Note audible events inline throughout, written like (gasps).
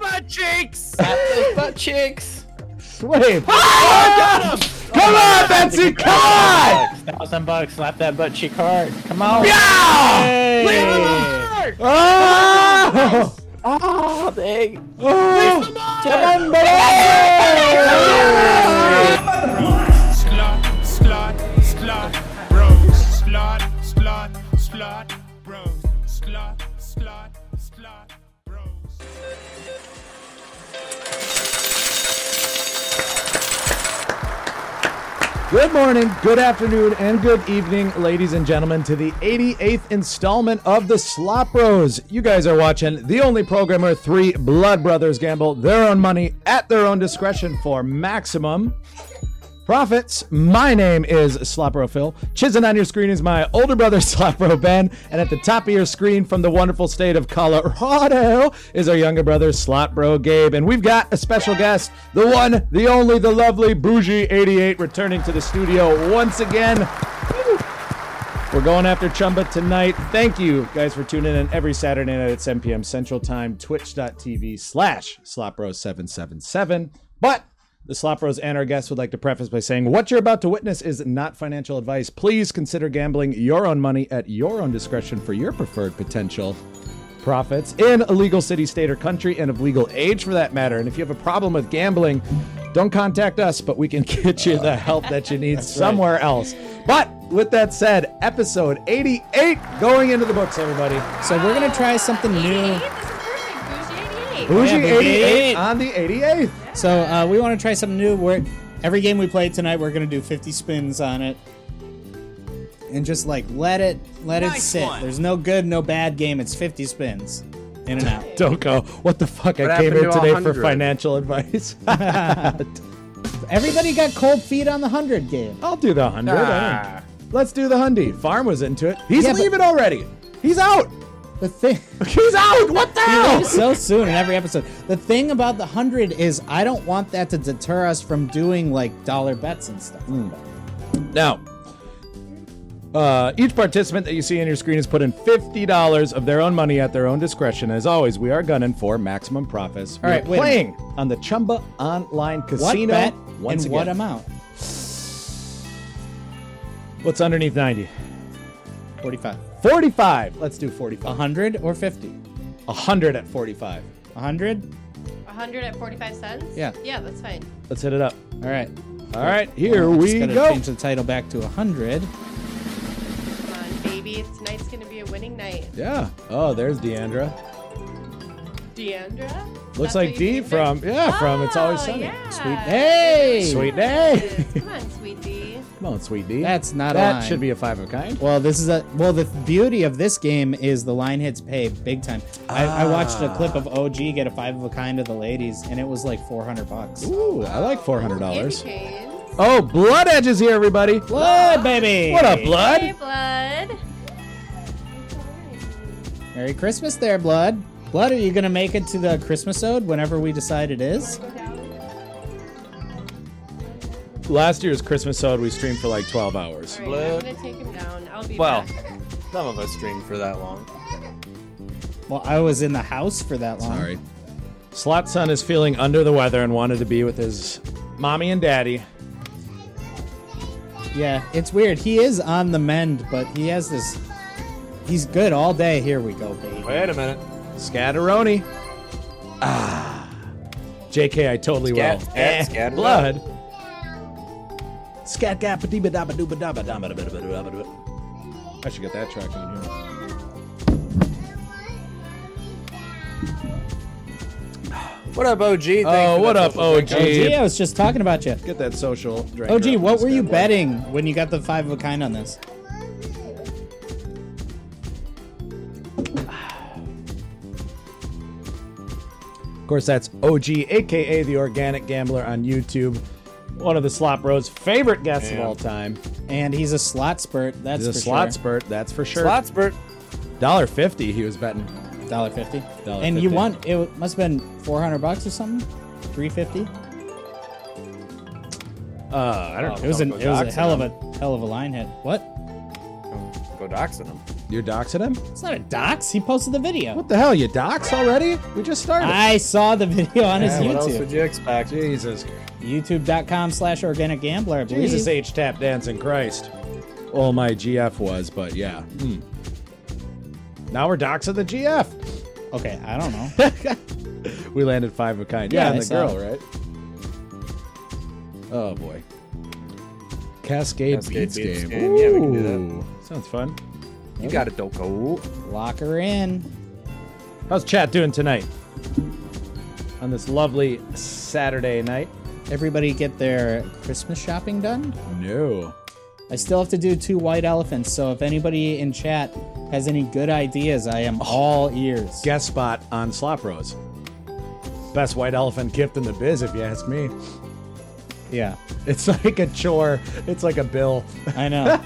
butt (laughs) cheeks! Slap those butt cheeks. Slave. got him! Come on, Betsy. Come on. Thousand bucks. Slap that butt cheek hard. Come on. Yeah. Hey. Leave him alone! Oh. Oh, dang. Oh. Ten Slot, slot, slot, bros. Slot, slot, slot, bros. Slot, slot, slot, bros. Good morning, good afternoon, and good evening, ladies and gentlemen, to the 88th installment of the Slop Bros. You guys are watching the only program where three blood brothers gamble their own money at their own discretion for maximum profits. My name is Slopro Phil. Chisin on your screen is my older brother (laughs) Slopro Ben, and at the top of your screen from the wonderful state of Colorado is our younger brother Slopro Gabe, and we've got a special guest, the one, the only, the lovely Bougie 88 returning to the studio once again. We're going after Chumba tonight. Thank you guys for tuning in every Saturday night at 7 p.m. Central Time, twitch.tv slash slopros777. But the Slopros and our guests would like to preface by saying what you're about to witness is not financial advice. Please consider gambling your own money at your own discretion for your preferred potential profits in a legal city, state, or country, and of legal age for that matter. And if you have a problem with gambling, don't contact us, but we can (laughs) get you the help that you need somewhere else. But with that said, episode 88 going into the books, everybody. So we're gonna try something 88 new. is perfect. Bougie 88. Bougie baby. 88 on the 88th. So uh, we want to try something new. Where every game we play tonight, we're gonna do 50 spins on it, and just like let it let it Nice sit. one. There's no good, no bad game. It's 50 spins, in and out. Don't go. What the fuck? I came happened here to today for 100? financial advice. (laughs) Everybody got cold feet on the hundred game. I'll do the hundred. I don't- Let's do the hundy. Farm was into it. He's Yeah, but- leaving already. He's out. (laughs) The thing. (laughs) He's out. What the Oh. hell? so soon in every episode. The thing about the hundred is I don't want that to deter us from doing like dollar bets and stuff. Hmm. Now, uh, each participant that you see on your screen has put in fifty dollars of their own money at their own discretion. As always, we are gunning for maximum profits. All right, wait a playing on the Chumba Online What Casino. bet once again. and what amount? What's underneath ninety? 45. Forty-five. Let's do forty-five. 100 or 50? A hundred at forty-five. 100? 100 at 45 cents? Yeah. Yeah, that's fine. Let's hit it up. Oh, All right. All right, here Just we gotta go. Change the title back to 100. Come on, baby. Tonight's going to be a winning night. Yeah. Oh, there's Deandra. Deandra? Looks That's like what you D named her? from yeah from It's Always Oh, Sunny. yeah. Sweet Hey! Sweet (laughs) day. Come on, sweet D. Come on, sweet D. That's not a that line. should be a five of kind. Well, this is a well. The beauty of this game is the line hits pay big time. I, I watched a clip of OG get a five of a kind of the ladies, and it was like four hundred bucks. Ooh, I like four hundred dollars. Candy canes. Oh, Blood Edge is here, everybody. Blood, baby! What up, Hey, Blood? blood. Merry Christmas, there, Blood. Blood, are you gonna make it to the Christmas ode whenever we decide it is? Last year's Christmas ode, we streamed for like twelve hours. All right, I'm Blood. going to take him down. I'll be Well, back. some of us stream for that long. Well, I was in the house for that long. Sorry. Slot Son is feeling under the weather and wanted to be with his mommy and daddy. Yeah, it's weird. He is on the mend, but he has this. He's good all day. Here we go, baby. Wait a minute. Scatteroni. Ah. JK, I totally Scat, will. scat, Eh, scat it blood. Scat gap deba daba dooba daba daba daba daba daba daba. I should get that track on here. What up, OG? Thanks Oh, for what that up, social OG? drink. OG, I was just talking about you. Get that social drink. OG, Oh, what were you betting when you got the five of a kind on this? Of course, that's OG, aka the Organic Gambler on YouTube. One of the Slop Road's favorite guests of all time. And he's a slot spurt. That's He's a for slot sure. spurt, that's for sure. Slot spurt. Dollar fifty he was betting. Dollar fifty. Dollar And you fifty. won. It must have been four hundred bucks or something. Three fifty. Uh, I don't know. It was an. Don't It go Oh, was a doxing hell of a hell of a line hit. What? Go doxing him. You're doxing him? It's not a dox. He posted the video. What the hell? You dox already? We just started. I saw the (laughs) video on his Yeah, what else YouTube. would you expect? Jesus. YouTube.com slash organic gambler, I believe. Jesus H tap dancing Christ. Well, my GF was, but yeah. Hmm. Now we're doxing the GF. Okay, I don't know. (laughs) We landed five of kind. Yeah, Yeah, I and the saw girl, right? Oh boy. Cascade, Cascade Beats, Beats game. game. Yeah, we can do that. Ooh, Sounds fun. You got it, Doko. Lock her in. How's chat doing tonight? On this lovely Saturday night. Everybody get their Christmas shopping done. No. I still have to do two white elephants, so if anybody in chat has any good ideas, I am all ears. Guest spot on Slop Rose. Best white elephant gift in the biz, if you ask me. (laughs) Yeah, It's like a chore. It's like a bill. I (laughs) know.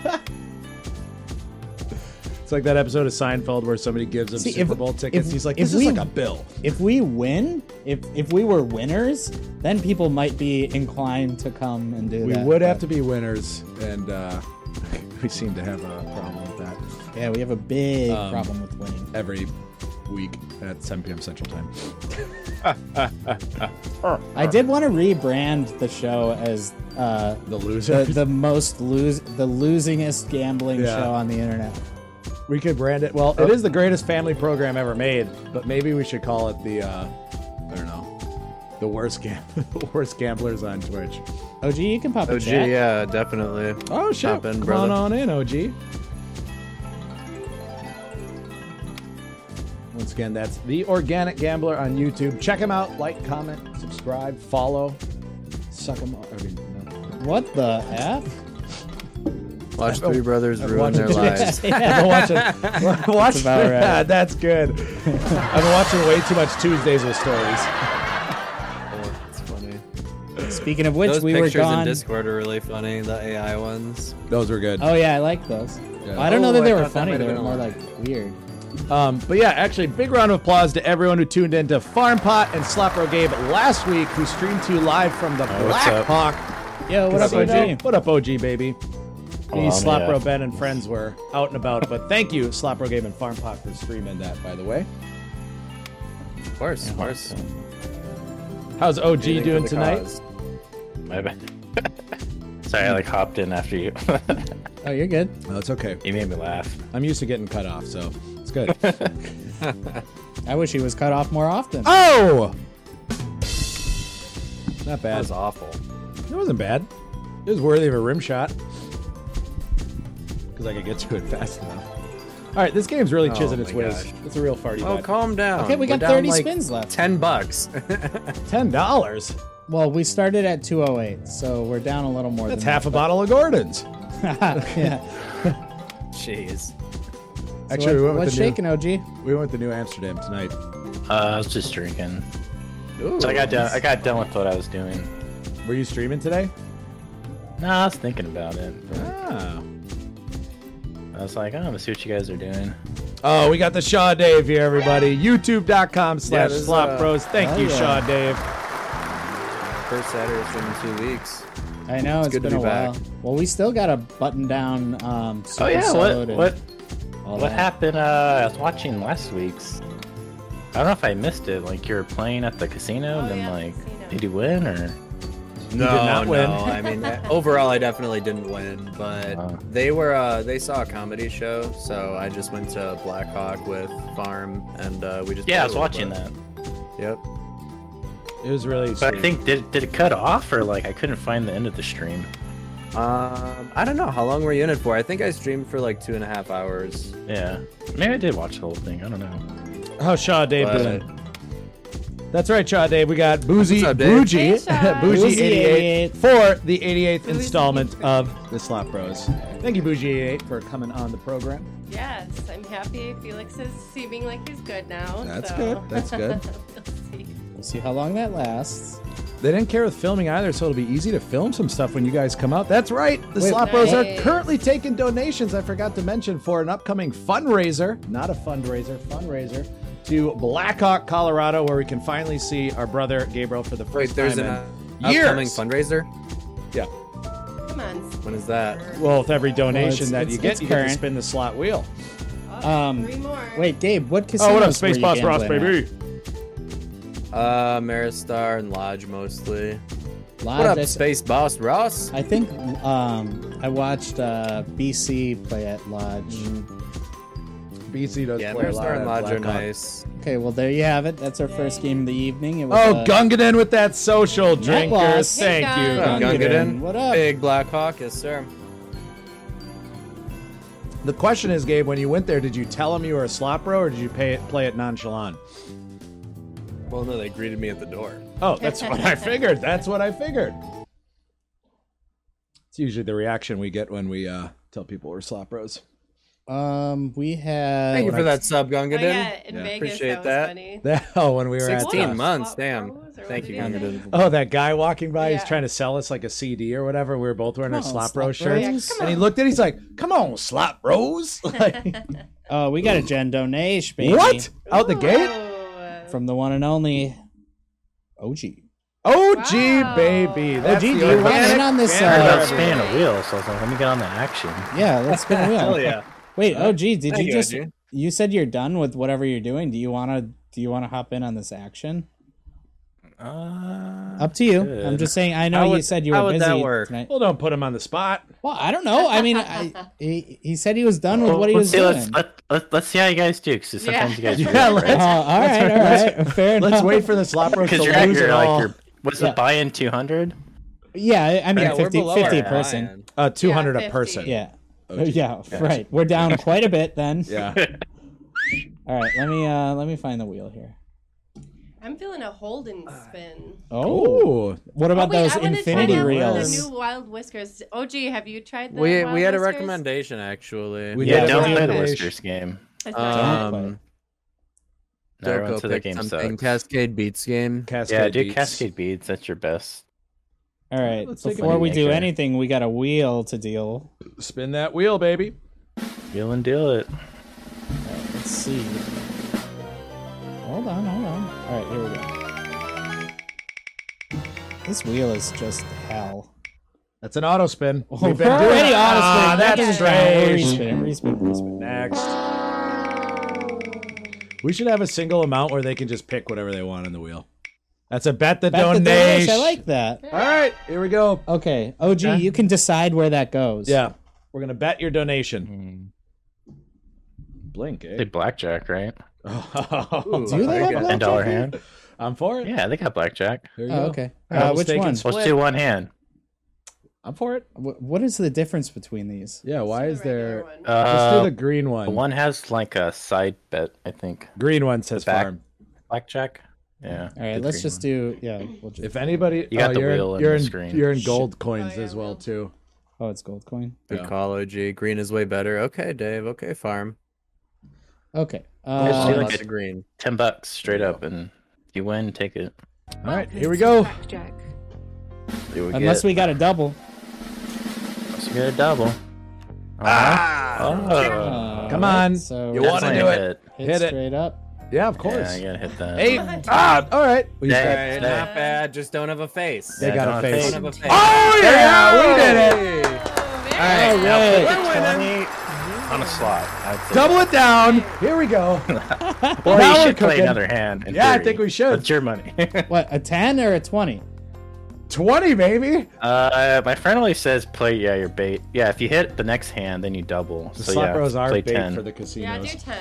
It's like that episode of Seinfeld where somebody gives him See, Super if- Bowl tickets. if- He's like, if this is we- like a bill. if we win, if if we were winners, then people might be inclined to come and do We that. would but- have to be winners, and uh, (laughs) we seem to have a problem with that Yeah, we have a big problem with winning. every week at 7 p.m. Central Time. I did want to rebrand the show as uh, The the loser. (laughs) the most lose the losingest gambling Yeah. show on the internet. we could brand it. Well, it is the greatest family program ever made, but maybe we should call it the uh, I don't know, the worst gam- (laughs) the worst gamblers on Twitch. OG, you can pop a OG, chat. yeah, definitely. Oh shit! Hop in, Come brother. on on in, OG. Once again, that's the Organic Gambler on YouTube. Check him out. Like, comment, subscribe, follow. Suck him. Up. I mean, (laughs) no. What the (laughs) f? oh, uh, Watch Three Brothers ruin watched their it. lives. I've (laughs) been (laughs) watching. watch about right. that. That's good. I've been watching way too much Tuesdays with stories. Oh, it's funny. Speaking of which, Those we were pictures in gone. Discord are really funny. The AI ones. Those were good. Oh yeah, I like those. I don't know Oh, that they I were thought that funny. might have They were been a more lot. like weird. Um, but yeah, actually, big round of applause to everyone who tuned in to Farm Pot and Slapro Gabe last week, who streamed to you live from the what's Black up? Hawk. Yo, what up, What up, OG? OG? What up, OG, baby? Me, I'm Slapro, here. Ben, and friends were out and about, but thank you, Slapro Gabe and Farm Pot, for streaming that, by the way. Of course, of course. How's OG Anything for doing the tonight? cause. My bad. Sorry, I like hopped in after you. (laughs) Oh, you're good. No, it's okay. you made me laugh. I'm used to getting cut off, so it's good. I wish he was cut off more often. Oh! Not That bad. was awful. It wasn't bad. It was worthy of a rim shot. Because I could get to it fast enough. All right, this game's really Oh chiseling its my ways. gosh. It's a real farty Oh, bet. calm down. Okay, we We're got down, 30 like, spins left. Ten bucks. (laughs) Ten dollars. Well, we started at 208, so we're down a little more. That's than half a bottle of Gordon's. that. (laughs) yeah. Jeez. Actually, we what, went with what's the shaking, OG? new. We went with the new Amsterdam tonight. Uh, I was just drinking. So I got done. I got done with what I was doing. Were you streaming today? Nah, I was thinking about it. But Ah. I was like, I'm gonna see what you guys are doing. Oh, we got the Shaw Dave here, everybody. YouTube.com slash there's, Slop uh, Bros. Thank oh, you, yeah. Shaw Dave. First Saturday it's been two weeks. I know it's good to been a be while. back. Well, we still got a button down. Um, Oh super yeah, solo what to- what all what that. happened? Uh, I was watching last week's. I don't know if I missed it. Like you were playing at the casino, Oh, and then yeah, like, casino. did you win or? No, not win. no. I (laughs) mean, overall, I definitely didn't win, but Wow. they were uh, they saw a comedy show, so I just went to Black Hawk with Farm, and uh, we just Yeah, I was played a watching little bit. that. Yep. It was really But I sweet. think did did it cut off or like I couldn't find the end of the stream. Um, I don't know how long were you in it for. I think I streamed for like two and a half hours. Yeah, maybe I did watch the whole thing. I don't know. How's Oh, Shaw Dave But- doing? That's right, Shaw Dave. We got Boozy What's up, Dave? Bougie (laughs) Hey, Shaw. Bougie Boozy 88 88. for the 88th Boozy. installment of the Slop Bros. Thank you, Bougie 88, for coming on the program. Yes, I'm happy. Felix is seeming like he's good now. That's so. good, that's good. (laughs) we'll see. We'll see how long that lasts. They didn't care with filming either, so it'll be easy to film some stuff when you guys come out. That's right. The Wait. Slop Bros Nice. are currently taking donations. I forgot to mention for an upcoming fundraiser, not a fundraiser, fundraiser to Blackhawk, Colorado, where we can finally see our brother Gabriel for the first Wait, there's an time. in uh, years. upcoming fundraiser. Yeah. Come on. When is that? Well, with every donation it's- that you it's- get, it's you get to current. spin the slot wheel. Oh, Um, Three more. Wait, Gabe, what casinos? Oh, what up, were Space you Boss Ross, gambling baby? Uh, Maristar and Lodge mostly. at? Lodge, What up, I- Space Boss Ross? I think um, I watched uh, BC play at Lodge. Mm-hmm. BC does Yeah, play a lot Maristar of and Lodge are Black Hawk. nice. Okay, well there you have it. That's our first game of the evening. It was, Oh, uh, Gungadin with that social drinker. was- Hey, Thank you. Gun. Gungadin. Gungadin. What up? Big Black Hawk, yes, sir. The question is, Gabe, when you went there, did you tell him you were a slot bro or did you pay it, play it nonchalant? Well, no, they greeted me at the door. Oh, that's what (laughs) I figured. That's what I figured. It's usually the reaction we get when we uh, tell people we're slot bros. (laughs) Um, we had. Thank you for that sub, Oh, Gungadin. yeah, in Yeah. Vegas, Appreciate that was that. funny. That, oh, when we were at 16 uh, months, Slot damn. Bros, or Thank what you, did he Gungadin. Oh, that guy walking by, he's Yeah. trying to sell us like a CD or whatever. We were both wearing our Come on, slot slot bro bros. shirts. Yeah, and he looked at it, he's like, come on, slot bros. Like, Oh, we got a gen donation. baby. what? Out the gate? Oh, From the one and only OG. OG, Wow. baby. That's OG, the do you want organic in on this? banner. I heard about Uh, spinning a wheel, so I was like, let me get on the action. yeah, let's spin a (laughs) wheel. Hell yeah. Wait, OG, did Thank you you, just? OG. You said you're done with whatever you're doing. Do you wanna? Do you wanna hop in on this action? Uh, Up to you. Good. I'm just saying. I know How you would- said you were how would busy that work? tonight. Well, don't put him on the spot. Well, I don't know. I mean, (laughs) I, he he said he was done with what he let's was see, doing. Let's, let, let, let's see how you guys do, because sometimes Yeah. you guys. (laughs) Yeah, Oh, all right, all right, fair enough. (laughs) Let's wait for the slot bros to Because lose you're at it your, like, all. your, what's Yeah. the buy-in 200? Yeah, I- I mean, Yeah, we're 50, below 50 our person. buy-in. uh, 200 a 50. person. Yeah. Oh, yeah, right. We're down quite a bit then. Yeah. All right, let me uh let me find the wheel here. I'm feeling a Holden Uh, spin. Oh. Ooh. What Oh, about wait, those I wanna try infinity the- reels? The new Wild Whiskers. OG, have you tried the We, Wild we had a Whiskers? recommendation, actually. We Yeah, did. don't play the Okay. Whiskers game. It's not bad. Um, No, everyone Darko said that picked game something. sucks. Cascade Beats game. Cascade yeah, do beats. Cascade Beads. That's your best. All right, Let's take a before we do maker. anything, we got a wheel to deal. Spin that wheel, baby. You'll and deal it. Let's see. Hold on, hold on. All right, here we go. This wheel is just hell. That's an auto spin. We've We're been doing already it. on a Ah, spin. that's Yeah, we're strange. Respin, respin, respin. Next. We should have a single amount where they can just pick whatever they want on the wheel. That's a bet the Back to donation. Danish, I like that. All right, here we go. Okay, OG, you can decide where that goes. Yeah, we're gonna bet your donation. Blink, (laughs) Hmm. They eh? Oh, blackjack, right? Do you Ooh, have okay. blackjack Ten dollar here? hand. I'm for it. Yeah, they got blackjack. Here you Oh, go. okay. All right, Uh, we'll which stake and one? split. Let's do one hand. I'm for it. Wh- What is the difference between these? Yeah. Why is there? Regular one. Let's do Uh, the green one. one has like a side bet, I think. Green one says back. farm. Blackjack. Yeah. All right, the let's green just one. do. Yeah, we'll just. If anybody, You got oh, the you're, in- wheel and you're the in, screen. You're in gold coins Oh, yeah, as well wheel. too. oh, it's gold coin. Yeah. Good call, OG. Green is way better. Okay, Dave. Okay, farm. Okay. Let's do Uh, like Lots a- of green. Ten bucks straight up, and if you win, take it. All right, here we go. See what unless get. we got a double. Unless you get a double. Ah! Uh, Come on. So You Ah! Oh. wanna do it. hit, Hit it. straight up. Yeah, of Yeah, course. you gotta hit that. Eight. Ah, all right. We Dang. got- Alright, not bad. Just don't have a face. They got a don't face. Don't have a face. Oh yeah, we did it. All right, now Alright. put the 20 on a slot. I'd say. Double it down. Here we (laughs) go. Well, Now you we're should play cooking. another hand. in Yeah, I theory. think we should. That's your money. (laughs) What a ten or a twenty? Twenty, baby. uh, my friend always says play. Yeah, your bait. Yeah, if you hit the next hand, then you double. The so slot yeah, bros are play bait ten. for the Yeah, do casinos. 10.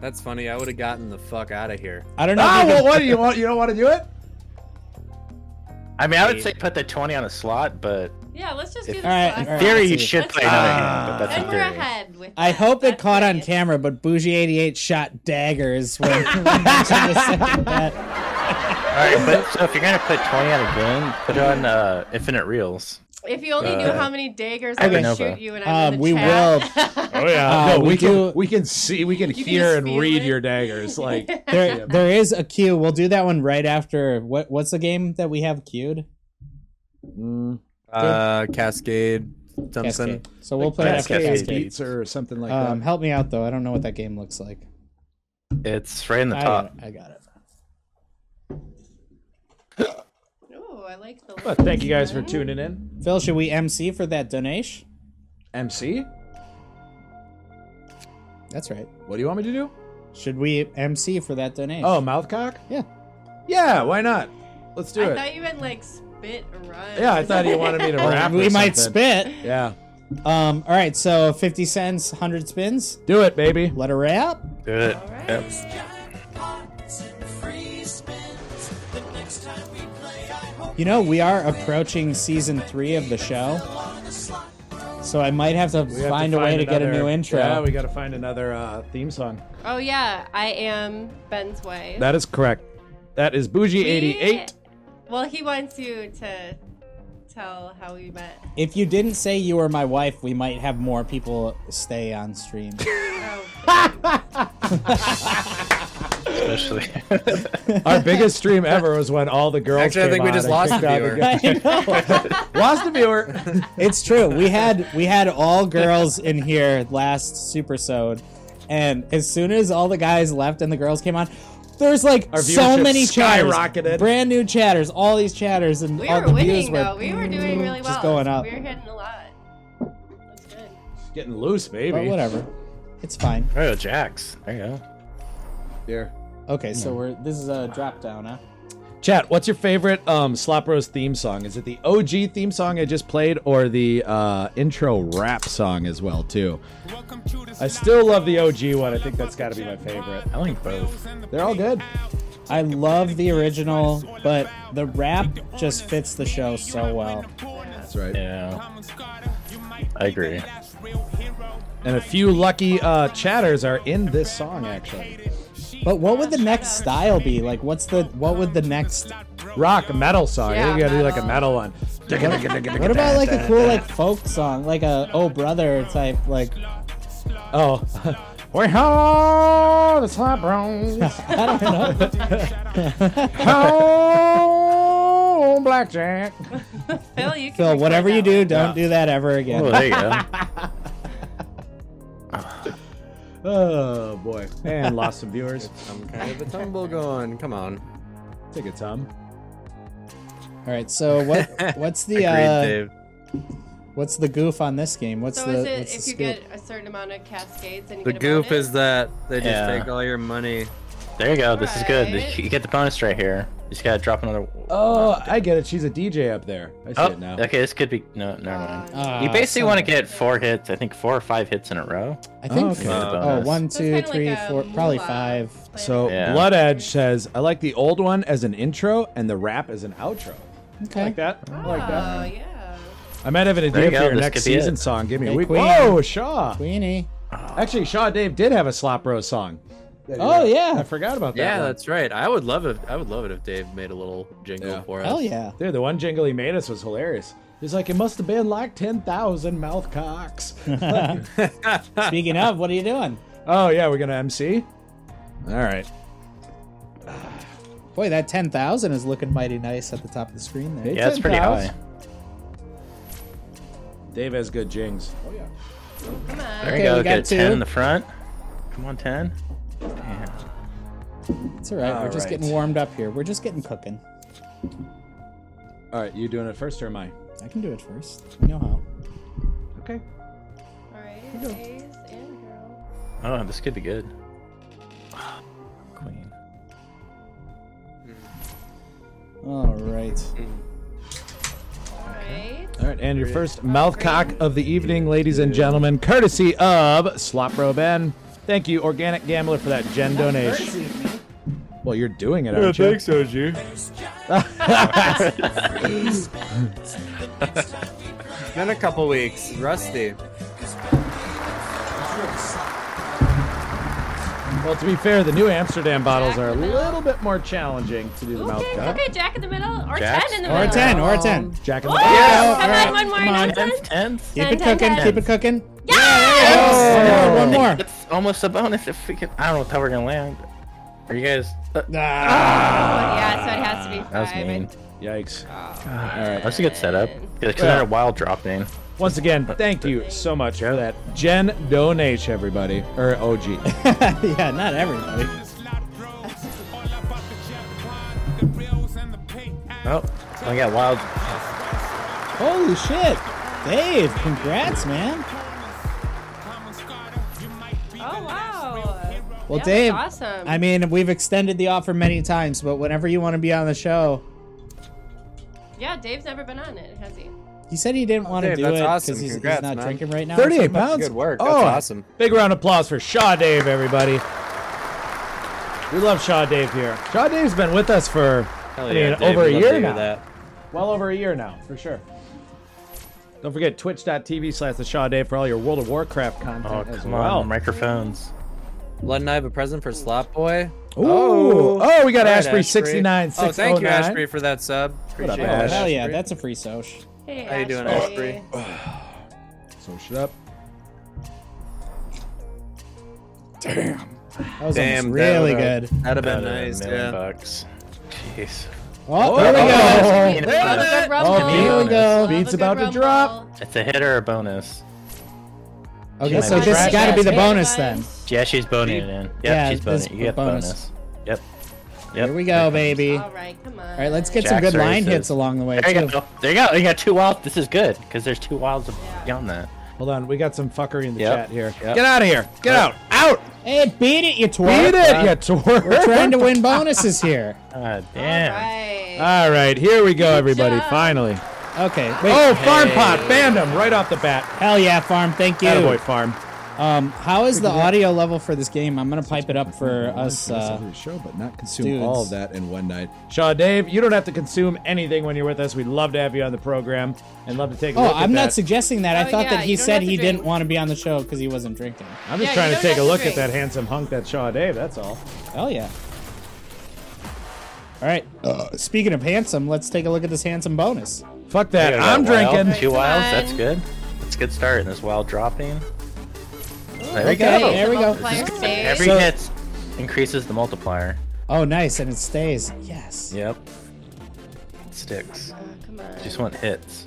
That's funny. I would have gotten the fuck out of here. I don't know. Ah, if you well, can- what do you want? You don't want to do (laughs) it? I mean, I would say put the twenty on a slot, but Yeah, let's just do this. All right, last all Oh, in right. one. theory you see. should Let's play do another it. hand. But that's And in we're theory. ahead with I that. hope it That's caught on nice. camera, but Bougie 88 shot daggers when, when he mentioned the second bet. All right, but so if you're gonna put twenty on a game, put it on uh, infinite reels. If you only knew Uh, how many daggers okay. I would Nova. shoot you and I was Um, in the we (laughs) chat. Oh yeah. Uh, no, we we, can. do- We can see. We can You can hear just and feel read it. your daggers. (laughs) Like There, there is a cue. We'll do that one right after. What, what's the game that we have queued? Mm, Uh, Cascade something. Cascade. So we'll play that after cascade Cascade. beats or something like Um, that. help me out though. I don't know what that game looks like. It's right in the I top. got it. I got it. Ooh, I like the. But uh, thank you guys for tuning in. Phil, should we MC for that donation? MC. That's That's right. What do you want me to do? Should we MC for that donation? Oh, mouthcock? yeah. Yeah, why not? Let's do I it. thought you had like spit and run. yeah, I thought you (laughs) wanted (laughs) me to rap. we or might something. spit. Yeah. Um. All right. So fifty cents, hundred spins. Do it, baby. Let her wrap. Do it. All right. You know, we are approaching season three of the show, so I might have to have to find a way to get a another- new intro. Yeah, we got to find another uh, theme song. Oh yeah, I am Ben's wife. That is correct. That is Bougie We- 88. Well, he wants you to tell how we met. If you didn't say you were my wife, we might have more people stay on (laughs) stream. (laughs) Oh, Especially. Our biggest stream ever was when all the girls. Actually, I came think we on just and lost kicked the out viewer. guy. I know. lost the viewer. (laughs) It's true. We had we had all girls in here last supersode, and as soon as all the guys left and the girls came on, there's like Our so viewership many chatters, skyrocketed. brand new chatters, all these chatters, and we all were the views winning were though. We were doing really well. just going up. We were hitting a lot. That's good. Getting loose, baby. But whatever, it's fine. oh, Jax. There you go. Here. Okay, so we're this is a drop down, huh? Chat, what's your favorite um, Slop Rose theme song? Is it the OG theme song I just played or the uh, intro rap song as well, too? Welcome to the I still love the OG one. I think that's got to be my favorite. I like both. They're all good. I love the original, but the rap just fits the show so well. That's right. Yeah. I agree. And a few lucky uh, chatters are in this song, actually. But what would the next style be? Like, what's the what would the next? Rock, metal song. I Yeah, think we got to do like a metal metal. one. What about like a cool like folk song, like a Oh Brother type? Like, (laughs) (laughs) Oh. (laughs) We are the Slop Rose. I don't know. Oh, Blackjack. Phil, you can. Phil, record whatever that you do, one. don't do that ever Oh, again. there you go. Oh, boy. And lost some viewers. I'm kind of a tumble going. Come on. Take it, Tom. All right, so (laughs) what (laughs) what's the uh, what's the goof on this game? What's So the is it what's if the you scoop? get a certain amount of cascades and you The get a goof bonus? is that they just Yeah. take all your money. There you go. This is good. Alright. You get the bonus right here. You just gotta drop another. Oh, I get it. She's a DJ up there. I see Oh, it now. okay. This could be no. Never mind. Ah, you basically son want to of a- get four hits. I think four or five hits in a row. I think. Oh, Oh, okay. Uh, one, So it's two, kinda three, like a four, probably moolah. oh, five. So Yeah. Blood Edge says, I like the old one as an intro and the rap as an outro. Okay. Like that? I like Oh that. yeah. I might have an There idea you for go, your this next could be season it. song. Give me a Hey, week. Queen. Whoa, Shaw. Queenie. Actually, Shaw Dave did have a Slop Rose song. Oh I yeah. forgot about that. Yeah, one. that's right. I would love it. I would love it if Dave made a little jingle Yeah. for us. Hell yeah. Dude, the one jingle he made us was hilarious. He's like, it must have been like 10,000 mouth cocks. Speaking of, what are you doing? oh, yeah, we're going to MC? All right. Boy, that 10,000 is looking mighty nice at the top of the screen there. Yeah, it's pretty 10,000. high. Dave has good jings. Oh, yeah. Come on. There Okay, you go. we got Get a ten two. in the front. Come on, ten. Damn. It's all right. We're All just right. getting warmed up here. We're just getting cooking. All right, you doing it first or am I? I can do it first. I know how. Okay. All right. Ace and girl. Oh, this could be good. Queen. All right. All right. All right, and your first mouth cock of the evening, ladies and gentlemen, courtesy of Slop Bro Ben. Thank you, Organic Gambler, for that gen donation. Well, you're doing it, aren't you? so, Ju. It's been a couple weeks. Rusty. Well, to be fair, the New Amsterdam bottles are a Jack in the middle. little bit more challenging to do the mouth Okay. cock. Okay. Jack in the middle or Jack's- ten in the Or a middle. 10, or a 10. Jack in Woo! the Come alright, on, one more come on. nonsense. Tenth. Keep it Ten, ten, cooking. ten. Keep it cooking. Yeah. Oh, one more. That's almost a bonus if we can. I don't know how we're gonna land. Are you guys? Uh, Yeah. So it has to be five. that was I mean. Yikes. That's a good setup. Yeah, Yeah. Consider a wild dropping. Once again, thank you so much for that gen donation, everybody. Or OG. (laughs) yeah, not everybody. Oh, I got wild. Holy shit. Dave, congrats, man. Oh wow. Well, Yeah, that's Dave, awesome. I mean, we've extended the offer many times, but whenever you want to be on the show, Yeah, Dave's never been on it, has he? he said he didn't want to Dave, do it that's because awesome. he's, he's Congrats, not man. drinking right now. 38 That's pounds. Oh, good Oh, work. That's awesome. Big round of applause for Shaw Dave, everybody. We love Shaw Dave here. Shaw Dave's been with us for I mean, over a year now. Well over a year now, for sure. Don't forget twitch.tv slash the Shaw Dave for all your World of Warcraft Oh, content as come well. on, microphones. Lud and I have a present for Slop Boy. Ooh. Oh, we got All right, Ashbury 69 Oh, thank you, 609. Ashbury, for that sub. Appreciate up, it. Ash? Oh, hell yeah, Ashbury. that's a free soch. Hey, How you doing, Ashbury? So shut up. That was Damn, almost that really would've- good. That'd have Better been nice. than a million Yeah. bucks. Jeez. Oh, there we go. Oh, There there it is. Good rumble. Oh, here we go. Love a Beat's good about to rumble. drop. It's a hit or a bonus. Okay, She so might this be has right. got to be the Yeah, bonus guys. then. Yeah, she's boning it in. Yep, Yeah, she's this boning. it. You get bonus. bonus. Yep. Yep. Here we go, baby. All All right, come on. right, let's get Jack some good line services. hits along the way. There you too. go. There you go. You got two wilds. This is good because there's two wilds beyond that. Hold on, we got some fuckery in the Yep. chat here. Yep. Get out of here. Get out. Out. Hey, beat it, you twerp. Beat it, you twerp. We're trying to win bonuses here. God All damn. right. All right, here we go, everybody. job. Finally. Okay. Wait. Oh, Farm Pot banned him right off the bat. Hell yeah, farm. Thank you. Attaboy Farm. Um, how is the audio level for this game? I'm gonna pipe it up for us. Uh, show, but not consume dudes. all of that in one night. Shaw Dave, you don't have to consume anything when you're with us. We'd love to have you on the program and love to take a oh, look at I'm not that. suggesting that. I Oh, thought yeah, that he you don't said have to he drink. didn't want to be on the show because he wasn't drinking. I'm just Yeah, trying you to don't take a have to look at drink. that handsome hunk that Shaw Dave. That's all. Hell yeah. All right. Uh, Speaking of handsome, let's take a look at this handsome bonus. Fuck You that. got I'm a wild, drinking. Two Come wilds. on. That's good. That's a good start. And this wild dropping. There we Okay, go. there we go. Multiplier stays. Every So- hit increases the multiplier. Oh, nice, and it stays. Yes. Yep. Sticks. Oh, come on. Just want hits.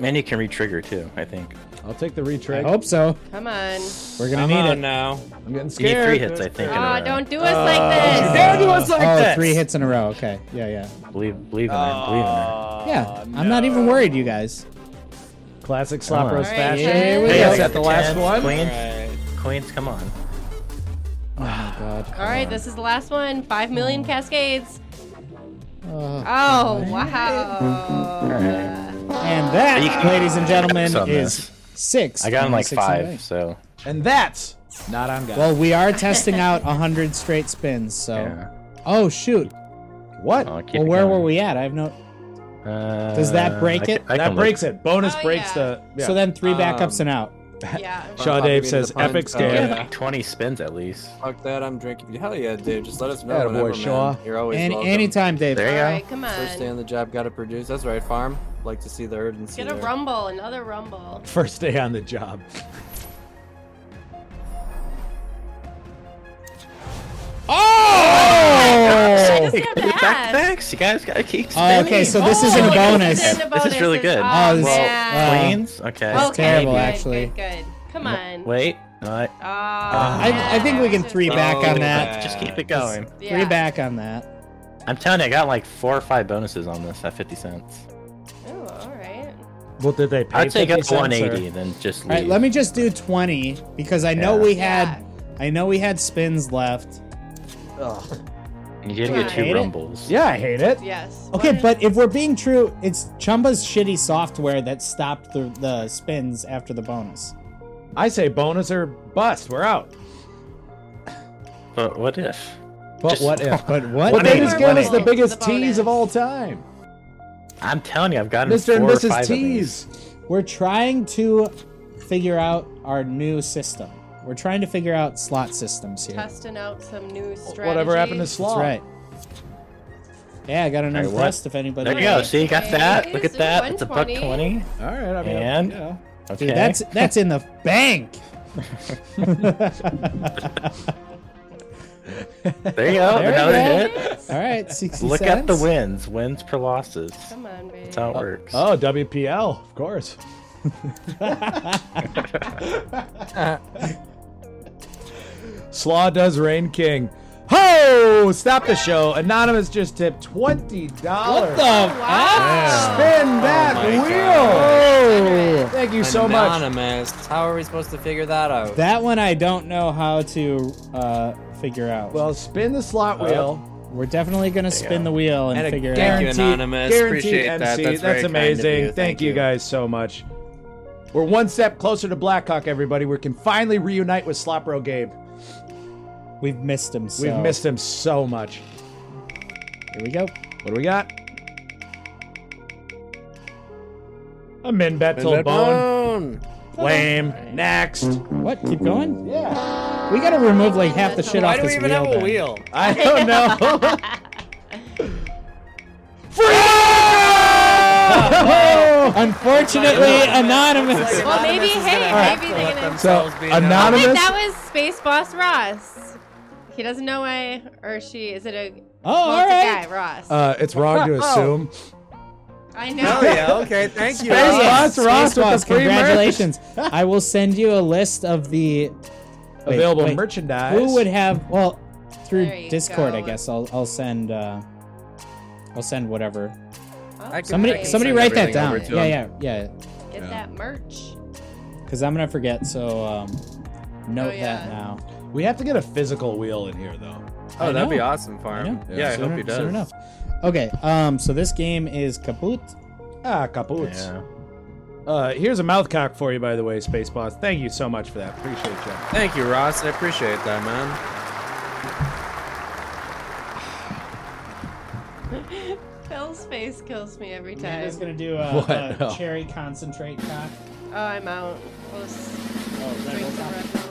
And you can re-trigger too. I think. I'll take the I retrig. hope so. Come on. We're gonna Come need on it. now. I'm getting You need scared. three hits, I think. in a Aw, row. don't do us like this. Damn, you was like Oh, this. three hits in a row. Okay. Yeah, yeah. Believe, believe in her. Believe in Oh. her. Yeah. I'm not even worried, you guys. Classic on. Slop Roast All right, fashion. Chad. Here we Hey, go. is that the last Tens, one? Queens, queens, come on. God. All right, this is the last one. Five million cascades. Oh. Oh, wow. And that, You can- ladies and gentlemen, Focus on is this. six. I got him like 26 and five, eight. so And that's not on God. Well, we are testing out hundred straight spins. So. yeah. Oh shoot. what? I'll keep Well, it where going. were we at? I have no. Uh, Does that break I can- it? I that can look. breaks it. Bonus Oh, breaks yeah. the. Yeah. So then three backups Um, and out. yeah. Shaw Fuck, Dave I mean, says the pun- epic oh, scale. Yeah, yeah. like 20 spins at least. Fuck that, I'm drinking. Hell yeah, Dave. Just let us know. Attaboy, whenever, man. Shaw. You're always Any welcome. anytime, Dave. There All you go. right, come First day on. on the job, gotta produce. That's right, farm. Like to see the urgency. Get a there. rumble, another rumble. (laughs) First day on the job. I Oh! just got Your that. backpacks? You guys gotta keep Oh, spinning. okay, so this Oh, isn't a this bonus. isn't a This is really bonus. good. Oh, Oh, this- man. wow. Queens? Okay. That's okay, terrible, good, actually. Uh, Good, good. Come on. Wait. No, I, Oh, I, I think we can three Oh, back on yeah. that. just keep it going. Three back on that. I'm telling you, I got like four or five bonuses on this at 50 cents. Oh, all right. What did they pay? I'd take up 50 to cents, 180, then just All leave. right, let me just do 20 because I know Yeah. we had I know we had spins left. You did get Hate two it? or- rumbles. Yeah, I hate it. Yes. Okay, One- but if we're being true, it's Chumba's shitty software that stopped the, the spins after the bonus. I say bonus or bust. We're out. But what if? But Just- what if? (laughs) But what? Well, One they eighty. just gave us the Bonus. biggest The bonus. tease of all time. (laughs) I'm telling you, I've gotten Mr. and four or Mrs. five Tease. We're trying to figure out our new system. We're trying to figure out slot systems here. That's testing out some new strategies. Whatever happened to Slaw? right. Yeah, I got an All right, what? impressed if anybody. There you go. See, you got that. Okay, Look at so that. It's a buck 120. 20. All right. I mean, And? yeah. Okay. Dude, that's that's in the bank. there you go. There you Another go. hit. All (laughs) right, 60 Look at the cents. wins. Wins per losses. That's Come on, baby. how it works. Oh, WPL, of course. Slaw does reign king. Ho! Stop the show. Anonymous just tipped twenty dollars. What the Oh. fuck? Spin that Oh my God. wheel. Thank you so much. Anonymous. How are we supposed to figure that out? That one I don't know how to uh, figure out. Well, spin the slot wheel. We're definitely gonna spin the wheel and, And a figure it Thank out. you, guaranteed, Anonymous. guaranteed Appreciate that. MC. That's very kind of amazing. you. Thank, Thank you you. guys so much. We're one step closer to Blackhawk, everybody. We can finally reunite with Slop Row Gabe. We've missed him. So. We've missed him so much. Here we go. What do we got? A min bet till bone. Bone. Lame. Next. (laughs) What? Keep going. Yeah. We gotta remove like half the shit Why off do we this even wheel. have a then. wheel? I don't (laughs) know. Free! (laughs) Unfortunately, anonymous. Well, maybe, hey, Alright. maybe they're gonna. So Themselves being I anonymous. think that was Space Boss Ross. He doesn't know why, or she. Is it a? Oh, well, all it's right. a guy, Ross. Uh, it's wrong (laughs) Oh. to assume. I Hell oh, know. yeah. Okay. Thank you. Space Ross. Boss Ross with the Boss, free merch. congratulations. I will send you a list of the wait, (laughs) Available wait. merchandise. Who would have? Well, There through you Discord, I go. guess. I'll I'll send. Uh, I'll send whatever. I can- I Somebody can somebody send write that everything over down. to Yeah, him. yeah, yeah. Get that merch. Because I'm gonna forget. So um, Oh, note yeah. that now. We have to get a physical wheel in here, though. Oh, I that'd be know. awesome, I Farm. know. Yeah, Yeah, I soon hope he en- does. Soon enough. Okay. Um. So this game is kaput. Ah, kaput. Yeah. Uh, here's a mouth cock for you, by the way, Space Boss. Thank you so much for that. Appreciate you. Thank you, Ross. I appreciate that, man. Phil's face kills me every time. gonna do (laughs) What? a No. cherry concentrate cock. Oh, I'm out. We'll just Oh, drink some Red Bull.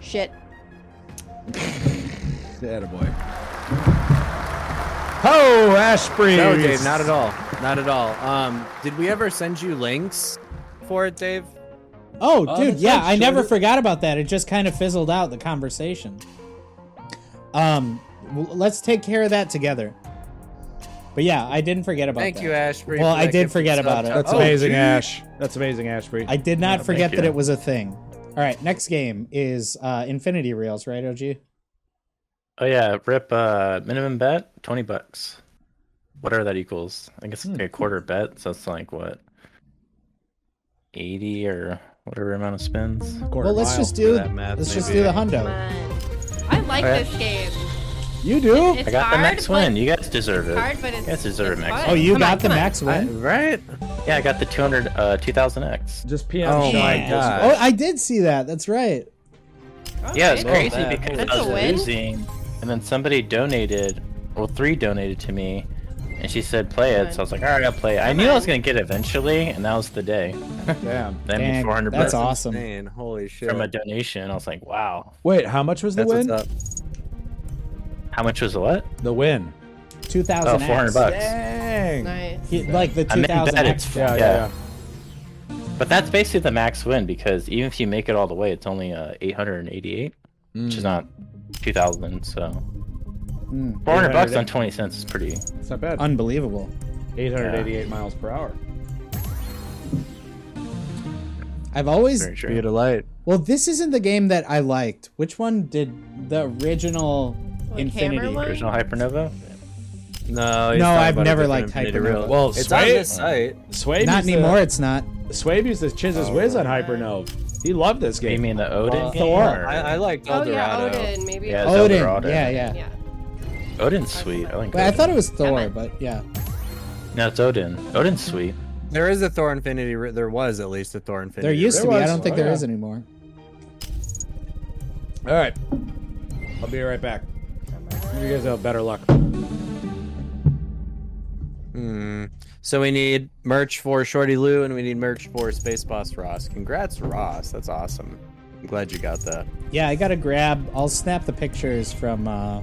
Shit. Attaboy. Oh, Ashbury. No, Dave, not at all. Not at all. Um, did we ever send you links for it, Dave? Oh, Oh, dude, that's yeah, right, I never shorter- forgot about that. It just kind of fizzled out the conversation. Um, w- let's take care of that together. But yeah, I didn't forget about Thank that. you, Ashbury. Well, for I that did gift forget of about sub. it. That's Oh, amazing, gee. Ash. That's amazing, Ashbury. I did not No, forget thank that you. it was a thing. All right, next game is uh, Infinity Reels, right, OG? Oh yeah, rip uh minimum bet, twenty bucks. Whatever that equals. I guess it's Hmm. like a quarter bet, so it's like what? Eighty or whatever amount of spins. Well, let's just for do that math, let's just do maybe. the Come hundo. on. I like Okay. this game. You do? It's I got hard, the max but win. You guys deserve it. Hard, but you it's, guys deserve it's max. fun. Oh, you Come got on, the come on. max I- win. right? Yeah, I got the 200 uh 2000X. Just PM. Oh Sean. my Yeah. gosh. Oh, I did see that. That's right. Yeah, it's Oh, Okay. crazy that. because That's I a was win. losing, and then somebody donated, well, three donated to me, and she said play it. So I was like, all right, I'll play it. I knew I was gonna get it eventually, and that was the day. Damn. Then Dang, 400 that's bucks awesome. Man, holy shit. from a donation. I was like, wow. Wait, how much was the That's what's win? up. How much was the what? The win. Two thousand. Oh, 400 bucks. Dang. Nice. Like the I mean, two thousand. that it's Yeah, yeah, Yeah. yeah. But that's basically the max win because even if you make it all the way, it's only uh, 888, which Mm. is not 2,000. So 400 bucks on 20 cents is pretty. It's not bad. Unbelievable. 888 miles per hour. I've always Very true. Speed of light. Well, this isn't the game that I liked. Which one did the original Like Infinity? Hammer one? Original hypernova. No, No, he's talking I've about never a different liked Infinity Hypernova. Reel. Well, it's Sway- on this site. Swabe uh, Not used to- anymore. It's not. Swabe used to chiz Oh, his whiz on Hypernova. He loved this You game. mean the Odin Uh, game? Thor. or- I, I liked El Oh yeah, Dorado. Odin. Maybe. Yeah, Odin. Zelda Odin. Rodin. Yeah, yeah. Yeah. Odin's sweet. I like. But I Odin. thought it was Thor, Hammer. but yeah. No, it's Odin. Odin's sweet. There is a Thor Infinity. Re- There was at least a Thor Infinity. There used There to be. I was- don't think oh, there is yeah. anymore. All right. I'll be right back. You guys have better luck. So we need merch for Shorty Lou and we need merch for Space Boss Ross. Congrats, Ross. That's awesome. I'm glad you got that. Yeah, I gotta grab. I'll snap the pictures from uh,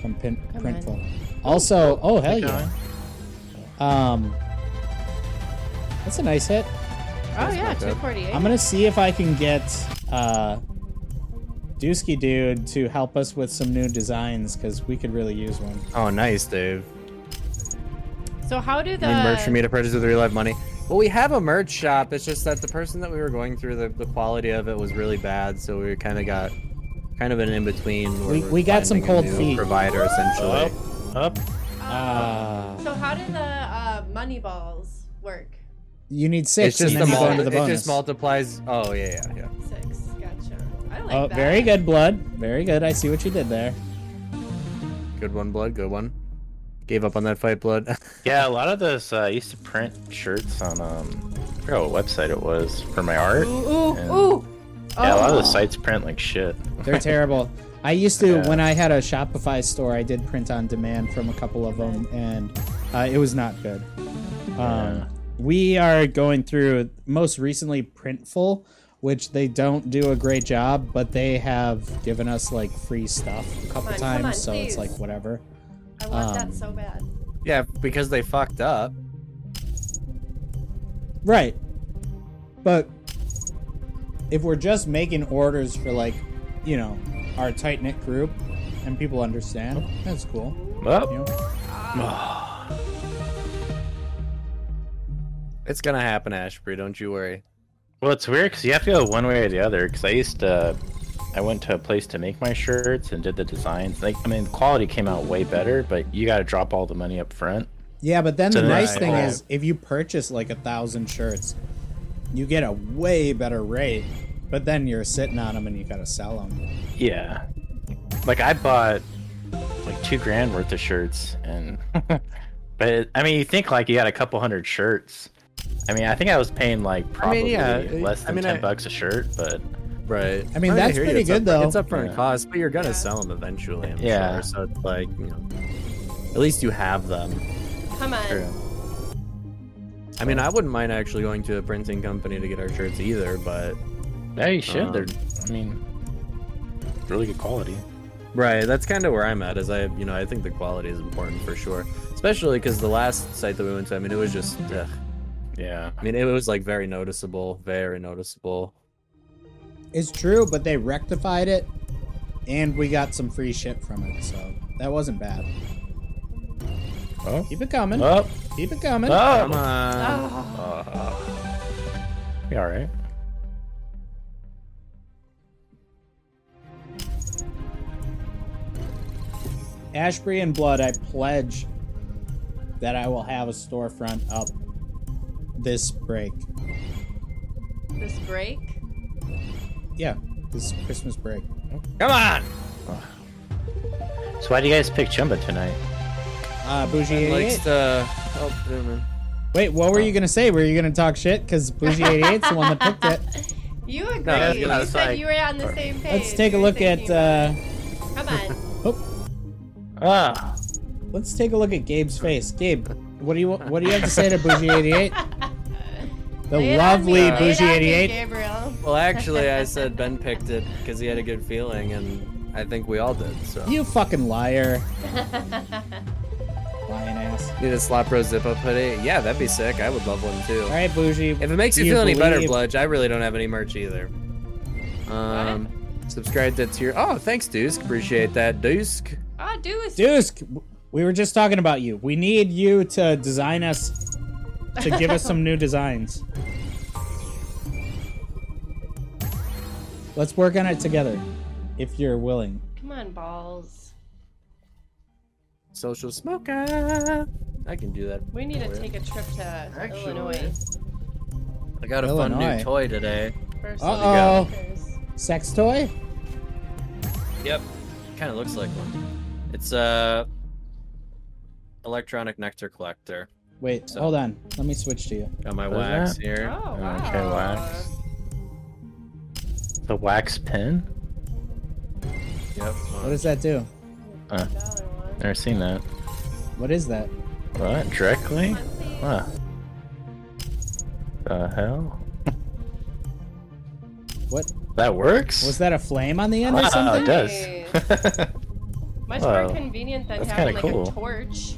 from pin, Come Printful. Also, oh hell yeah. Um, that's a nice hit. Oh yeah, 248. I'm gonna see if I can get uh, Dusky Dude to help us with some new designs because we could really use one. Oh, nice, Dave. So how do the Need merch for me to purchase with real life money. Well, we have a merch shop. It's just that the person that we were going through, the, the quality of it was really bad, so we kind of got kind of an in between. We- we got some cold feet. Provider essentially. Up, up. Uh, So how do the uh, money balls work? you need six. It's just and the then you go mul- into it the bonus. just multiplies. Oh yeah, yeah, yeah. Six. Gotcha. I like oh, that. very good, blood. Very good. I see what you did there. Good one, blood. Good one. Gave up on that fight, blood. (laughs) Yeah, a lot of those. Uh, I used to print shirts on um, I forgot what website it was for my art. Ooh, ooh, And- ooh. Yeah, a lot of Oh. the sites print like shit. They're terrible. I used to Yeah. when I had a Shopify store. I did print on demand from a couple of them, and uh, it was not good. Um, Yeah. We are going through most recently Printful, which they don't do a great job, but they have given us like free stuff a couple Come on, come times, on, so it's please. like whatever. I want um, that so bad. yeah, because they fucked up. Right. But if we're just making orders for like, you know, our tight knit group and people understand, that's cool. Up. You know? It's gonna happen, Ashbury. Don't you worry. Well, it's weird because you have to go one way or the other. Because I used to, I went to a place to make my shirts and did the designs. Like, I mean, the quality came out way better, but you got to drop all the money up front. Yeah, but then So the then nice I- thing oh. is if you purchase like a thousand shirts, you get a way better rate. But then you're sitting on them and you gotta sell them. Yeah. Like I bought like two grand worth of shirts, and (laughs) but I mean, you think like you got a couple hundred shirts. I mean, I think I was paying like probably I mean, yeah, less I than mean, ten I- bucks a shirt, but Right. I mean, No, that's hear you. pretty It's good, up- though. It's upfront Yeah. cost, but you're gonna Yeah. sell them eventually. I'm Yeah. Sure. So it's like, you know, at least you have them. Come on. I mean, I wouldn't mind actually going to a printing company to get our shirts either, but yeah, you should. Um, They're, I mean, really good quality. right, that's kind of where I'm at. Is I, you know, I think the quality is important for sure, especially because the last site that we went to, I mean, it was just, ugh. Yeah. I mean, it was like very noticeable, very noticeable. It's true, but they rectified it and we got some free shit from it, so that wasn't bad. Oh. Keep it coming. Up. Keep it coming. Come Up. on. Oh. Yeah, all right. Ashbury and Blood, I pledge that I will have a storefront up this break. This break. Yeah, this Christmas break. Come on. So why do you guys pick Chumba tonight? Uh, Bougie Ben 88. likes to. Oh, never mind. Wait, what Oh. were you gonna say? Were you gonna talk shit? Because Bougie 88's the one that (laughs) picked it. You agreed. that's you what I was said like. you were on the same page. Let's take a You were look at. thinking about Uh, it. (laughs) Come on. Ah. let's take a look at Gabe's face. Gabe, what do you what do you have to say to Bougie (laughs) 88? The Lay it on me, lovely lay it Bougie on me, 88. (laughs) Gabriel. Well, actually, I said Ben picked it because he had a good feeling, and I think we all did. So You fucking liar, lying ass. need a slop rose zip up hoodie? Yeah, that'd be sick. I would love one too. All right, Bougie. If it makes you, do feel any better, believe- Bludge, I really don't have any merch either. Um, subscribe to tier. Oh, thanks, Dusk. Appreciate that, Dusk. oh, do a Dusk, we were just talking about you. We need you to design us, to give us (laughs) some new designs. Let's work on it together, if you're willing. Come on, balls. Social smoker. I can do that. We need to Where? take a trip to Actually, Illinois. I got a fun Illinois. new toy today. First Uh oh, Lakers. sex toy. Yep. Kind of looks like one. It's a electronic nectar collector. Wait, So- hold on. Let me switch to you. Got my What is wax that? Oh, here. wow. Okay, wax. The wax pen? Yep. What does that do? Uh, Dollar one. never seen that. What is that? What? Directly? Come on, please. Huh. The hell? What That works? was that? A flame on the end or Wow, something? it (laughs) does. Much Oh. more convenient than That's having like kinda cool. a torch.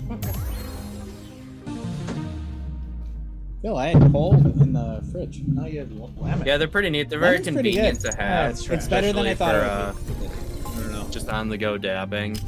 Phil, I had coal in the fridge. Now you have lemon. Yeah, they're pretty neat. They're very Lemon's pretty convenient good. to Yeah, have. it's- it's better than I especially thought For, uh, I don't know, just on the go dabbing.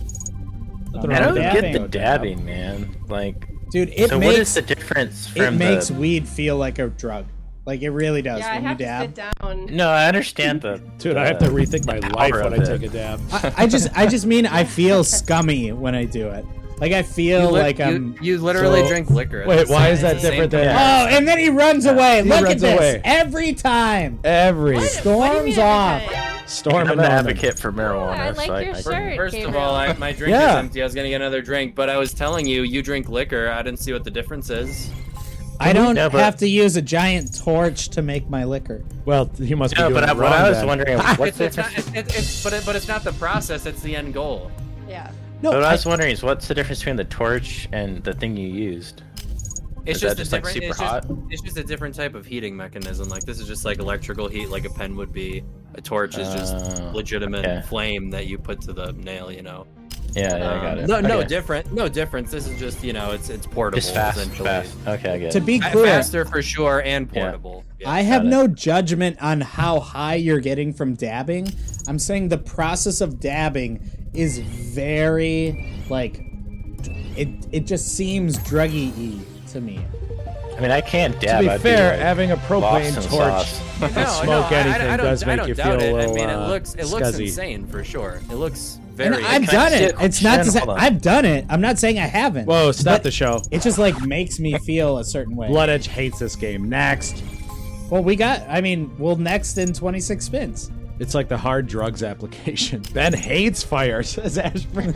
Nothing I don't wrong with get dabbing. the dabbing, man. Like, Dude, it so what is makes the difference it from makes the? weed feel like a drug. Like it really does Yeah, I when have you dab. to sit down. No, I understand the. Dude, the- I have to rethink (laughs) my life power when I of it. take a dab. I, I just I just mean I (laughs) feel scummy when I do it. Like I feel You li- like you, I'm you literally So- drink liquor. Wait, why is that It's the same different than- thing. Oh, and then he runs away. He Look runs at this. away. Every time. Every What do you Storms mean off. every time? storm I'm of an the advocate for marijuana. I like so your I, shirt. First of Gabriel. all, I, my drink Yeah. is empty. I was gonna get another drink, but I was telling you, you drink liquor. I didn't see what the difference is. I don't Yeah, but- have to use a giant torch to make my liquor. Well, he must be No, doing but I, it what wrong I was then. wondering, what's It's, the it's not. difference? It's, it's, it's but it, but it's not the process. It's the end goal. Yeah. No, What I I- was wondering is what's the difference between the torch and the thing you used? It's Is just, that just, a like, different, super it's, hot? Just, it's just a different type of heating mechanism. Like this is just like electrical heat, like a pen would be. A torch is just Oh, legitimate okay. flame that you put to the nail. You know. Yeah, yeah, I got Um, it. No, no Okay. different. No difference. This is just you know, it's it's portable. Just fast, essentially. fast. Okay, I get it. to be Fa- clear, Faster for sure and Yeah. portable. Yeah. (laughs) I have Got it. no judgment on how high you're getting from dabbing. I'm saying the process of dabbing is very like it it just seems druggy y to me. I mean, I can't To dab. be I'd fair, like, having a propane lost in torch sauce. and No, no, smoke I- I anything don't- does I make don't you feel doubt a it. little I mean, it uh, looks it looks scuzzy. insane for sure. It looks And very. Can I've I done see it. a It's not to question? say Hold on. I've done it. I'm not saying I haven't. Whoa, stop But the show. It just like makes me feel a certain way. Blood Edge hates this game. Next. Well, we got. I mean, we'll next in 26 spins. It's like the hard drugs application. (laughs) Ben hates fire, (laughs) says Ashford.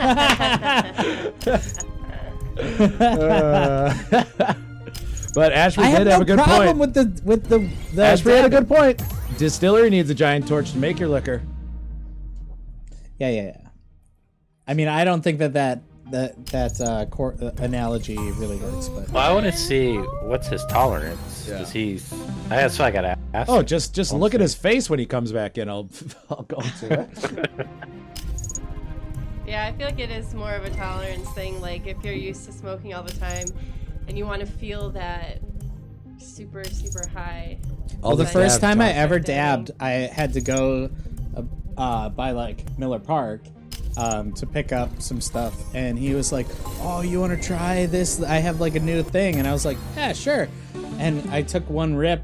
Uh, but Ashford I did have have no a good point. problem with the with the. the Ashford had a dabbing. good point. Distillery needs a giant torch to make your liquor. Yeah, yeah, yeah. I mean, I don't think that that that that uh, cor- uh, analogy really works, but Well, I want to see what's his tolerance. Does he? I- That's why I gotta ask. Oh, just just look at his face when he comes back in. I'll, (laughs) I'll go to it. (laughs) (laughs) Yeah, I feel like it is more of a tolerance thing. Like if you're used to smoking all the time, and you want to feel that super super high. well, the the first dab time I talk. ever dabbed, I had to go uh, uh, by like Miller Park um, to pick up some stuff, and he was like, "Oh, you want to try this? I have like a new thing," and I was like, "Yeah, sure," and I took one rip,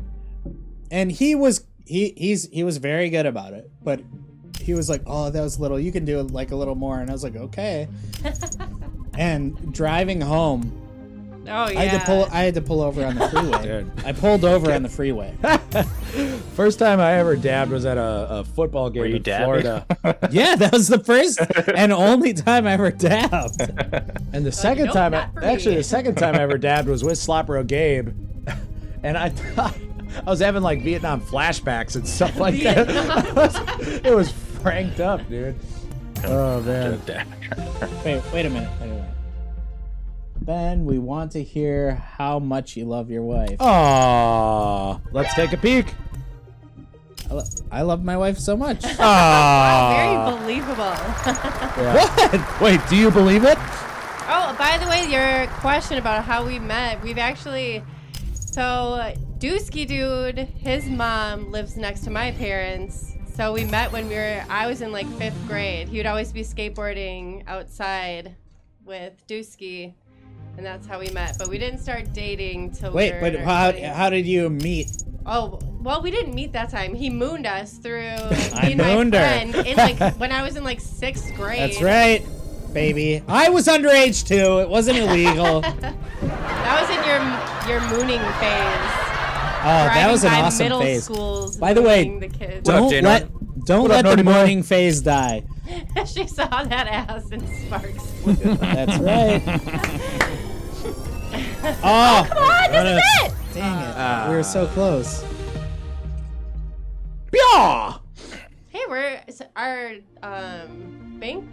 and he was he he's he was very good about it, but he was like, "Oh, that was little. You can do like a little more," and I was like, "Okay." and driving home. Oh yeah. I had to pull. I had to pull over on the freeway. Dude. I pulled over on the freeway. First time I ever dabbed was at a, a football game Were you in dabbing? (laughs) Florida. yeah, that was the first and only time I ever dabbed. And the second nope, time, I, not for me. actually, the second time I ever dabbed was with Slopro Gabe, (laughs) and I thought I was having like Vietnam flashbacks and stuff like that. (laughs) it, was, it was franked up, dude. Oh man, Wait, wait a minute. Wait a minute. Ben, we want to hear how much you love your wife. Oh. Aww. let's take a peek. I, lo- I love my wife so (laughs) much. Aww. Very believable. (laughs) What? Wait, do you believe it? Oh, by the way, your question about how we met, we've actually. So, Dusky Dude, his mom lives next to my parents. So, we met when we were, I was in like fifth grade. He would always be skateboarding outside with Dusky. And that's how we met. But we didn't start dating till wait, we were but in our how 20s. how did you meet? Oh well, we didn't meet that time. He mooned us through (laughs) I me and my mooned her. friend (laughs) in like when I was in like sixth grade. That's right, baby. I was underage too. It wasn't (laughs) illegal. oh, That was in your your mooning phase. Oh, that was an Driving by awesome middle phase. schools. By the way, mooning the kids. What up, Don't Jane let up, don't let the Naughty Boy? morning phase die. (laughs) she saw that ass and (laughs) sparks. (laughs) That's right. oh, Come on, What this a- is it. dang it. we were so close. Yeah. Hey, we're s- our um, bank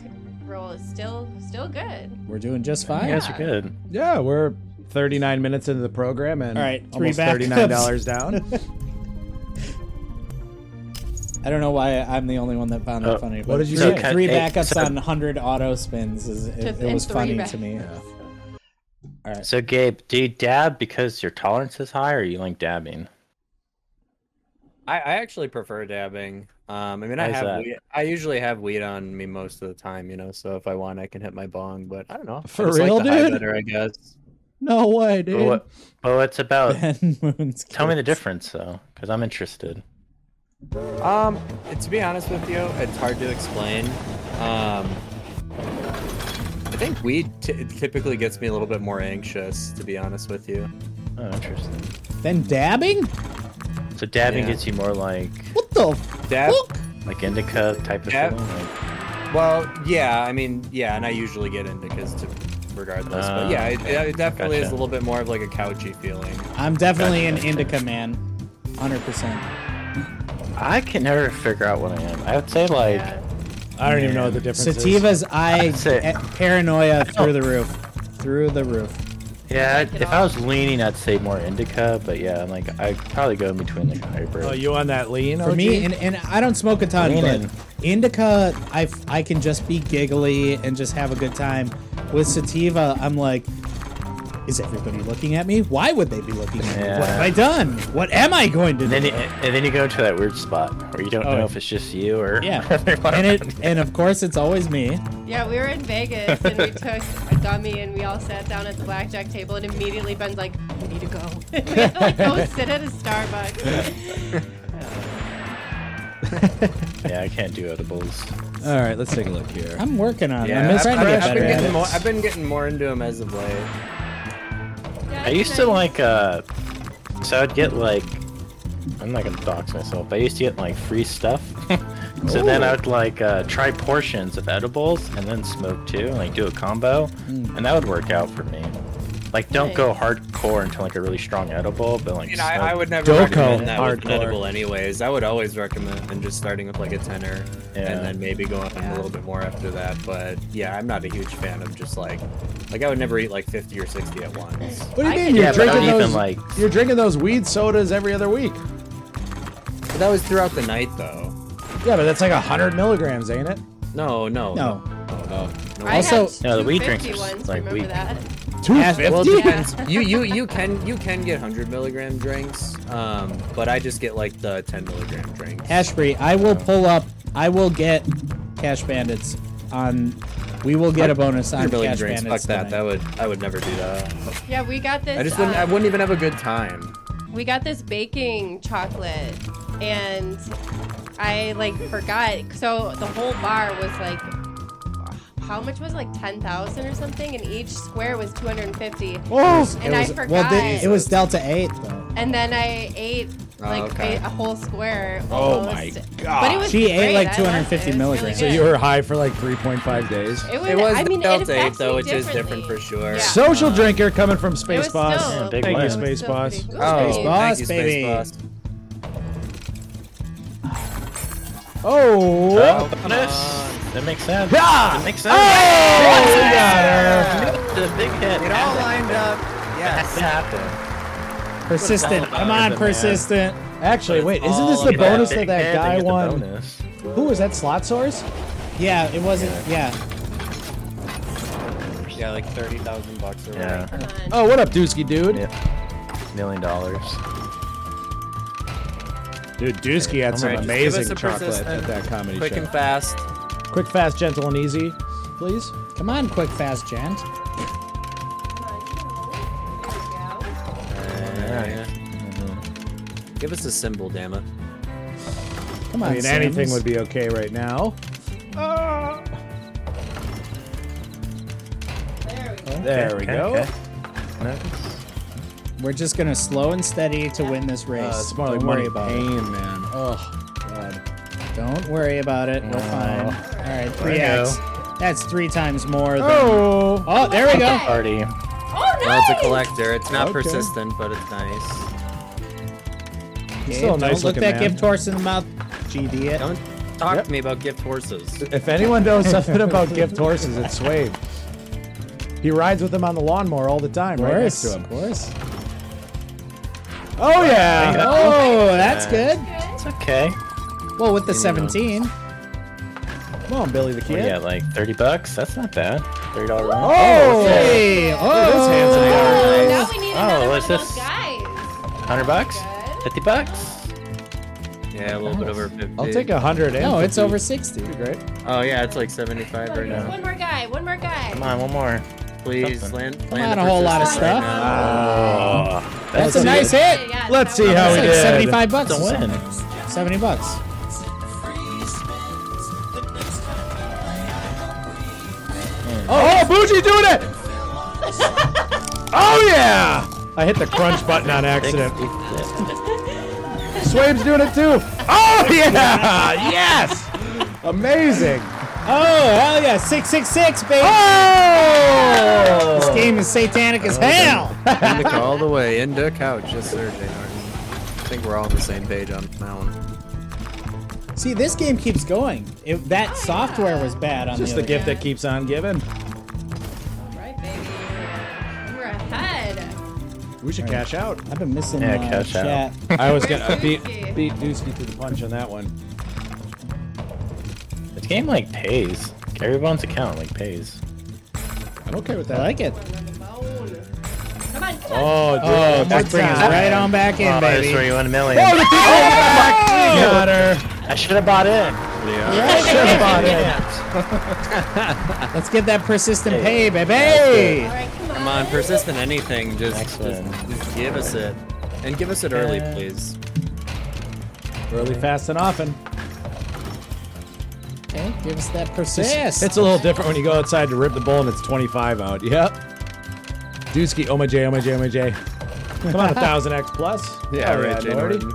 roll is still still good. We're doing just You fine. guys are good. Yeah, we're 39 minutes into the program and All right, three almost backups. $39 (laughs) down. I don't know why I'm the only one that found that Oh, funny. But what did you three, say? Three Okay, eight, backups on seven. 100 auto spins. Is, it, Just- it and was three funny back- to me. So, Gabe, do you dab because your tolerance is high, or you like dabbing? I, I actually prefer dabbing. Um, I mean, I Why is have that? weed, I usually have weed on me most of the time, you know. So if I want, I can hit my bong. But I don't know. I For just like real, the high dude? Better, I guess. No way, dude. But what? But what's about? (laughs) (laughs) Ben Moon's Tell me the kids. difference though, because I'm interested. Um, to be honest with you, it's hard to explain. Um, I think weed t- typically gets me a little bit more anxious, to be honest with you. Oh, interesting. Then dabbing? So dabbing Yeah. gets you more like What the Dab- fuck? like indica type of Dab- thing. Like, Well, yeah, I mean, yeah, and I usually get indicas to regardless, Ah, but yeah, it, it definitely is Gotcha. a little bit more of like a couchy feeling. I'm definitely an Gotcha. indica man. 100%. I can never figure out what I am. I would say like I don't even know what the difference is. Sativa's eye That's it. eh, paranoia through the roof. Through the roof. yeah. Take it if I off. was leaning, I'd say more indica. But yeah, I'm like I probably go in between like a hybrid. Oh, you on that lean? For OG? me, and, and I don't smoke a ton, Lean but in. indica, I, f- I can just be giggly and just have a good time. With sativa, I'm like, is everybody looking at me? Why would they be looking at me? Yeah. What have I done? What am I going to and then, do? you, and then you go to that weird spot where you don't Oh, know if it's just you or (laughs) (laughs) yeah, everyone around and it you. and of course it's always me. Yeah, we were in Vegas and we took a dummy and we all sat down at the blackjack table and immediately Ben's like, "We need to go." (laughs) we had to (laughs) like go sit at a Starbucks. yeah, I can't do edibles. All right, let's take a look here. I'm working on. it. Yeah, I'm I've, trying I've- to get I've better been at getting it. more, I've been getting more into them as of late. Yeah, I it's used to nice. like uh so I'd get like I'm not gonna dox myself, but I used to get like free stuff. (laughs) so then I would like uh try portions of edibles and then smoke too and like do a combo Hmm. and that would work out for me. Like don't go hardcore into like a really strong edible, but like You know, I, I smoke- would never Doko. recommend that with an Hardcore. edible anyways. I would always recommend just starting with like a tenner Yeah. and then maybe go up a little bit more after that. But yeah, I'm not a huge fan of just like like I would never eat like 50 or 60 at once. What do you I mean? can- You're Yeah, but drinking not even, those. like- You're drinking those weed sodas every other week. But that was throughout the night though. Yeah, but that's like hundred milligrams, ain't it? No, no, No. no, no. I Also- had No, the weed 250 drinks are ones, like remember weed. that? Two Well, it fifty. depends. you you you can you can get 100 milligram drinks, um, but I just get like the 10 milligram drinks. Ashbury, I will pull up. I will get cash bandits on. We will get a bonus on 100 milligram cash drinks. Fuck bandits. that. That tonight. would I would never do that. Yeah, we got this. I just wouldn't. uh, I wouldn't even have a good time. we got this baking chocolate and I like forgot. So the whole bar was like, how much was it? like 10,000 or something? And each square was 250. Oh, And I forgot. Well, the- it was Delta Eight though. and then I ate like Oh, okay. a, a whole square. Oh almost. my But it was She ate, great. like, I loved 250 it. It was milligrams. So Really you were high for like three point five days. good. It was. It was I the mean, Delta it eight, affects though, me which is different differently. for sure. Yeah. Social drinker coming from It Space was Boss. still Yeah, big pretty- win. it was Space still Boss. pretty- it was Oh, Space pretty- Boss, thank you, baby. Space Boss. Oh, Oh, come yes. That makes sense. Yeah. That makes sense. Oh, we Yeah. The big hit. It all lined up. That's Yes. happened. persistent. about Come it, on, man. persistent. actually, wait, isn't this all the about bonus Big that that hit, they guy get the won? bonus. Who was that? Slot source? Yeah, it wasn't. Yeah. (laughs) Yeah, like thirty thousand bucks or Yeah. whatever. Come on. Oh, what up, Dusky dude? Yeah. Million dollars. Oh, Dude, Dusky had some Alright, just give us amazing a chocolate persistent, at that comedy Quick show. and fast. quick, fast, gentle, and easy, please. Come on, quick, fast, gent. Yeah. Give us a symbol, damn it. Come on. I mean, anything Sims. would be okay right now. There we go. There we Okay, go. okay. Nice. We're just gonna slow and steady to win this race. Uh, it's more like Don't money worry about pain, man. Oh, God. it. Don't worry about it. We're fine. All right, we three X. That's three times more. Than... Oh, Oh, there we go. Party. Oh no! Well, it's a collector. It's not Okay. persistent, but it's nice. Still a Dave, nice don't look looking that man. gift horse in the mouth. GD it. Don't talk Yep. to me about gift horses. If anyone knows (laughs) something about gift horses, it's Swave. He rides with them on the lawnmower all the time, Of right next course, to him. of course. Oh yeah! Oh, that's good. It's okay. Well, with the 17. Come on, Billy the What do Kid. you got, like 30 bucks? That's not bad. $30 round. Oh, Hey, Those hands oh, are Oh, nice. now we need another Oh, one what's of those this? guys. 100 bucks? 50 bucks? Yeah, a little Oh, bit over 50. I'll take a hundred. and no, it's 50. over 60. That'd be Great. Oh yeah, it's like 75 right now. One more guy. One more guy. Come on, one more. Please Something. land. Not land a whole lot of purchase stuff. right now. Oh, That's a Let's nice see. hit. Yeah, Let's that see how was- That's we like did. seventy-five bucks. that's a win. Seventy bucks. Oh, Bougie doing it! oh yeah! I hit the crunch button on accident. Swabe's doing it too. Oh (laughs) yeah! Yes! Amazing. Oh hell yeah! Six six six, baby. Oh! This game is satanic as hell. Into co- all the way into couch. Yes, sir, Jay Norton. I think we're all on the same page on that one. See, this game keeps going. It, that software was bad on Just the the other gift that keeps on giving. Right, baby. We're ahead. We should cash out. game. I've been missing Yeah, uh, cash out. chat. I was Where's gonna beat Dusky? beat Dusky to the punch on that one. This game like pays. Like, Everyone's account like pays. I'm okay with I like it. Come on, come on. Oh, Oh, dude. that brings us right on back in, Oh, that's where baby. you won a million. Oh, the thing- oh, my God. I should have bought in. Should've bought it. Let's get that persistent pay, baby. All right, come on. Come on, persistent anything. Just, just, Excellent. just give us it, and give us it early, please. (laughs) Early, fast, and often. Okay, give us that It's- persist. It's a little different when you go outside to rip the bull and it's 25 out. Yep. Dusky, oh my J, oh my J, oh my J. Come (laughs) on, 1000x plus. Oh, Jay Lordy. Norton.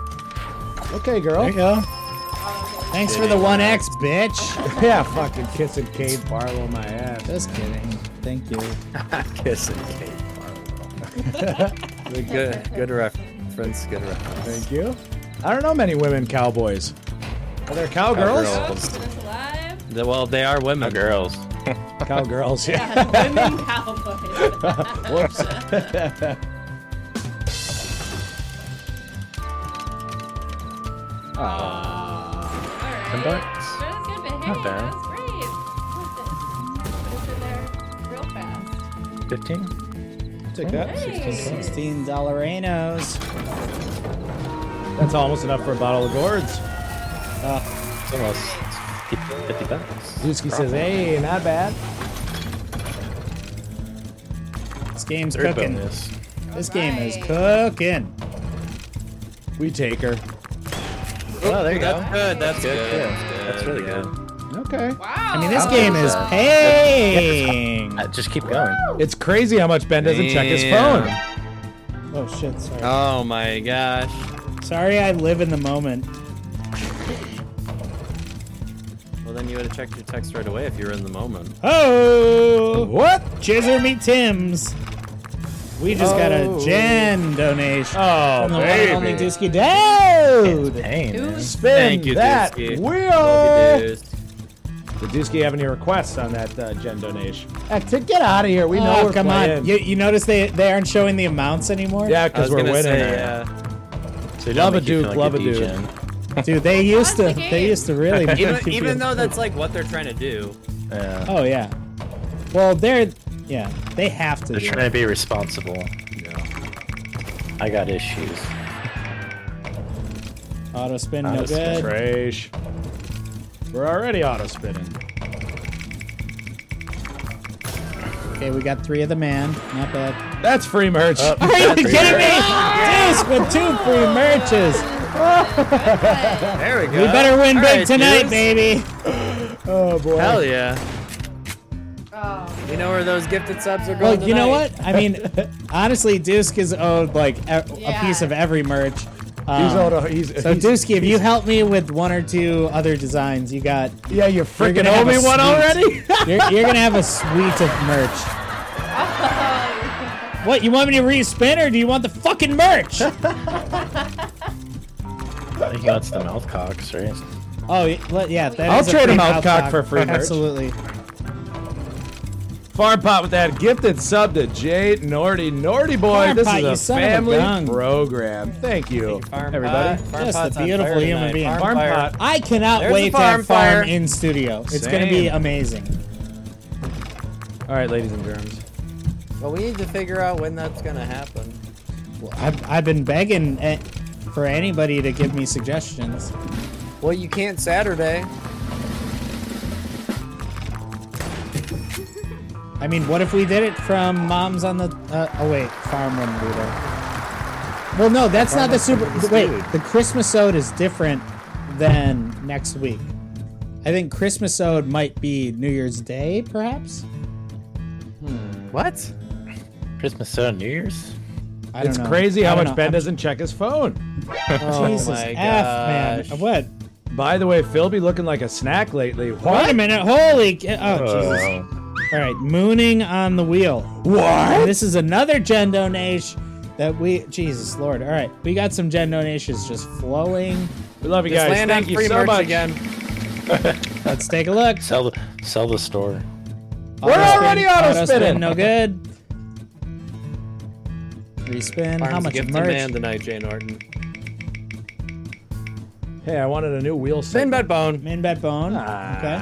Okay, there girl. you go. Thanks for the one X, bitch. (laughs) Yeah, fucking kissing Cade Barlow my ass. Just kidding. Thank you. Kissing Kate Marlowe. good, good reference. Good reference. Thank you. I don't know many women cowboys. Are there cowgirls? Cowgirl. The- Well, they are women. Girls. Cowgirls, yeah. (laughs) Women cowboys. Whoops. All right. Ten bucks. That was good, but hey, Not bad. that was great. Put it there real fast. Fifteen. Take that. Hey. Sixteen dollarinos. That's almost enough for a bottle of gourds. It's almost fif- fifty bucks. Dusky says, hey, not bad. This game's Third cooking. bonus. This game is Alright. cooking. We take her. Oh, there you That's good. That's good. That's really good. Okay. Wow. I mean, this game is paying. Uh, just keep going. It's crazy how much Ben doesn't check his phone. Damn. (laughs) Oh shit! Sorry. Oh my gosh. Sorry, I live in the moment. Well, then you would have checked your text right away if you were in the moment. Oh, What? Jizzer meet Tim's. We just got Oh. a Jen donation. Oh, From the one and only baby. Dusky Dude. Pain. man. Spin Thank you, that Dusky. Love you, wheel. dudes. Did Dusky have any requests on that uh, Gen donation? Active, get out of here. We know Oh, we're come playing. on. You, you notice they, they aren't showing the amounts anymore? yeah, I because was we're gonna winning. say, uh, So Love you don't a make you Duke, feel like love a Duke. D-gen. Dude, they used to That's the they game. used to (laughs) really even, confuse- even though that's like what they're trying to do. Yeah. Oh yeah. Well, they're yeah, they have to. They're do it. trying to be responsible. I got issues. Auto spin, no uh, Auto spin, good. Trash. We're already auto spinning. Okay, we got three of the man. Not bad. That's free merch. Are you three kidding me? Deuce with two free merches. There we go. We better win All big right, tonight, dudes. baby. oh boy. Hell yeah. Oh, You know where those gifted subs are Well, going. you know tonight. what? I mean, honestly, Dusk is owed like e- a, a Yeah. piece of every merch. (laughs) Um, He's auto. He's, so he's, Dusky, if you help me with one or two other designs, you got yeah, you freaking gonna owe have a me one suite. already. you're, you're gonna have a suite of merch. (laughs) Oh, What you want me to re-spin or do you want the fucking (laughs) merch? I think that's the mouth cocks, right? Oh y- le- yeah, that I'll is trade a him free out mouth cock for free merch. Absolutely. Farm Pot with that gifted sub to Jade Norty. Norty boy, Farm this Pot, you is a son of a family gun. program. Thank you, Farm everybody. Pot. Farm Just a Pot's on beautiful fire human tonight. being. Farm Fire. Pot. I cannot There's wait the to have farm fire. farm in studio. It's gonna be Same. amazing. All right, ladies and germs. Well, we need to figure out when that's gonna happen. I've, I've been begging eh, for anybody to give me suggestions. Well, you can't Saturday. I I mean, what if we did it from Moms on the? Uh, oh wait, Farm wouldn't do that. Well, no, that's not the super. Wait, the Christmas ode is different than next week. I think Christmas ode might be New Year's Day, perhaps. What? Christmas so New Year's? I don't It's know. crazy I how don't much know. Ben I'm- doesn't check his phone. Jesus Oh my F, man. gosh. What? By the way, Phil be looking like a snack lately. Wait a minute. Holy. ca- Oh, Jesus. Oh. All right, mooning on the wheel. What? This is another gen donation that we. Jesus Lord. All right, we got some gen donations just flowing. We love you Just guys. land Thank on you free so merch much. again. Let's take a look. Sell the sell the store. We're already auto-spinning. No good. Respin. How Farms much gift in merch? man tonight, Jay Norton. Hey, I wanted a new wheel set. Thin bed bone. Min bet bone. Ah. Okay.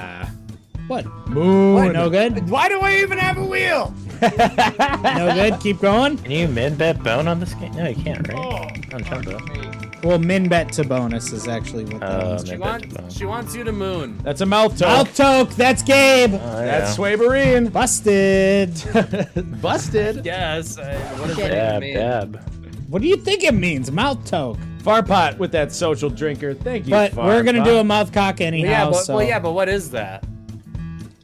What? Moon. No good. Why do I even have a wheel? (laughs) No good. Keep going. Can you mid bet bone on this game? No, you can't, right? I'm trying to. Well, min bet to bonus is actually what that Oh, means. She mid bet to bone. wants, she wants you to moon. That's a mouth toe. I'll toke. That's Gabe. uh, Oh, yeah. That's (laughs) Swaberine. Busted. Busted. Yes. I, what does Shit. that Dab, mean? dab. what do you think it means? Mouth toke. Farpot with that social drinker. Thank you. But we're gonna do a Farpot. mouth cock Well, anyhow. yeah, but, so well, yeah, but what is that?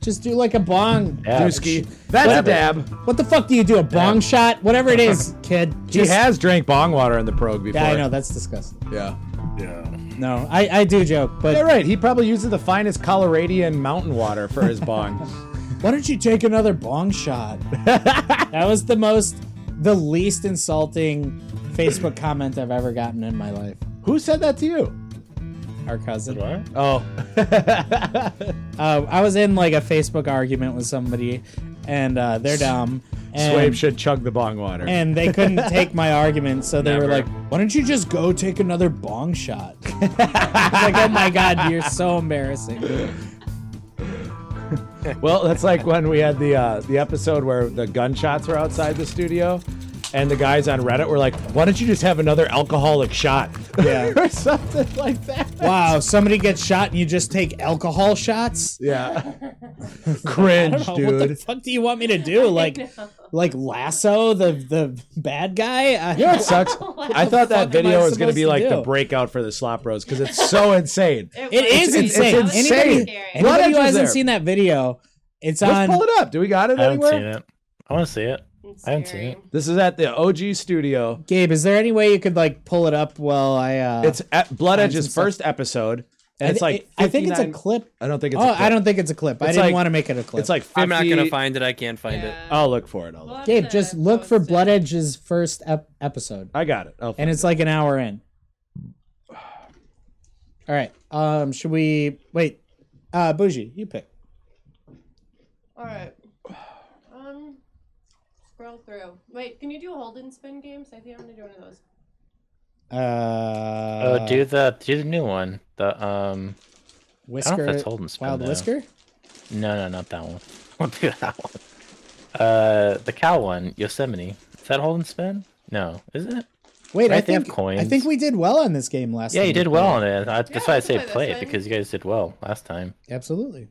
just do like a bong. Yeah. Dusky. That's a Dab it. dab. What the fuck do you do? A bong Yeah. shot? Whatever it is, kid. He just- has drank bong water in the prog before. Yeah, I know that's disgusting. Yeah. No, I, I do joke, but Yeah, right. He probably uses the finest Coloradian mountain water for his (laughs) bong. why don't you take another bong shot? that was the most, the least insulting Facebook comment I've ever gotten in my life. Who said that to you? Our cousin. What? Oh. Uh, I was in like a Facebook argument with somebody, and uh, they're dumb. And Swabe should chug the bong water. and they couldn't take my argument, so they were Never. like, "Why don't you just go take another bong shot?" (laughs) It's like, oh my god, you're so embarrassing. Well, that's like when we had the uh, the episode where the gunshots were outside the studio, and the guys on Reddit were like, "Why don't you just have another alcoholic shot?" (laughs) Yeah. or something like that. (laughs) Wow, somebody gets shot and you just take alcohol shots? Yeah. (laughs) (laughs) Cringe, Oh, (laughs) What the dude. fuck do you want me to do? (laughs) Like, like lasso the the bad guy? (laughs) I, Yeah, it sucks. I thought that fuck am I video was going to supposed be to like the do? breakout for the Slop Bros because it's so (laughs) insane. It is it's- insane. it's insane. Anybody, What (laughs) anybody who else is hasn't there? seen that video, it's Let's on. pull it up. Do we got it I haven't anywhere? seen it. I want to see it. I haven't seen it. This is at the OG studio. Gabe, is there any way you could like pull it up while I? uh It's at Blood Find Edge's some stuff. first episode, and I it's thi- like I think it's a 59 clip. I don't think it's. oh, a clip. I don't think it's a clip. I It's didn't like- want to make it a clip. It's like 50, I'm not gonna find it. I can't find it. I'll look for it. I'll look. Oh. Gabe, just look for Blood Edge's first ep- episode, I got it. I'll find and it's like an hour in. All right. Um, should we wait? Uh, Bougie, you pick. All right. Um, scroll through. Wait, can you do hold and spin games? I think I'm gonna do one of those. Uh, Oh, do the do the new one. The um, Whisker, that's hold and spin, Wild though. Whisker. no, no, not that (laughs) one. Don't do that one. Uh, the cow one, Yosemite. Is that hold and spin? No, is it? Wait, Right, I they have think I coins. think we did well on this game last. Yeah, time you we did played. well on it. I, that's why I we can say play this play it one. because you guys did well last time. Absolutely.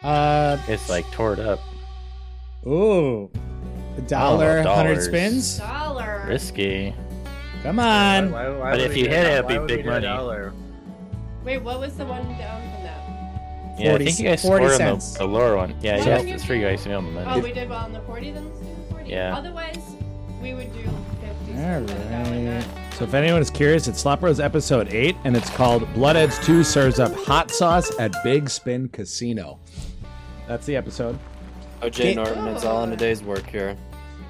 Uh, It's like tore it up, ooh, a dollar, hundred dollars. spins. Dollar. risky. Come on. But if you hit it, it'd be big money. Wait, what was the one down from that? Yeah, 40 I think you guys 40 scored on cents. the, the lower one. Yeah, Why you guys, don't you- it's three guys to be on the Oh, money. we did well on the 40, then let's do the 40. Yeah. Otherwise, we would do 50. All something like that, right. like that. So if anyone is curious, it's Slop Bros episode eight, and it's called Blood Edge Two serves up hot sauce at Big Spin Casino. That's the episode. Oh, Jay Ga- Norton, it's all in a day's work here.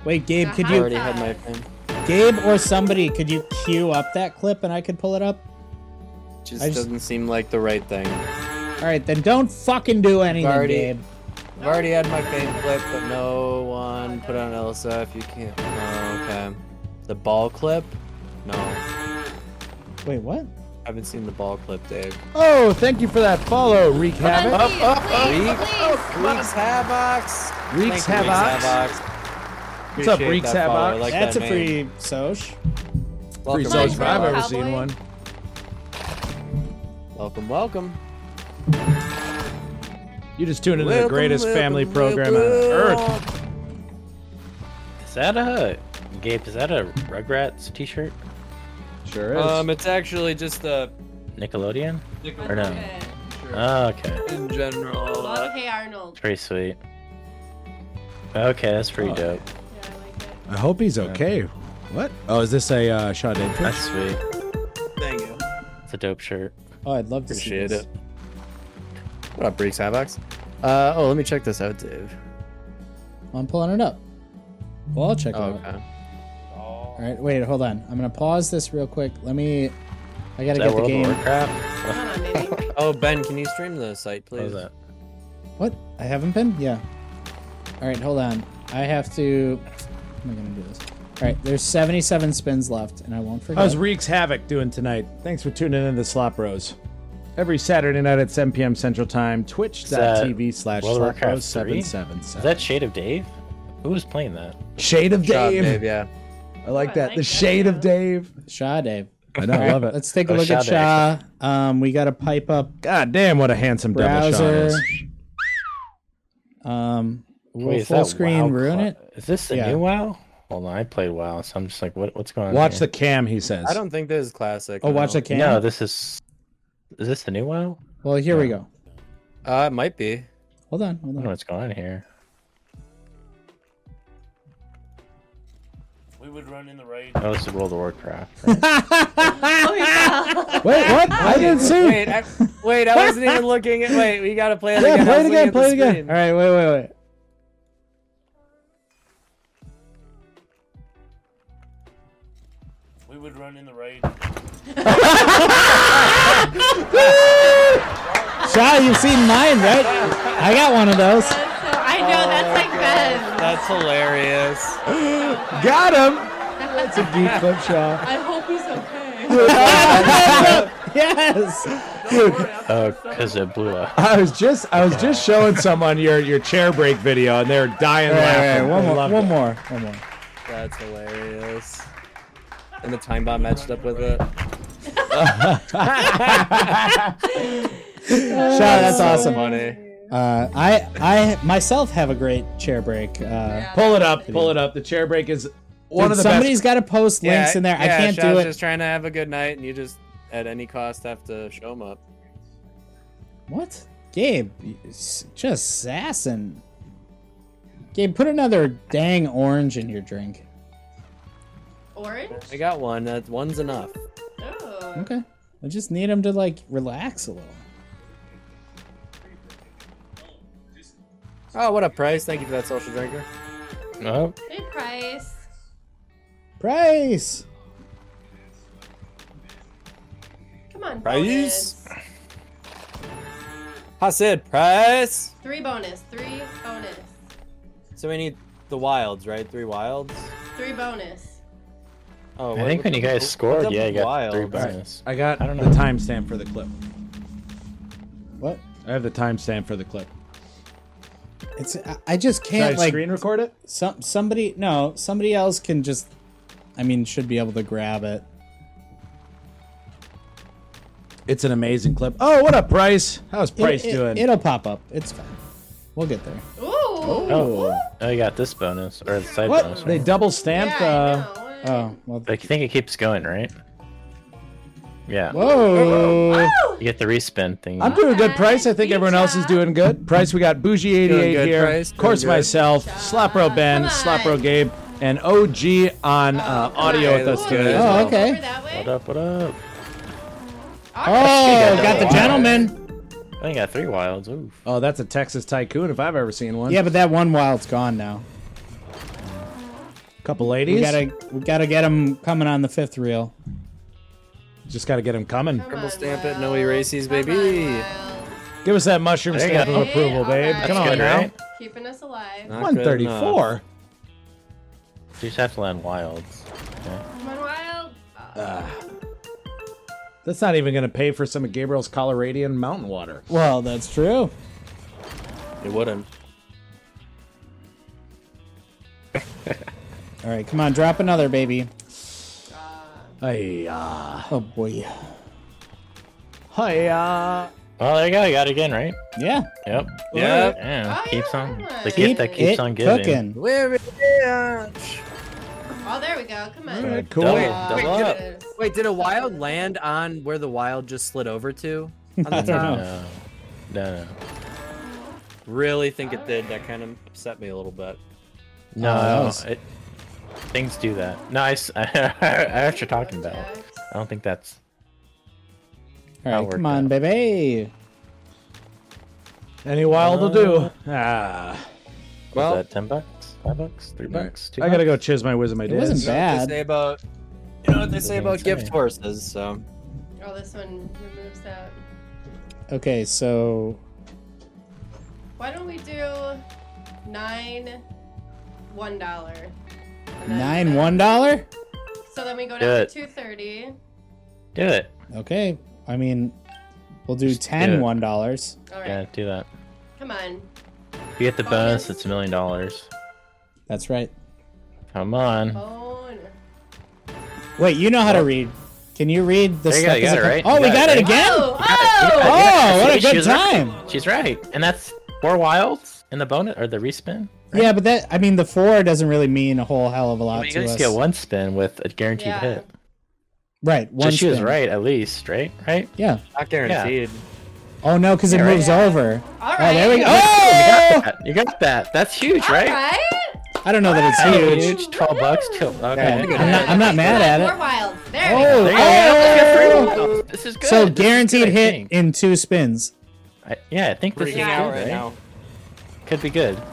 Wait, Gabe, could Uh-huh. I you already had my thing. Gabe or somebody, could you queue up that clip and I could pull it up? Just, I just- doesn't seem like the right thing. I've All right, then don't fucking do anything, already- Gabe. already had my fame clip, but no one put on Elsa if you can't. Oh, okay. The ball clip? No. I Wait, what? haven't seen the ball clip, Dave. Oh, thank you for that follow, Reek Havoc. Please, please, Reek- please. Reeks Havocs! Reeks Thank you, Havocs. What's up, Appreciate Reeks that follow. I Havocs? Like That's a that name. free soch. Free Welcome, sauce Mine's if Bravo. I've welcome, ever seen Cowboy. one. welcome, welcome. You just tuned into the Welcome, greatest welcome, family welcome, program on earth. welcome. that a Gabe? Is that a Rugrats T-shirt? Sure is. Um, it's actually just a Nickelodeon? I Or love no? it. Oh, okay, in general. Love uh, Hey Arnold. pretty sweet. Okay, that's pretty Oh. dope. Yeah, I like (laughs) it. I hope he's okay. What? Oh, is this a uh, shot in? That's sweet. Thank you. It's a dope shirt. Oh, I'd love to Appreciate see this. it. What up, Breaks Havocs? Uh, oh, let me check this out, Dave. I'm pulling it up. Well, I'll check it Oh, out. okay. All right, wait, hold on. I'm gonna pause this real quick. Let me. I gotta Is that get the World of game. Warcraft? Come on, baby. Oh, Ben, can you stream the site, What please? was that? What? I haven't been? Yeah. All right, hold on. I have to. I'm not gonna do this. All right, there's 77 spins left, and I won't forget. How's Reeks Havoc doing tonight? Thanks for tuning in to Slop Rose. Every Saturday night at 7 p.m. Central Time, that twitch.tv slash World of Warcraft 3? Is 777. that Shade of Dave? Who was playing that? Shade of Shot, Dave. Dave, yeah. I like Oh, that. I like the that, Shade yeah. of Dave. Shaw, Dave? I know, I love it. Let's take a Oh, look at Shaw Shaw. Um, we gotta pipe up (laughs) God damn, what a handsome devil Sean browser. is. Um, we'll Wait, is full that screen WoW ruin Cla- it. Is this the Yeah. new WoW? Hold on, I played WoW, so I'm just like, what, what's going on? Watch the here? cam, he says. I don't think this is classic. Oh, watch no. the cam. No, this is. Is this the new WoW? Well, here we go. Uh, it might be. Hold on, I don't (laughs) hold know on. what's going on here. We would run in the rain. Oh, this is World of Warcraft. right? Wait, what? I didn't see. Wait, I, wait, I (laughs) wasn't even looking at. Wait, we gotta play it yeah, again. I play it was again, looking play it at the again. screen. All right, wait, wait, wait. We would run in the rain. Shaw, you've seen mine, right? I got one of those. That's so- I know that's like Ben. That's hilarious. Got him. That's a deep clip, Shaw. I hope he's okay. Yes. oh, because it blew up. (laughs) (laughs) I was just, I was just showing someone your your chair break video, and they're dying All right, laughing. all right, one They more, loved one it. more, one more. That's hilarious. And the time bomb matched up with it. Shaw, that's awesome. Money. Uh, I I myself have a great chair break. Uh, Pull it up, pull it up. The chair break is one dude, of the somebody's got to post links in there. I yeah, can't Sean's do it. Just trying to have a good night, and you just at any cost have to show him up. What, Gabe? you s- Just sassin. Gabe, put another dang orange in your drink. Orange? I got one. That one's enough. Hmm? Oh. Okay. I just need him to like relax a little. Oh, what up, Price? Thank you for that social drinker. Oh, Hey, Price. Price. Come on, Price? bonus. I said Price. Three bonus. Three bonus. So we need the wilds, right? Three wilds. Three bonus. Oh, I think when you guys scored, yeah, you got three bucks. bonus. I got I don't the know. timestamp for the clip. What? I have the timestamp for the clip. It's I- I just Can I can't like screen record it? some somebody no somebody else can just I mean should be able to grab it. It's an amazing clip. Oh, what up, Price? How's Price it, doing? It, will pop up. It's fine. We'll get there. Ooh. Oh, oh, you got this bonus or the side bonus. what? Right? Uh, They double Yeah, stamped. I uh, know. What? Oh well. Like, you think it keeps going, right? Yeah. Whoa. Oh. You get the respin thing. I'm doing good, Okay, Price. I think good everyone else is job. doing good. Price, we got Bougie88 Doing good, here. Price, Of course, doing good. myself, Slapro Ben, Come on. Slapro Gabe, and OG on uh, come audio on. with us That's Ooh, today. good. as well. Oh, okay. Over that way. What up? What up? Oh, got the Wow. gentleman. I Oh, got three wilds. Oof. Oh, that's a Texas tycoon if I've ever seen one. Yeah, but that one wild's gone now. couple ladies. We gotta we gotta get him coming on the fifth reel. Just got to get him coming. Come on, stamp it, Wild. no erases, Come on, baby. Wild. Give us that mushroom There you stamp go. of approval, Hey, babe. alright. Come That's on good, now. right? Keeping us alive. Not good enough. 134. You just have to land wilds. Come on, Wild. That's not even going to pay for some of Gabriel's Coloradian mountain water. Well, that's true. It wouldn't. All right, come on, drop another baby. Hey, uh, Oh boy. hey, uh. Oh, there you go. You got it again, right? Yeah. Yep. Yeah. Yeah. Oh, keeps yeah, on. good The one. gift that keeps it on giving. cooking. We're rich. Oh, there we go. Come on. All right, cool. Double, Wait, (laughs) double wait, up. Yes. Wait, did a wild land on where the wild just slid over to? On the I don't top? know. No, no, no. Really think it did. That kind of upset me a little bit. No, Oh, that was- it, things do that. No, I, s- (laughs) I know what you're talking about. I don't think that's. All I'll right, work come on, baby. Any wild will Uh, do. Ah, Was Well- that ten bucks, five bucks, three bucks, two. I gotta go bucks? chiz my whiz and my It wasn't diz. bad. You know what they say about you know what they say Didn't about gift say. horses. So Oh, this one removes that. Okay, so Why don't we do nine one dollar? And then- nine one dollar. So then we go Do down to it. two thirty. Do it. Okay, I mean, we'll do do ten it. one dollars. All right, Yeah, do that. come on. If you get the bonus, it's a million dollars. That's right. Come on. Oh. Bone. Oh, Wait, you know how to read? Can you read the There you go, stuff? you got as it com- right. Oh, You we got got it it right. again. Oh, oh! Oh, what a See, good she's right. time. She's right, and that's four wilds in the bonus or the respin. Yeah, but that I mean, the four doesn't really mean a whole hell of a lot you to guys us. get one spin with a guaranteed Yeah. hit. Right, So one. she was spin. right, at least, right? Right? Yeah. not guaranteed. Oh no, because it Yeah, right. moves Yeah. over. All right. Oh, there we go. You got Oh! that. You got that. That's huge, All right? right. I don't know that it's That's huge. huge. Twelve bucks. Till, okay. Yeah. I'm not- I'm not mad at it. More wilds. There we Oh, go. There you go. oh! Let's get three wilds. This is good. So This is guaranteed good, I hit think. in two spins. I, yeah, I think this is Freaking good, Yeah. out right, right? now. Could be good. Oh.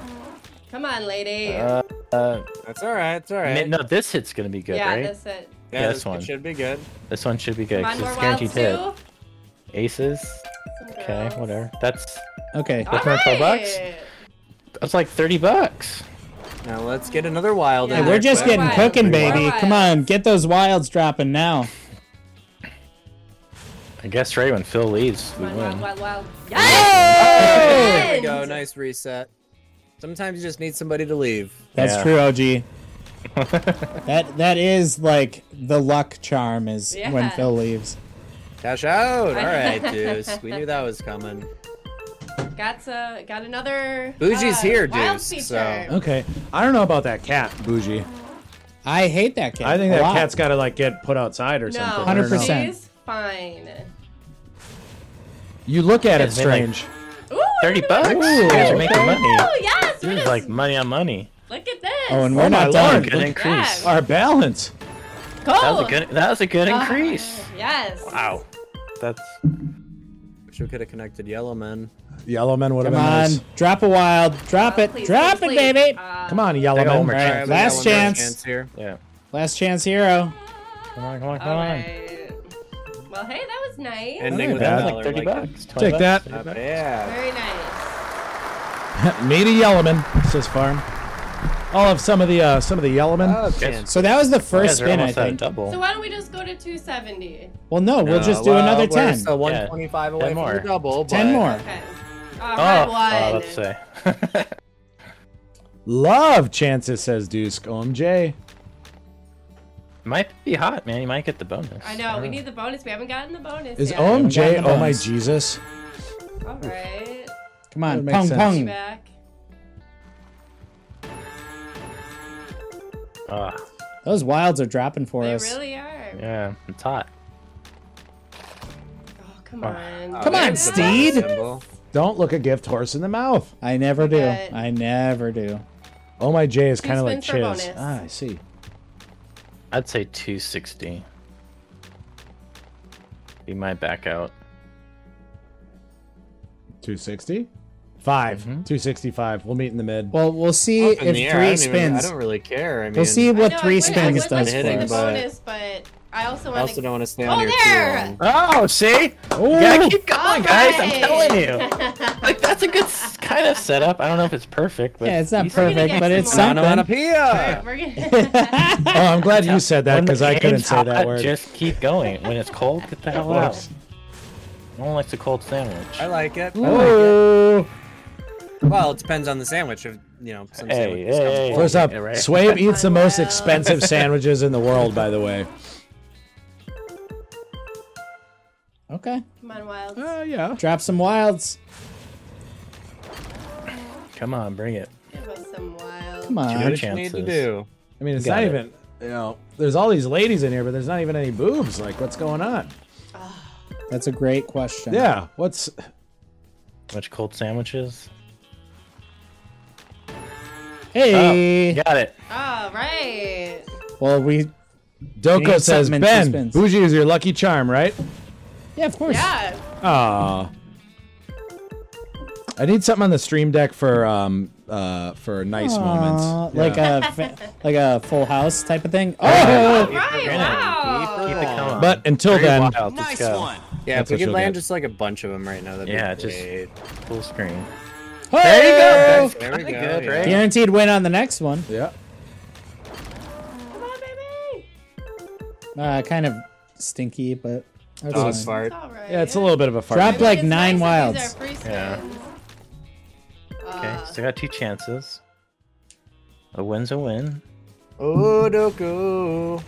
Come on, lady. Uh, uh, That's all right. It's all right. mi- No, this hit's gonna be good, yeah, right? This... that's it. yeah, yeah, this this one. should be good. one should be good. Come on, 'cause more it's wilds guaranteed too. hit. Aces. Some Okay, girls. whatever. That's Okay. All Different for bucks? right. that's like thirty buats. Now let's get another wild. Yeah. in Hey, we're there just quick. getting More cooking, wilds. baby. More Come wilds. on, get those wilds dropping now. I guess right when Phil leaves, we Come on, wild, win. wild, wild. Yes! There we go. Nice reset. Sometimes you just need somebody to leave. That's Yeah. true, (laughs) OG. that that is like the luck charm is when Yeah. Phil leaves. Cash out. (laughs) All right, Deuce. We knew that was coming. Got some, got another. uh, Bougie's here, wild Deuce, feature. so- Okay, I don't know about that cat, Bougie. I hate that cat. I think a that lot. cat's got to like get put outside or no, something. I don't know. 100%. She's fine. You look at it It's been, like, strange. Ooh, Thirty look at bucks. this. You guys are making money. Oh yes, This yes. is like money on money. look at this. Oh, and Oh we're my not lord, done. Good increase. Yeah. Our balance. Cool. That was a good. That was a good Ah, increase. yes. Uh, Wow. That's Wish we could have connected Yellow Man. Yellow men would have Come been on, nice. drop a wild, drop Oh, it, please, drop please, it, please. baby. Uh, Come on, Yellow Take men. all my All time. right, Alright, we got last one more chance. here. yeah. Last chance hero. Come on, come on, come all on. right. Well, hey, that was nice. Ending Not with bad. a That's dollar. like thirty like, uh, bucks. Take that. Not bad. Very nice. Meet a Yellowman, says Farm. I'll have some of the uh, some of the Yellowman. Oh, Yes. chance. So that was the first First spin, I at a think. double. So why don't we just go to 270? Well, no, we'll No, just do well, another we're 10. Still 125 away Ten from more. the double. 10 but- more. Okay. oh, All right, one. oh, let's say. Love chances, says Deuce. OMJ. might be hot, man. You might get the bonus. I know. We need the bonus. We haven't gotten the bonus Is yet. Got OMJ, the oh my bonus. Jesus. All right. Come That on, makes pong sense. pong. Back. Ah, Those wilds are dropping for They us. really are. yeah, it's hot. Oh, come on. Come on, there's the dollar Steed. symbol. Don't look a gift horse in the mouth. I never do. But- I never do. Oh my J is kind of like spins for Chiz. bonus. Ah, I see. I'd say 260. Be my back out. 260? 5 265. We'll meet in the (laughs) mid. Well, we'll see Up in if the three air, I don't even- spins. I don't really care. I mean, we'll see I what I know, three I would, spins I would does like for to do hitting, the us. but- bonus, but I also want also to. don't want to stay Oh, on here there! too long. Oh, see? Ooh. Yeah, keep going, guys. I'm Alright. telling you. Like that's a good s- kind of setup. I don't know if it's perfect, but Yeah, it's not you see- gonna perfect, get but it's some something. Onomatopoeia! (laughs) We're gonna. oh, I'm glad you said that when the because I couldn't game's say that hot, word. (laughs) Just keep going. When it's cold, get the hell out. No one likes a cold sandwich. I like it. I like it. Ooh. Well, it depends on the sandwich. If you know, some Hey, sandwiches hey, come hey. cold. First up, Yeah, right. Swabe eats the most Wow. expensive sandwiches in the world, by the way. Okay. Come on, Wilds. Uh, yeah. Drop some wilds. Come on, bring it. Give us some Wilds. Come Two on. What you need to chances. do? I mean, it's Got not it. even. you know, there's all these ladies in here, but there's not even any boobs. Like, what's going on? That's a great question. Yeah, what's Much cold sandwiches? Hey. Oh, Got it. All right. Well, we. Doko need says? something in Ben, suspense." bougie is your lucky charm, right? Yeah, of course. Yeah. Aw. I need something on the stream deck for um uh for nice Aw, moments. Uh, Like Yeah. a fa- like a Full House type of thing. Oh, All Oh, right. Granted, Wow. Keep it Oh. going. but until Very then, wild. Let's go. That's Yeah, if we what could you'll land get. just like a bunch of them right now, that'd Yeah, be just- great. Full screen. there you go. There we kinda go. good, yeah. right? guaranteed win on the next one. Yeah. Come on, baby. Uh, kind of stinky, but that's Dog fine. fart. It's all right. Yeah, it's a little bit of a fart. Drop I mean, like it's nine nice wilds. that These are free Yeah. skins. Okay, Uh, still got two chances. A win's a win. Oh, Doku.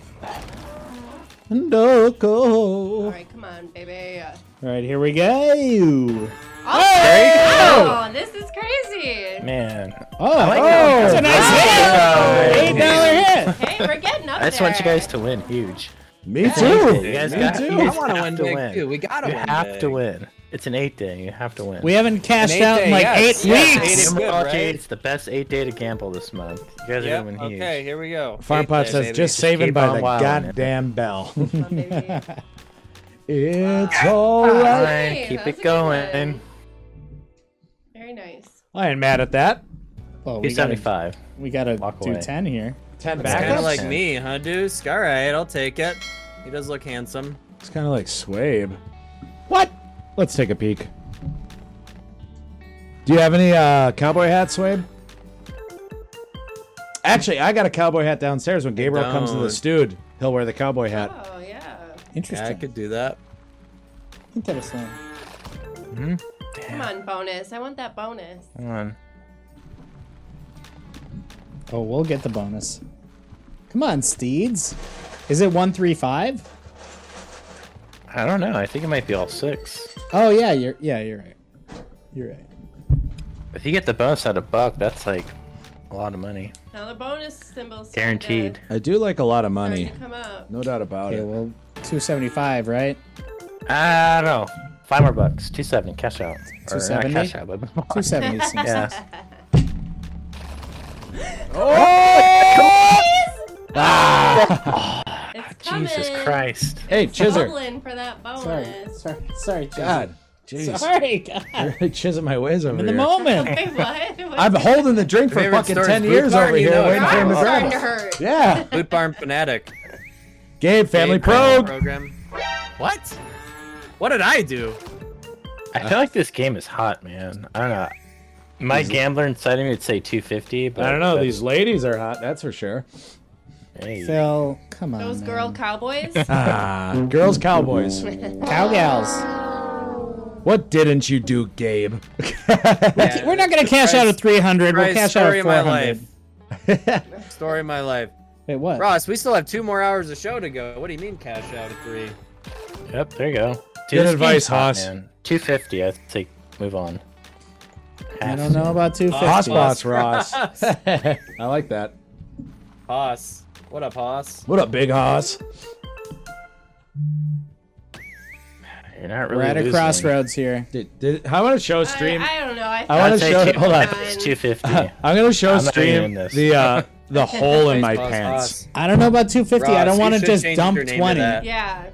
all All right, come on, baby. right, here we go. Oh, There wow, this is crazy. Man. Oh, how- that's a nice Oh. hit. Eight dollar hit. Hey, we're getting up I just there. want you guys to win huge. Me You too. guys Me got- too. you I guys want to have win to big win. too. We gotta You win. have big. to win. It's an eight day. You have to win. We haven't cashed An eight out in day, like yes, eight yes, weeks. eight is- good, March right? 8th, It's the best eight day to gamble this month. You guys Yep, are going to win huge. Okay, here we go. Farm Eight Pot day, says baby. just keep saving by on the wilding, man." goddamn bell. (laughs) Come on, baby. it's alright. Fine, Hey, keep that was a it good going. one. Very nice. I ain't mad at that. Well, we gotta, 275. we gotta Walk do away. ten here. Ten It's back. kind up? of like Yeah. me, huh, Deuce? All right, I'll take it. He does look handsome. It's kind of like Swabe. What? Let's take a peek. Do you have any uh, cowboy hats, Swabe? Actually, I got a cowboy hat downstairs. When Gabriel comes to the don't. stewed, he'll wear the cowboy hat. Oh yeah. Interesting. Yeah, I could do that. Interesting. Come on, bonus. I want that bonus. Come on. Oh, we'll get the bonus. Come on, steeds. Is it one three five? I don't know. I think it might be all six. Oh yeah, you're yeah you're right. You're right. If you get the bonus out of buck, that's like a lot of money. Now the bonus symbols Guaranteed. I do like a lot of Starting money. to come up. No doubt about Okay, it. well, two seventy five, right? I don't know. Five more bucks. 270. Cash out. Or not 270? cash out, but Two seventy (laughs) seems. Yeah. Oh! Ah! It's coming. Ah, Jesus Christ. Hey, Chisor. Doubling for that bonus. Sorry, sorry, sorry, Jason. God. Jeez. Sorry, God. You're chising my ways over In the here. (laughs) moment. Wait, what? What? I'm holding the drink for Favorite fucking story is 10 Blue years Card, over you here know it. waiting for him to (laughs) I'm starting grab to us. hurt. Yeah. Boot Barn Fanatic. Gabe, family Big Barn probe. program. What? What did I do? I feel like this game is hot, man. I don't know. My gambler inside of me would say 250, but I don't know. that's- These ladies are hot, that's for sure. hey, Phil, come on. Those man. girl cowboys. Ah, girls, cowboys. cowgals. What didn't you do, Gabe? Yeah, We're not gonna the cash price- out of three hundred. We'll price cash out story of of four my hundred. life. Story of my life. (laughs) Wait, what? Ross, we still have two more hours of show to go. What do you mean cash out at three? Yep, there you go. Dude, Good this advice, game's hot, Haas. man. 250, I'd say move on. I don't know about two Oh, Boss, fifty. boss, Ross. (laughs) I like that. Hoss. What up, Hoss? What up, big hoss? You're not really We're at a losing. crossroads here. Did, did, I want to show stream. I, I don't know. I, I I'd wanna say show- Uh-huh. two- hold on. It's 250. (laughs) I'm gonna show I'm not doing stream this. the uh, the hole in my Hoss, pants. Hoss. I don't know about 250. I Ross, don't you want to should just change dump your name to 20. that. yeah.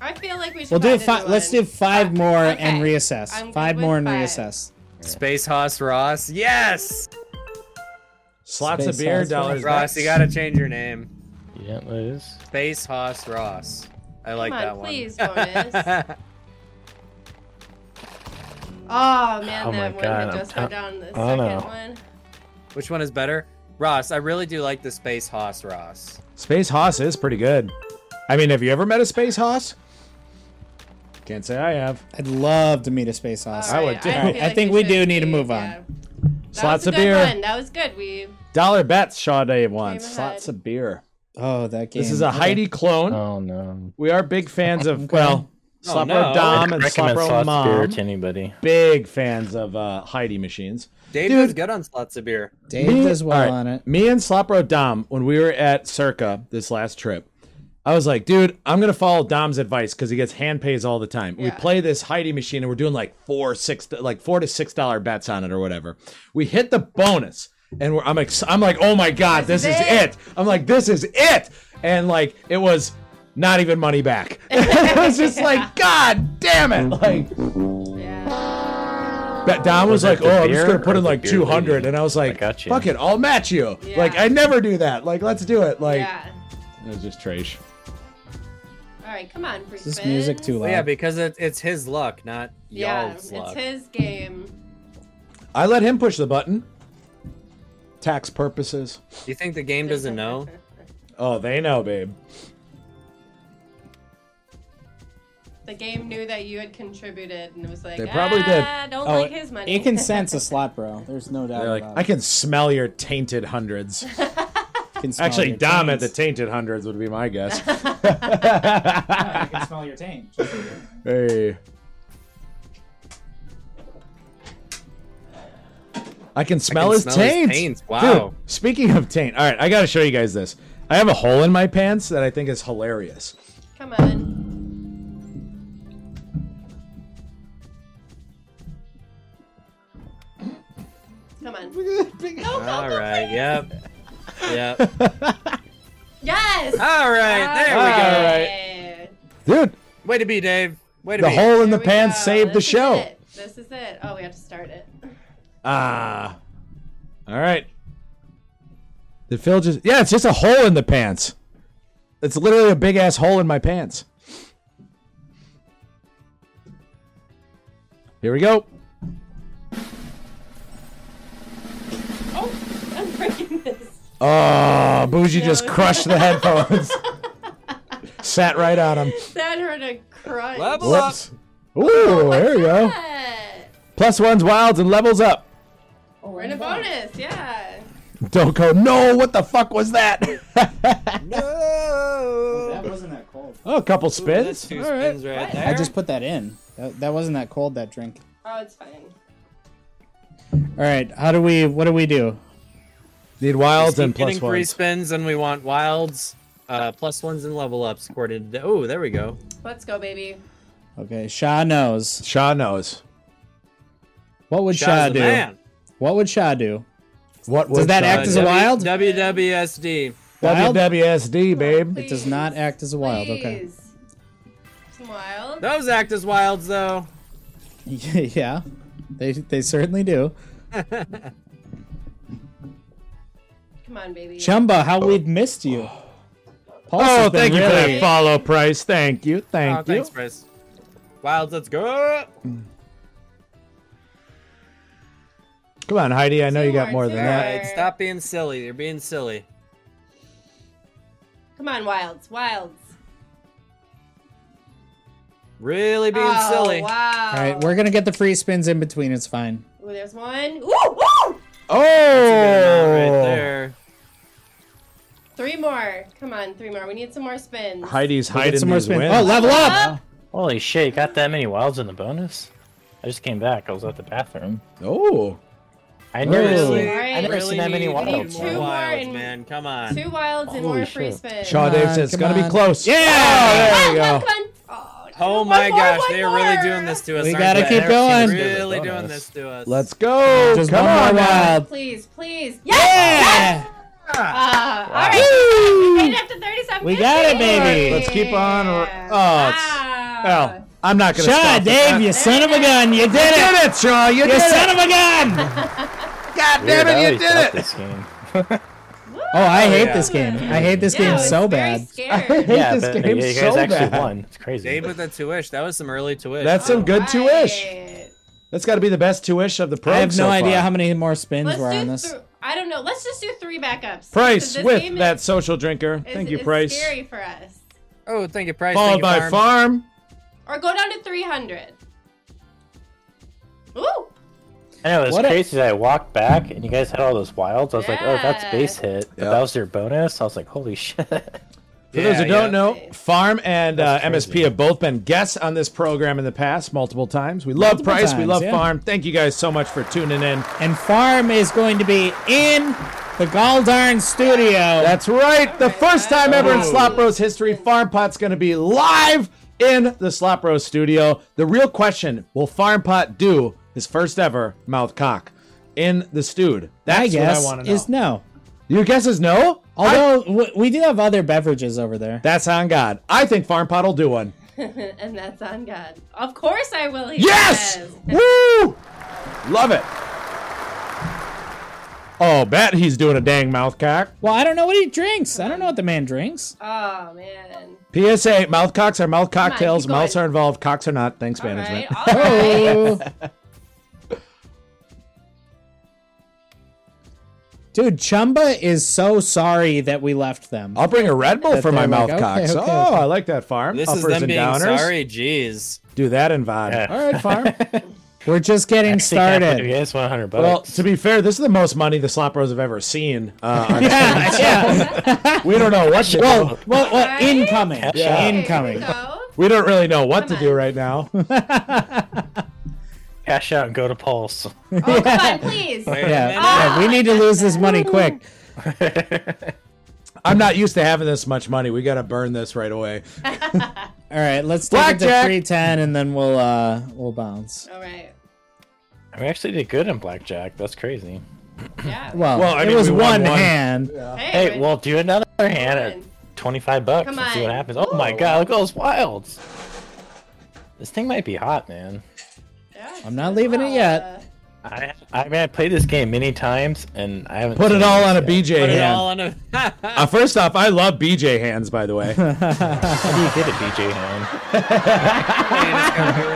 I feel like we should. We'll do find a five. new Let's one. do five more and Okay. reassess. I'm good Five with more and five. reassess. Space Hoss Ross. Yes! Slots of Space beer, hoss, dollars. Ross, you gotta change your name. You didn't lose. Space Hoss Ross. I like Come on, that one. (laughs) please, bonus. Oh man, Oh my that God, one that I'm just tell- went down the I second don't know. one. Which one is better? Ross, I really do like the Space Hoss Ross. Space hoss is pretty good. I mean, have you ever met a space hoss? Can't say I have. I'd love to meet a space hoss. All would right, do. feel Alright, I like think we should do need to be- move on. yeah. That Slots was a of good beer. one. That was good. We Dollar bets. Sade won. Came Slots ahead. of beer. Oh, that game. This is a Okay. Heidi clone. Oh no. We are big fans of well, Slapro no. Dom and recommend Slapro slot beer Mom. to anybody. Big fans of uh, Heidi machines. Dave Dude. is good on slots of beer. Dave does well all right, on it. Me and Slapro Dom, when we were at Circa this last trip, I was like, dude, I'm gonna follow Dom's advice because he gets hand pays all the time. We Yeah. play this Heidi machine and we're doing like four, six, like four to six dollar bets on it or whatever. We hit the bonus and we're, I'm ex- I'm like, oh my god, this, is it. I'm like, this is it. And like, it was not even money back. (laughs) it was just like, god damn it, like. Yeah. But Don was, Was like, it "Oh, the I'm just beer gonna put or in the like beer 200," lady? and I was like, I got you. "Fuck it, I'll match you." Yeah. Like I never do that. Like let's do it. Like yeah. it was just trash. All right, come on, Brisbane. Is this music too loud? But yeah, because it, it's his luck, not Yeah, y'all's it's luck. his game. I let him push the button. Tax purposes. Do you think the game doesn't know? Oh, they know, babe. The game knew that you had contributed and was like, They probably did. "Ah, Don't Oh, like his money. It can sense a slot, bro. There's no doubt They're like, about I can smell your tainted hundreds. it. Can smell Actually, your Dom at the taint. tainted hundreds would be my (laughs) guess. I can smell your taint. (laughs) hey. I can smell, his, smell his taint. taints. Wow. Dude, speaking of taint, all right, I got to show you guys this. I have a hole in my pants that I think is hilarious. (laughs) Come on. Come on. Go, go, All go, right. please. (laughs) Yep. Yep. Yes. All right. There we All go. right. Dude, Way to be, Dave. Way to the be. hole in There the we pants go. saved the This is show. it. This is it. Oh, we have to start it. (laughs) Ah. All right. Did Phil just. Yeah, it's just a hole in the pants. It's literally a big ass hole in my pants. Here we go. Oh, I'm breaking this. Oh, Bougie just No. crushed the (laughs) headphones. Sat right on him. That hurt a crunch. Level up. Whoops. Ooh, Oh, there you go. Yeah. Plus one's wilds and levels up. We're in a bonus. Yeah. Doko, no, what the fuck was that? (laughs) That wasn't that cold. oh, a couple Ooh, spins. that's two All right. spins right there. I just put that in. That, that wasn't that cold. That drink. Oh, it's fine. All right. How do we? What do we do? Need wilds Just keep and plus getting three ones. spins, and we want wilds, uh, plus ones and level ups. According to oh, there we go. Let's go, baby. Okay. Shaw knows. Shaw knows. What would Shaw Shaw's the do? man. Uh, what would Shaw do? What Does would that Shaw act do? as a wild? WWSD. Wild? WWSD, babe. It does not act as a wild. Okay. Please. Some wild. Those act as wilds though. (laughs) yeah. They they certainly do. Come on, baby. Chumba, how we've missed you. Paul's Oh, has been thank you for really- that follow, Price. Thank you. Thank oh, you. thanks, Chris. Wilds, let's go. Come on, Heidi. I know Two you got more, more two than more. that. All right, stop being silly. You're being silly. Come on, wilds. Wilds. Really being oh, silly. Wow. All right, we're gonna get the free spins in between. It's fine. Ooh, there's one. Ooh, woo! Oh, That's a good amount right there. Three more. Come on, three more. We need some more spins. Heidi's We'll get hiding some more these spins. wins. Oh, level up! Up. Holy shit! you Got that many wilds in the bonus? I just came back. I was at the bathroom. Oh. I never Really? seen. I never Really seen that many need- need wilds. two More more wilds, and- man. Come on. Two wilds and Holy more free shit. spins. Shaw Come Dave on, says it's come gonna be on. close. Yeah, Oh, there you Come go. on. Oh, Oh one my more, gosh, one they are really more. doing this to us. We aren't gotta they? keep They're going. Really Bonus. doing this to us. Let's go. Just Come one more on, now. wild. Please, please. Yes! Yeah! Ah, all right. Woo! Made it up to 37. We got it, baby. Let's keep on ro- Yeah. Oh, it's- Wow. Well, I'm not gonna. Shaw, stop at Dave, that. you son of a gun, you did You it! did it, Shaw. You You did son it. of (laughs) a gun! God damn Weird, I it, you always did doubt it. This game. Woo! Oh, I hate yeah. this game. I hate this Yeah, I game was so very bad. (laughs) Scared. (laughs) hate yeah, this but game you guys so actually bad. won. It's crazy. Dave with the two wish. That was some early two wish. That's some good two ish. Right. That's got to be the best two ish of the program. I have no so idea far. how many more spins Let's were do on this. thr- I don't know. Let's just do three backups. because Price this with game that Is, social drinker. is- Thank you, is Price. scary for us. oh, thank you, Price. Followed thank by you, Farm. farm. Or go down to 300. Ooh. (laughs) I know it's What a- crazy. that I walked back and you guys had all those wilds. I was like, oh, that's Yeah. base hit. But Yeah. that was their bonus. I was like, holy shit. (laughs) For those who Yeah, don't yeah. know, Farm and uh, That's MSP crazy. have both been guests on this program in the past multiple times. We love Multiple Price. we times, love yeah. Farm. Thank you guys so much for tuning in. And Farm is going to be in the Goldarn studio. That's right. The first time ever in Slop Rose history, Farm Pot's going to be live in the Slop Rose studio. The real question will Farm Pot do his first ever mouth cock in the stewed? That's my what guess I want to know. is no. Your guess is no? I- Although w- we do have other beverages over there. that's on God. I think Farm Pot will do one. and that's on God. Of course I will. he Yes! says. Woo! Love it. Oh, bet he's doing a dang mouth cock. Well, I don't know what he drinks. I don't know what the man drinks. Oh man. PSA: Mouth cocks are mouth cocktails. keep going. Mouths are involved. Cocks are not. Thanks, All management. right. (laughs) All Oh, right. Dude, Chumba is so sorry that we left them. I'll bring a Red Bull That for my they're mouth like, cocks. okay, okay, oh, okay. I like that farm. This Uppers is them and being downers. sorry. Jeez. Do that in VOD. Yeah. All right, farm. (laughs) We're just getting You started. guys want 100 bucks? well, to be fair, this is the most money the Slop Bros have ever seen. Uh, on- (laughs) yeah, yeah. (laughs) we don't know what to do. Well, well, well, incoming. Yeah. Okay, here we Incoming. go. (laughs) We don't really know what to Come do on. right now. (laughs) cash out and go to Pulse. (laughs) Oh, come on, please. Wait a Yeah, minute. yeah, we need to lose this money quick. I'm not used to having this much money. We got to burn this right away. All right, let's take it to Blackjack. three ten, and then we'll uh we'll bounce. All right. We actually did good in Blackjack. That's crazy. Yeah. Well, Well, I it mean, was we won one, one. hand. hey, Hey, well, do another hand at 25 bucks Come and see on. what happens. Oh my god, look at those wilds. This thing might be hot, man. yeah, I'm not leaving it yet. I, I mean, I played this game many times and I haven't Put seen it all this on a yet. BJ Put it hand. all on a. (laughs) Uh, first off, I love BJ hands, by the (laughs) way. (laughs) How do you get a BJ hand?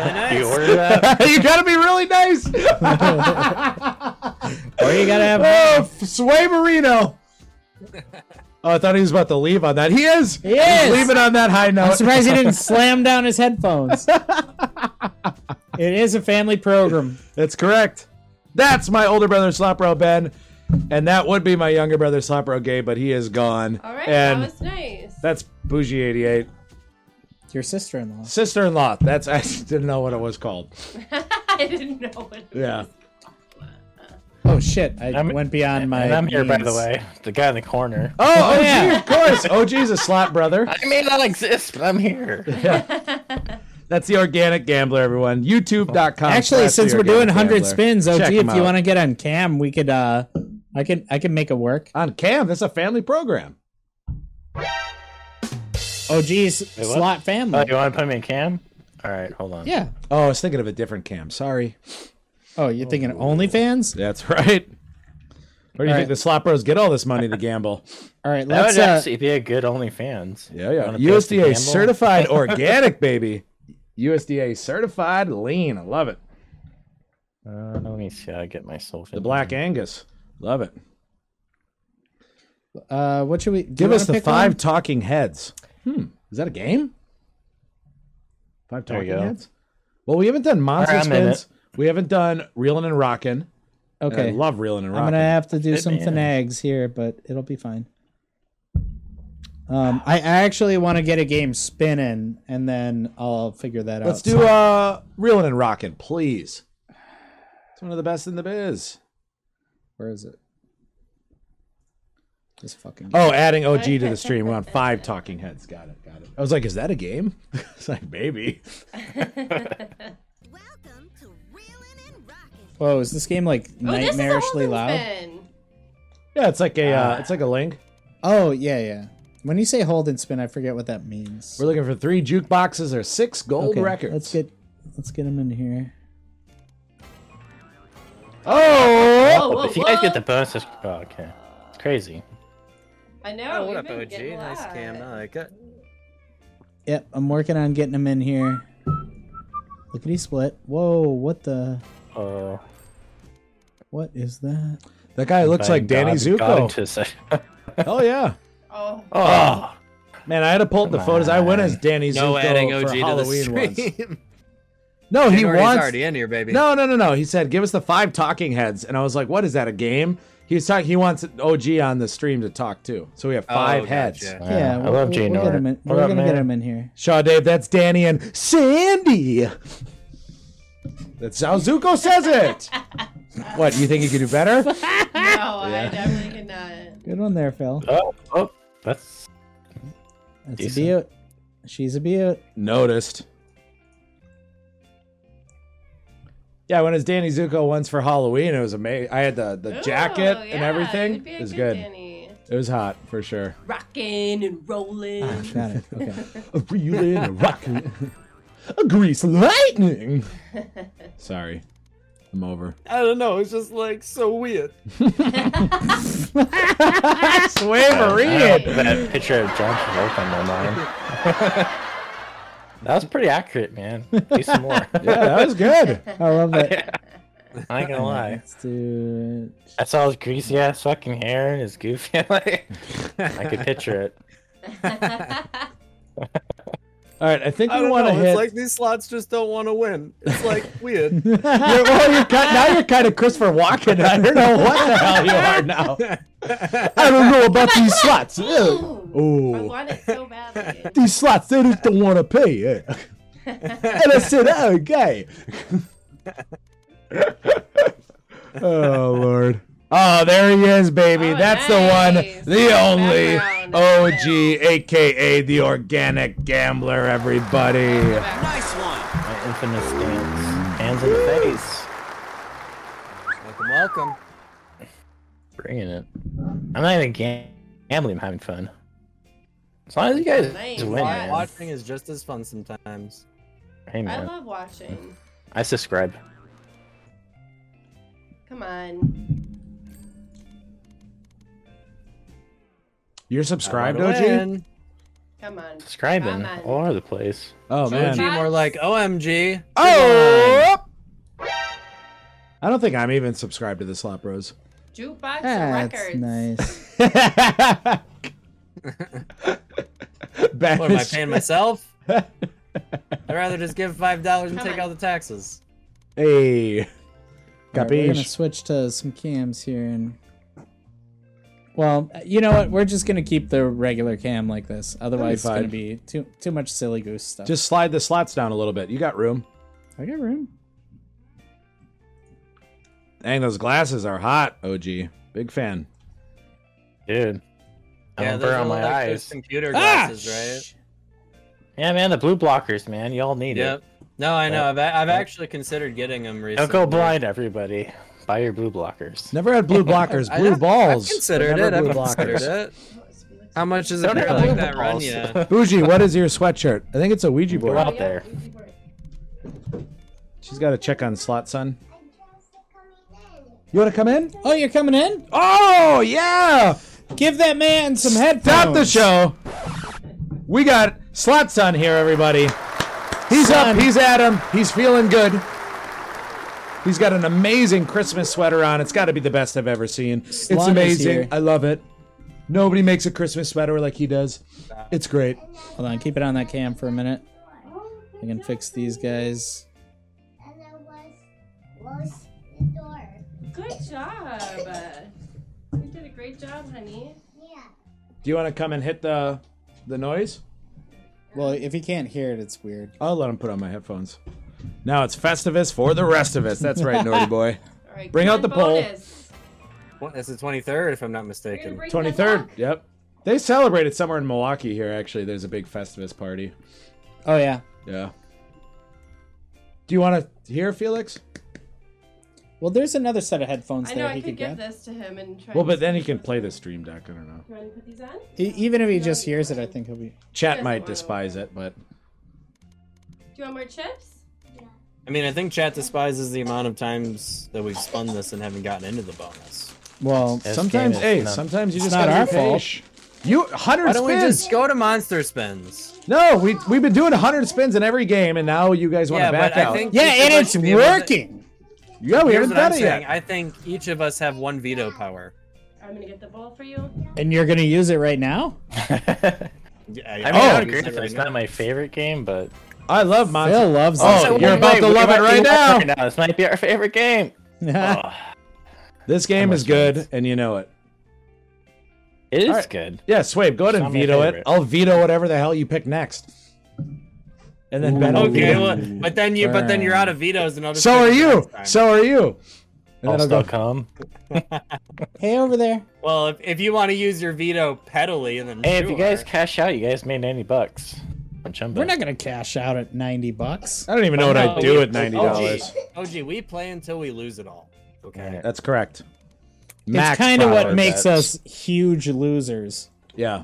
Man, it's gonna be really nice. Do (laughs) you order that? you gotta be really nice. (laughs) Or you gotta have. (laughs) Oh, f- Sway Marino. (laughs) Oh, I thought he was about to leave on that. He is. He is. leaving on that high note. I'm surprised he didn't slam down (laughs) his headphones. it is a family program. That's correct. That's my older brother Slopro Ben, and that would be my younger brother Slopro Gay, but he is gone. All right, and that was nice. (laughs) that's Bougie eighty eight Your sister-in-law. sister in law. That's (laughs) I didn't know what it was called. I didn't know what. It Yeah. Oh shit! I I'm- went beyond my. and I'm here, by the means. way. The guy in the corner. Oh, oh, gee, yeah. of course. Oh, (laughs) geez, a slap brother. (laughs) I may not exist, but I'm here. That's the Organic Gambler, everyone. YouTube.com. Actually, slash since The we're doing Organic 100 Gambler. spins, OG, Check if him you out. want to get on cam, we could. uh I can. I can make it work. on cam, that's a family program. OG's what? Oh, slot family. (laughs) Oh, you want to put me in cam? All right, hold on. yeah. Oh, I was thinking of a different cam. Sorry. Oh, you're thinking OnlyFans? That's right. Where do you All think right. the slop bros get all this money to gamble? All right, That let's. would Uh, actually be a good OnlyFans. Yeah, yeah. Wanna pay us to USDA (laughs) gamble? certified organic, baby. USDA certified lean. I love it. Uh, let me see. how I get myself in. The Black Angus. Love it. uh, what should we do you Give wanna us the pick five one? talking heads. Hmm. Is that a game? Five There you talking go. heads? Well, we haven't done Monster Alright, I'm in Spins. We haven't done Reelin' and Rockin'. And Okay. I love Reelin' and I'm Rockin'. gonna have to do Hit some me in. finags here, but it'll be fine. Um, I I actually want to get a game spinning, and then I'll figure that Let's out. do uh Reelin' and Rockin', please. It's one of the best in the biz. Where is it? This fucking. Oh, adding OG to the stream. We want five talking heads. Got it. Got it. I was like, is that a game? (laughs) it's like, maybe. Welcome to Reelin' and Rockin'. Whoa, is this game like Oh, this is a nightmarishly Holden loud? spin. Yeah, it's like a uh, Ah. it's like a link. Oh yeah, yeah. When you say hold and spin, I forget what that means. We're looking for three jukeboxes or six gold Okay, records. Let's get let's get him in here. Oh, Whoa, whoa, if you guys get the whoa. bonus, oh, okay, it's crazy. I know. Oh, what we've up, been OG? getting a Nice lot. cam. I like it. Yep, I'm working on getting him in here. Look at he split. Whoa, what the Oh, what is that? that guy looks like thank Danny God- God Zuko. into se- (laughs) Oh yeah, Oh, oh, man, I had to pull up the photos. I went as Danny No Zuko adding OG for to the Halloween stream. (laughs) once. No, he Minority's wants. already in here, baby. No, no, no, no. He said, "Give us the five talking heads," and I was like, "What is that? A game?" He's talking. He wants OG on the stream to talk too. So we have five Oh, heads. gotcha. Yeah, Uh, I we'll- love we'll, Gene we'll get Orr. him in, What We're up, gonna get man? him in here. Shaw Dave, that's Danny and Sandy. That's how Zuko says (laughs) it. what you think you could do better? No, I definitely did not. Good one there, Phil. Oh, oh, that's That's Decent. a beaut. She's a beaut. Noticed. Yeah, when it was Danny Zuko once for Halloween, it was amazing. I had the, the jacket Ooh, and Oh, yeah, everything. you'd be a It was good. Danny. It was hot for sure. Rocking and rolling. Got it. Okay. (laughs) A reeling, a rockin', a grease (laughs) lightning. Sorry, I'm (laughs) over. I don't know. It's just like so weird. I Swavery. had that picture of John Travolta in my mind. (laughs) that was pretty accurate, man. Do some (laughs) more. Yeah, that was good. I love it. I ain't gonna lie. Let's do it. I saw his greasy ass fucking hair and his goofy. (laughs) Like, I could picture it. (laughs) All right, I think I we don't want know. to hit. It's like these slots just don't want to win. (laughs) It's like weird. (laughs) You're- well, you're kind, now you're kind of Christopher Walken. I don't know what the hell you are now. (laughs) I don't know about these slots. Ooh, I Oh, want it so badly. these slots they just don't want to pay. (laughs) eh? and I said, "Oh, gay." oh Lord. Oh, there he is, baby. Oh, That's nice. the one, the only Background. OG, aka the organic gambler. Everybody. My infamous dance. Hands in the face. welcome, welcome. Bringing it. I'm not even gam- gambling. I'm having fun. As long as you guys Nice. win, Yeah. man. Watching is just as fun sometimes. Hey, I man. love watching. I subscribe. Come on. You're I subscribed, wanna OG. win. Come on. Subscribing Come on. all over the place. Oh OG man. more like OMG. Oh. I don't think I'm even subscribed to the Slop Bros. (laughs) Jukebox of That's records. nice. Back (laughs) What am I paying myself? I'd rather just give five dollars and Come take on. out the taxes. Hey. Alright, we're gonna Capiche. switch to some cams here and. Well, you know what? We're just gonna keep the regular cam like this. Otherwise, it's fine. gonna be too too much silly goose stuff. Just slide the slots down a little bit. You got room. I got room. Dang, those glasses are hot, OG. Big fan. Dude. I'm yeah, yeah, those burn are my like those eyes. Ah! computer glasses, right? Yeah, man, the blue blockers, man. Y'all need Yep. it. No, I know. I've, I've actually considered getting them Don't recently. go blind, everybody. Buy your blue blockers. Never had blue blockers, (laughs) I blue have- balls. I've considered it. but never I've blue considered blockers. it. How much is it Don't for have blue like that run? balls. (laughs) Yeah. Bougie, what is your sweatshirt? I think it's a Ouija Go board. out (laughs) there. (laughs) She's got to check on slot son. You want to come in? Oh, you're coming in? Oh yeah! Give that man some headphones. Stop the show. We got slot son here, everybody. He's up. He's at him. He's feeling good. He's got an amazing Christmas sweater on. It's got to be the best I've ever seen. Slot it's is amazing. here. I love it. Nobody makes a Christmas sweater like he does. It's great. Hold on, keep it on that cam for a minute. I can fix these guys. And I was, was the door. Good job. You did a great job, honey. Yeah. Do you want to come and hit the the noise? Well, if you can't hear it, it's weird. I'll let him put on my headphones. Now it's Festivus for the rest of us. That's right, Naughty (laughs) Boy. All right. Bring come out on, the poll. bonus. Well, It's the 23rd, if I'm not We're gonna mistaken. break the Twenty third. lock. Yep. They celebrate it somewhere in Milwaukee here. Actually, there's a big Festivus party. Oh yeah. Yeah. Do you want to hear Felix? Well, there's another set of headphones I there know. I he could could get. give this to him and try. Well, and but then he switch can those play the out. stream deck. I don't know. You want to put these on? E- Even if he just hears it, I think he'll be. Chat might despise it, but Do you want more chips? I mean, I think chat despises the amount of times that we've spun this and haven't gotten into the bonus. Well, Yes. This sometimes, game is hey, nuts. sometimes you It's just not gotta our be fault. patient. You hundred Why don't spins. we just go to monster spins? No, we we've been doing hundred spins in every game, and now you guys want to Yeah, back but I out. think yeah, each of and us it's should be able to- working. yeah, Oh, we Here's haven't what I'm done it saying. yet. I think each of us have one veto power. I'm gonna get the bowl for you. And you're gonna use it right now? Yeah, I mean, I Oh. would agree with it. It's not my favorite game, but I love Monster. Phil loves Oh, this. (laughs) you're about to love it right now. This might be our favorite game. Yeah. Oh. This game is good, and you know it. It is Alright. good. Yeah, Swabe, go ahead and It's not my veto it. favorite. I'll veto whatever the hell you pick next. And then Ben will Okay, veto. well, but then you but then you're out of vetoes and I'll just So pick are it you. next time. So are you. And then I'll I'll go. still come. Hey, over there. well, if, if you want to use your veto pedally, then Hey, if you sure. guys cash out, you guys made 90 bucks. on Jumbo. We're not gonna cash out at ninety bucks. I don't even know what I'd do at ninety dollars. OG, we play until we lose it all. Okay. Alright. That's correct. it's kind of what makes us huge losers. Yeah.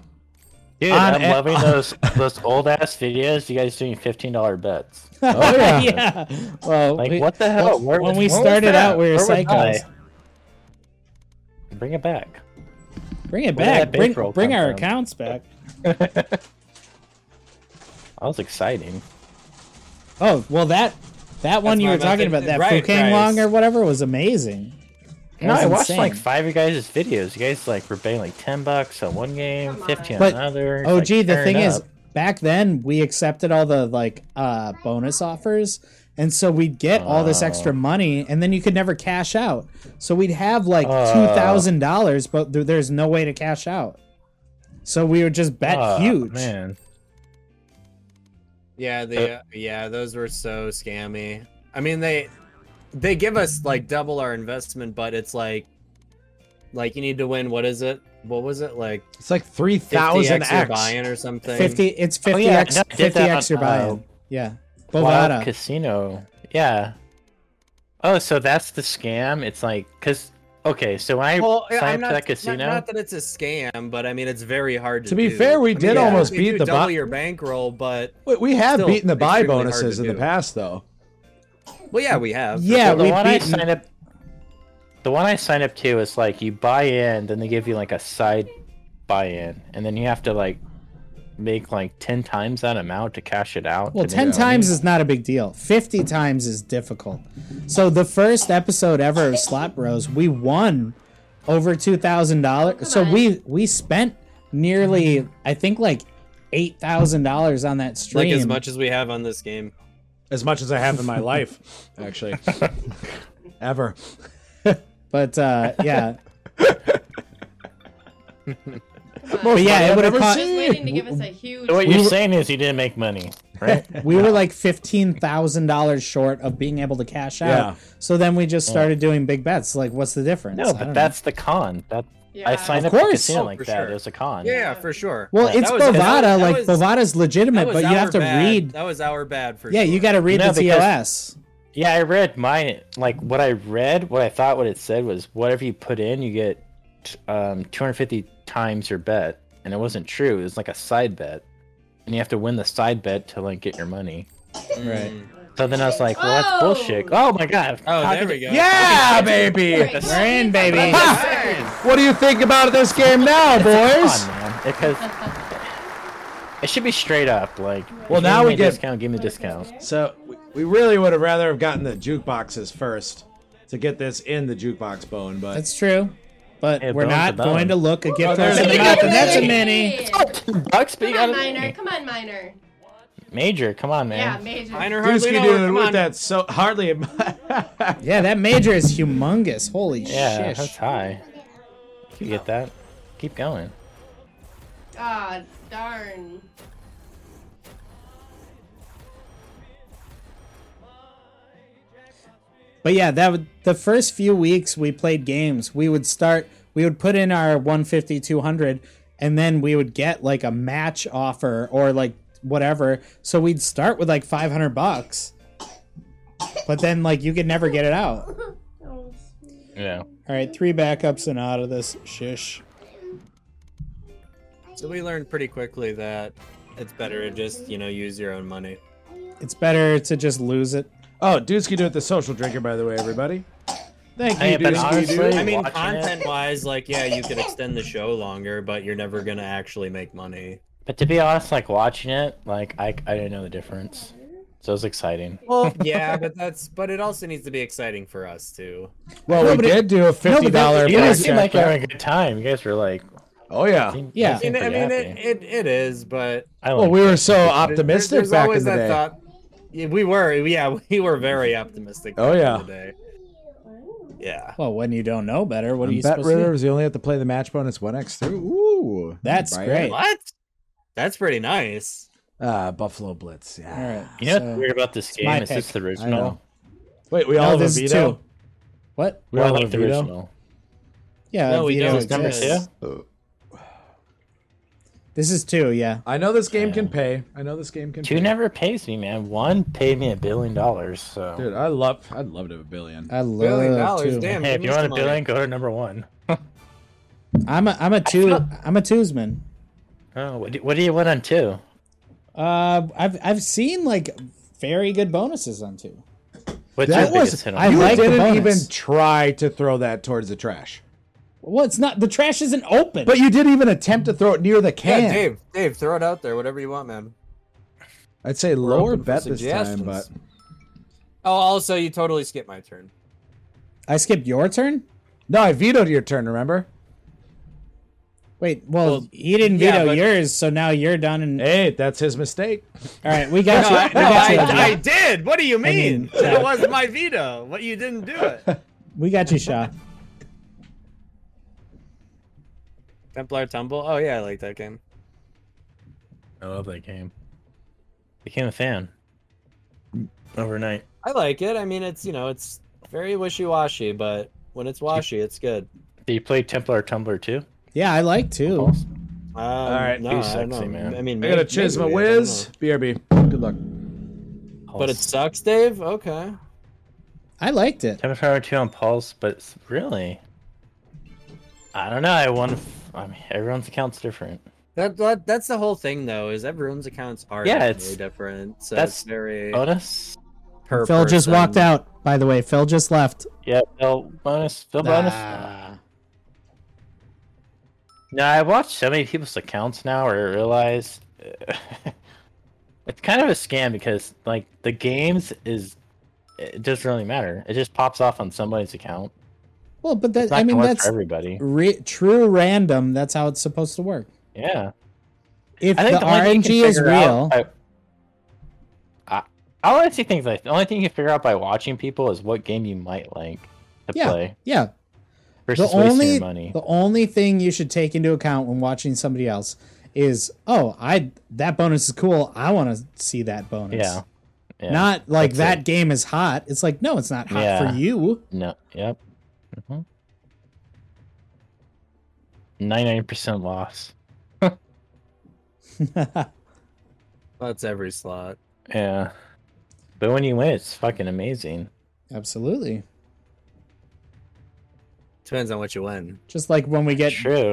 Dude, on I'm a- loving those those old ass videos. You guys doing fifteen dollar bets? (laughs) Oh yeah. (laughs) yeah. Well, Like we- what the hell? When, Where when was- we where was started that? out, we Where were was I? psychos. Bring it back. Bring it Where did back. that Bring, bankroll bring come our from? accounts back. That was exciting. Oh well, that that one That's you my were talking about, that method. Right, Fukang right. Long or whatever, was amazing. That No, was I watched insane. like five of you guys' videos. You guys like were betting like ten bucks on one game, fifteen But- on another. It's, Oh, like, gee, the pairing thing is, up. back then we accepted all the like uh, bonus offers, and so we'd get all this extra Oh. money, and then you could never cash out. So we'd have like Oh. two thousand dollars, but th- there's no way to cash out. So we would just bet Oh, huge. man. Yeah, the uh, yeah, those were so scammy. I mean, they they give us like double our investment, but it's like like you need to win. What is it? What was it like? It's like three thousand 50x or X. buy-in or something. Fifty, it's Oh, yeah, fifty x, no, I did fifty that x on, you're buying. uh, Yeah, Wild Bovada. Casino. Yeah. Oh, so that's the scam. It's like because okay, so when I Well, yeah, signed I'm up to not, not- that casino. Not, that it's a scam, but I mean it's very hard to. To be do. fair, we I did mean, yeah, almost they beat do the double bo- your bankroll, but We, we have Still beaten the buy extremely hard bonuses to in the do. past though. well, yeah, we have. Yeah, Well, the we one I beat. signed up. The one I signed up to is like you buy in, then they give you like a side buy-in, and then you have to like make like ten times that amount to cash it out. Well, to 10 make times is not a big deal. 50 times is difficult. So, the first episode ever of Slot Bros, we won over $2,000. So, on. we we spent nearly, I think, like $8,000 on that like stream. as much as we have on this game. As much as I have in my life, actually. Ever. But, uh, yeah. Most yeah, money it I've would've ever cost- Just seen. waiting to give us a huge. (laughs) So what you're were- saying is you didn't make money, (laughs) right? We were like $15,000 short of being able to cash out. Yeah. So, then we just started doing big bets. Like, what's the difference? I no, don't know. but that's the con. That I Yeah. signed Of up to a course. casino Oh, like for that. sure. It was a con. Yeah, for sure. Well, That it's was- Bovada. that like, was- Bovada's that legitimate, was but you our have to bad. read. That was our bad for Yeah, sure. you got to read No, the because- TOS. Yeah, I read mine. Like what I read, what I thought, what it said was whatever you put in, you get um, 250 times your bet, and it wasn't true. It was like a side bet, and you have to win the side bet to like get your money. Right. So then I was like, well, that's Oh! bullshit. Oh my god. Oh, How there could- we go. Yeah, (laughs) baby! Right. We're in, baby. (laughs) What do you think about this game now, Come boys? on, man. Because it should be straight up. Like, Well, if you now give we me a get- discount. Give me a discount. So we- we really would have rather have gotten the jukeboxes first to get this in the jukebox bone, but That's true. But Hey, we're bone's not a bone. going to look a gift horse there's in a the mini. mouth, and that's a mini. Bucks, but Come you got on, a minor. Come on, minor. major. Come on, Yeah, man. major. Minor Dusky hardly know her, dude come with on. that so hardly. (laughs) Yeah, that major is humongous. Holy Yeah, that's shish. high. You get that? Keep going. Ah, darn. But yeah, that would, the first few weeks we played games, we would start, we would put in our 150, 200, and then we would get like a match offer or like whatever. So we'd start with like 500 bucks. But then like you could never get it out. Yeah. All right, three backups and out of this shish. So we learned pretty quickly that it's better to just, you know, use your own money. It's better to just lose it. oh, Dusky dude, the social drinker, by the way, everybody. Thank Hey, you, but Dusky honestly- dude. I mean, Watching it. content wise, like, yeah, you could extend the show longer, but you're never going to actually make money. But to be honest, like watching it, like I, I didn't know the difference. So it was exciting. Well, (laughs) yeah, but that's, but it also needs to be exciting for us, too. Well, No, we but it- did do a fifty dollar. It You guys was- seemed like you're having a good time. You guys were like, oh yeah. Yeah. I seemed mean, I pretty mean it, happy. it, it is, but I Well, liked we it. were so there- optimistic there's back always in the that day. (laughs) thought. Yeah, we were, yeah, we were very optimistic. Oh, back in yeah. the day. Yeah. Well, when you don't know better, what are And you Bet supposed to do? Rivers, you only have to play the match bonus 1x through. Ooh. That's Buy it. great. What? That's pretty nice. Ah, Buffalo Blitz. All Yeah. right. You know so- what's weird about this game my is it's pick. the I know. original. Wait, we No, all have a Oh, this is veto? two. What? We Well, all I have like a the veto? original. Yeah, No, we veto don't. It's number two. exists. This is two. Yeah. I know this game can pay. I know this game can Two pay. never pays me, man. One paid me a billion dollars. So Dude, I love I'd love to have a billion. I love Billion dollars, two. damn. hey, give if me you want a some money. billion, go to number one. I'm a I'm a two feel- I'm a twosman. Oh, what do, what do you want on two? Uh, I've I've seen like very good bonuses on two. What's That your biggest was- hit on I two? you like the didn't bonus. even try to throw that towards the trash. Well, it's not the trash isn't open. But you didn't even attempt to throw it near the Yeah, can. Dave, Dave, throw it out there, whatever you want, man. I'd say lower open for bet this time, but suggestions. Oh, also, you totally skipped my turn. I skipped your turn. no, I vetoed your turn. Remember? Wait, well, he didn't yeah, veto but- yours, so now you're done. And all Oh. Hey, that's his mistake. right, we got you. I, We got you. I, Abdiel. did. What do you mean? mean, yeah. It was my veto. What you didn't do it. We got you, Shaw. Templar Tumble. Oh yeah, I like that game. I love that game. Became a fan Mm. overnight. I like it. I mean, it's you know, it's very wishy-washy, but when it's washy, it's good. Do you play Templar Tumbler too? Yeah, I like two. Um, All right, no, be I don't sexy, know. man. I mean, I got a maybe- chisma maybe, I don't whiz. know. BRB. Good luck. but it sucks, Dave. Okay. I liked it. Templar two on Pulse, but it's really. I don't know. I want. I mean, everyone's account's different. That, that that's the whole thing though is everyone's accounts are Yeah, definitely it's- different so that's- Oh, it's very Bonus. per Phil just person. walked out. By the way, Phil just left. Yeah, Phil bonus. Phil bonus. Ah. No, I watched so many people's accounts now where I realized (laughs) it's kind of a scam because like the games is it doesn't really matter. It just pops off on somebody's account. Well, but It's that not I mean going that's for everybody. re- true random. That's how it's supposed to work. Yeah. If the, only thing you can RNG is figure out real, by- I, I like to think like the only thing you can figure out by watching people is what game you might like to Yeah, play yeah, versus the wasting only your money. the only thing you should take into account when watching somebody else is oh I that bonus is cool I want to see that bonus Yeah. Yeah. not like that's that it. game is hot it's like no it's not hot Yeah. for you (laughs) No. Yep. Mhm. 99% loss. that's every slot Yeah. But when you win, it's fucking amazing. absolutely depends on what you win just like when we get True.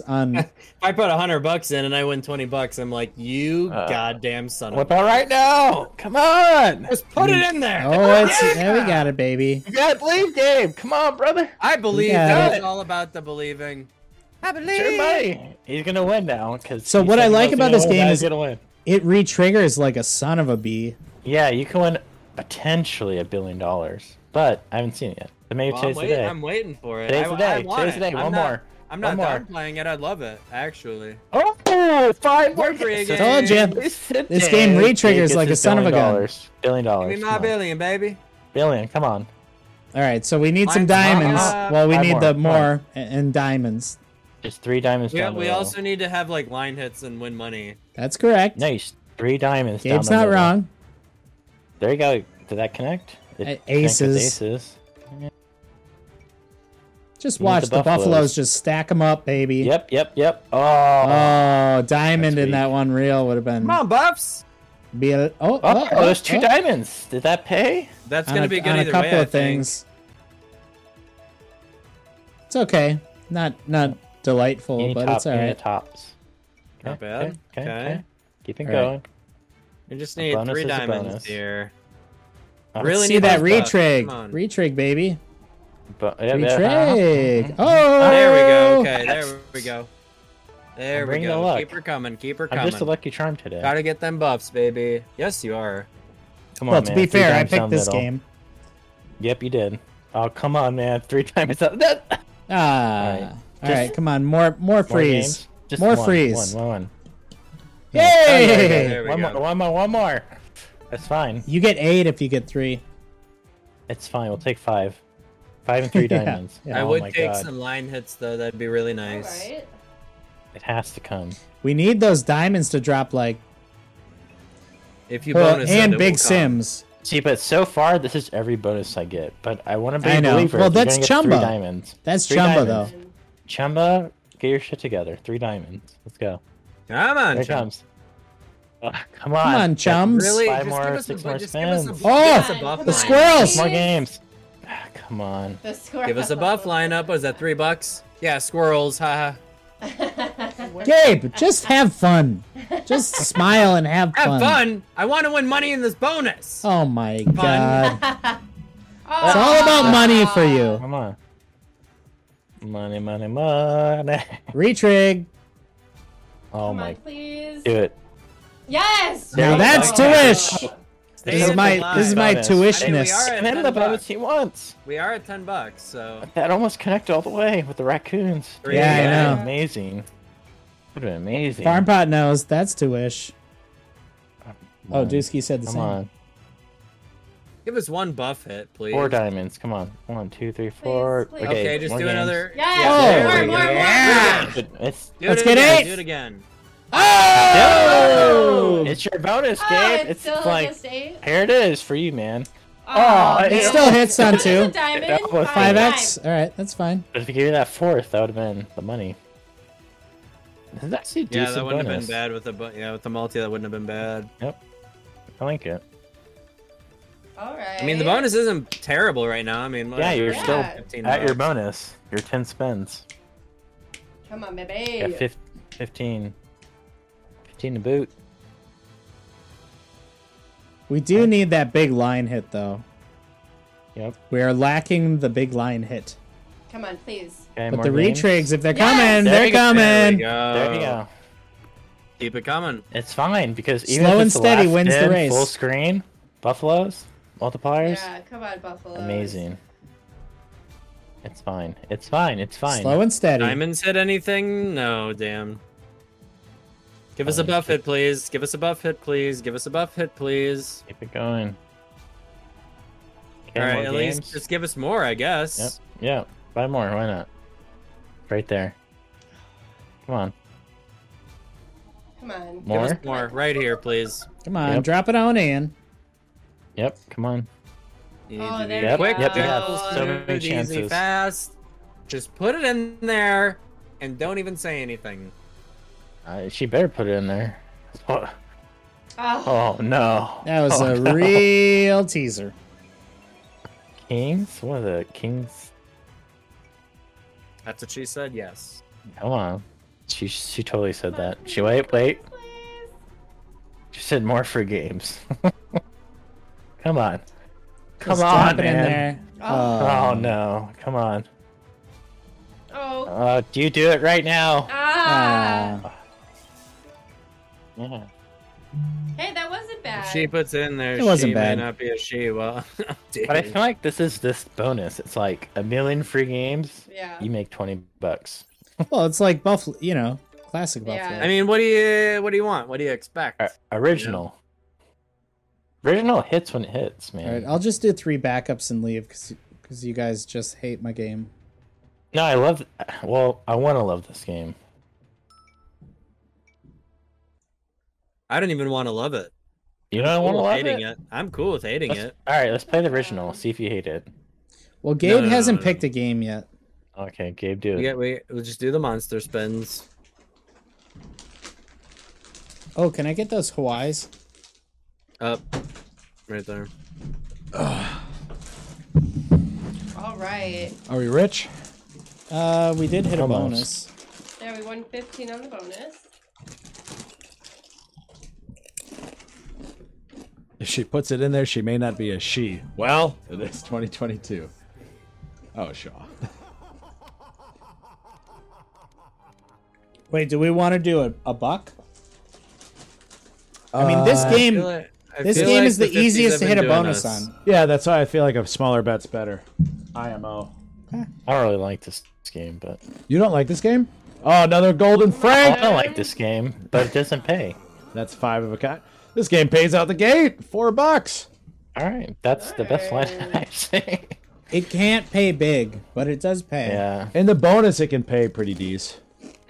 (laughs) on if i put 100 bucks in and i win 20 bucks i'm like you Uh, goddamn son of What a about right now? Come on! just put it in there oh it's there we got it baby You got believe game. Come on, brother. i believe got that it. was all about the believing i believe It's your money. He's gonna win now. Cause So he what said I he like was about gonna this win, game now is- he's gonna win. it re-triggers like a son of a bee Yeah, you can win potentially a billion dollars, but I haven't seen it yet. So maybe Well, I'm, today's the waiting, day. I'm waiting for it Today's I, the I day. want Today's it. the day. I'm One not- more. i'm not One more. done playing it i love it actually Oh, five We're more free games. again. told ya. This game re-triggers Gets like a his son of a billion gun. Dollars. Billion dollars. give me my come on. billion baby Billion, come on. all right so we need some Mine's not diamonds up. well we Five need more, the come on. more a- and diamonds Just three diamonds Yeah, down the we row. also need to have like line hits and win Mm. money. that's correct Nice. Three diamonds down Gabe's the not middle. wrong There you go. Did that connect? It Uh, connected with aces. Aces. Just You need watch the the, buffaloes. Buffaloes. just stack them up, baby. Yep, yep, yep. Oh. Oh, diamond That's in that weak. one reel would have been. Come on, Buffs! Be a, oh, oh, oh, oh, there's two oh. diamonds. Did that pay? That's On gonna a- be good on either a couple way, I of things. It's okay. Not not delightful, Any but top, it's all any right. tops. Not Okay, bad. Okay, okay. Okay. Keep it All right. going. think. You just A need bonus three is a diamonds bonus. here. Uh, Really See need that those buffs. retrig, Come on. retrig, baby, But, yeah, yeah, uh-huh. retrig. Oh, Ah, There we go. Okay, there we go. There we bringing the go. luck. Keep her coming. Keep her I'm coming. just a lucky charm today. Gotta get them buffs, baby. Yes, you are. Come on, Well, to man. be Three fair, I dimes picked down this middle. game. Yep, you did. Oh, come on, man. Three diamonds up. That- Ah, all right. right. Just- come on, more more More (laughs) freeze. games. Just More one, freeze. One, one, one. Yay! Oh, There we one go. more, one more, one more. That's fine. You get eight if you get three. It's fine. We'll take five. Five and three (laughs) Yeah. diamonds. I oh would my take god. some line hits though. That'd be really nice. Alright. It has to come. We need those diamonds to drop like If you Uh, Well, bonus it, it and will Big come. Sims. See, but so far this is every bonus I get. But I want to be I a know. believer. Well, You're that's gonna get three Chumba. diamonds. That's Three Chumba diamonds. though. Chumba, get your shit together. Three diamonds. Let's go. Come on, Here it Chum. comes. Oh, come on. Come on, chums. Really? Five Just more, give us six a, bu- more just give us a, spins. bu- give us a Oh, buff the line. squirrel! Six more games. Ah, come on. The squirrel. Give us a (laughs) buff lineup. Was that three bucks? Yeah, squirrels. Ha. Gabe, just have fun. Just (laughs) smile and have ha. Have fun. fun. I want to win money in this bonus. Oh my god. (laughs) Oh, It's all about money for you. Come on. Money, money, money. (laughs) Retrig. Oh Come my. on, please. Do it. Yes. Now you that's go. Tuish. Stay This is in the my this is my Bonus. I mean, we are tuitionist. at And then the 10 bonus bucks. he wants. We are at ten bucks, so That almost connected all the way with the raccoons. Three Yeah, I know. Amazing. Would have been amazing. Farm pot knows that's Tuish. Come Oh, on. Dusky said the Come same. on. give us one buff hit, please. Four diamonds. Come on. One, two, three, four. please. okay, just more do games. another. Yes. Yeah, Oh, there more, we more, go. more. It's, Do Let's it get again, eight. Do it again. Oh! it's your bonus, Oh, Gabe. it's It's, still like, just eight. here it is for you, man. Oh, it man. still hits on That was a two. diamond. That was Five Five times. X. All right, that's fine. But if you gave you that fourth, that would have been the money. That's actually a Yeah, decent that wouldn't bonus. have been bad with the bu- yeah with the multi. That wouldn't have been bad. I like it. All right. I mean, the bonus isn't terrible right now. I mean, Yeah, you're Yeah. still At 15 at your bucks. bonus. Your 10 spins. Come on, Yeah, baby. fif- 15. 15 to boot. We do need that big line hit though. Yep. We are lacking the big line hit. Come on, please. Okay, But more the games. retrigs, if they're Yes! There coming, they're we go. There we coming. go. There you go. Keep it coming. It's fine because even if Slow and it's steady the last wins the spin, race. Full screen, buffaloes, multipliers, Yeah, come on, Buffalo. amazing. It's fine. It's fine. It's fine. Slow and steady. Diamonds hit anything? No, damn. Give us a Diamonds buff hit, please. Give us a buff hit, please. Give us a buff hit, please. Keep it going. Okay, All right, more at games. least just give us more, I guess. Yep. Yeah. Buy more. Why not? Right there. Come on. Come on. Give More. us more right here, please. Come on, Yep. drop it on in. Yep. Come on. You Oh, need to there do Yep. we Yep. You go. have so smooth, many Easy, chances. fast. Just put it in there, and don't even say anything. Uh, she better put it in there. (laughs) Oh, Oh, oh, no. That was oh, (laughs) a no. real teaser. Kings. What are the kings? That's what she said. Yes. Come on. She she totally said that. She wait wait. She said more free games. (laughs) Come on. Come Just on, drop it in man. there. Oh. Oh no. Come on. oh. Uh, do you do it right now? Ah. Ah. Mm-hmm. Yeah. Hey, that wasn't bad. If she puts it in there, It wasn't she bad. may not be a she. Well, (laughs) dude. But I feel like this is this bonus. It's like a million free games. Yeah. You make twenty bucks. ah. Well, it's like Buffalo, you know, classic Buffalo. Yeah. I mean, what do you what do you want? What do you expect? O- original. Original hits when it hits, man. All right, I'll just do three backups and leave because you guys just hate my game. No, I love. Well, I want to love this game. I don't even want to love it. You know, I Cool want to with love hating it. it. I'm cool with hating Let's- it. All right, let's play the original. See if you hate it. Well, Gabe no, no, hasn't no, no. picked a game yet. Okay, Gabe, do it. We get we we'll just do the monster spins. Oh, can I get those Hawaiis? Up, right there. All right. Are we rich? Uh, we did hit a Almost. bonus. There, we won 15 on the bonus. If she puts it in there, she may not be a she. Well, it is 2022. Oh, Shaw. Wait, do we want to do a, a buck? I mean, Uh, this game, this game is the easiest to hit a bonus on. (laughs) Yeah, that's why I feel like a smaller bet's better. IMO. I don't really like this game, but You don't like this game? Oh, another golden I frank. don't like this game, but it doesn't pay. That's five of a kind. This game pays out the gate. Four bucks. (laughs) All right, that's the best line I've seen. It can't pay big, but it does pay. Yeah. In the bonus, it can pay pretty decent.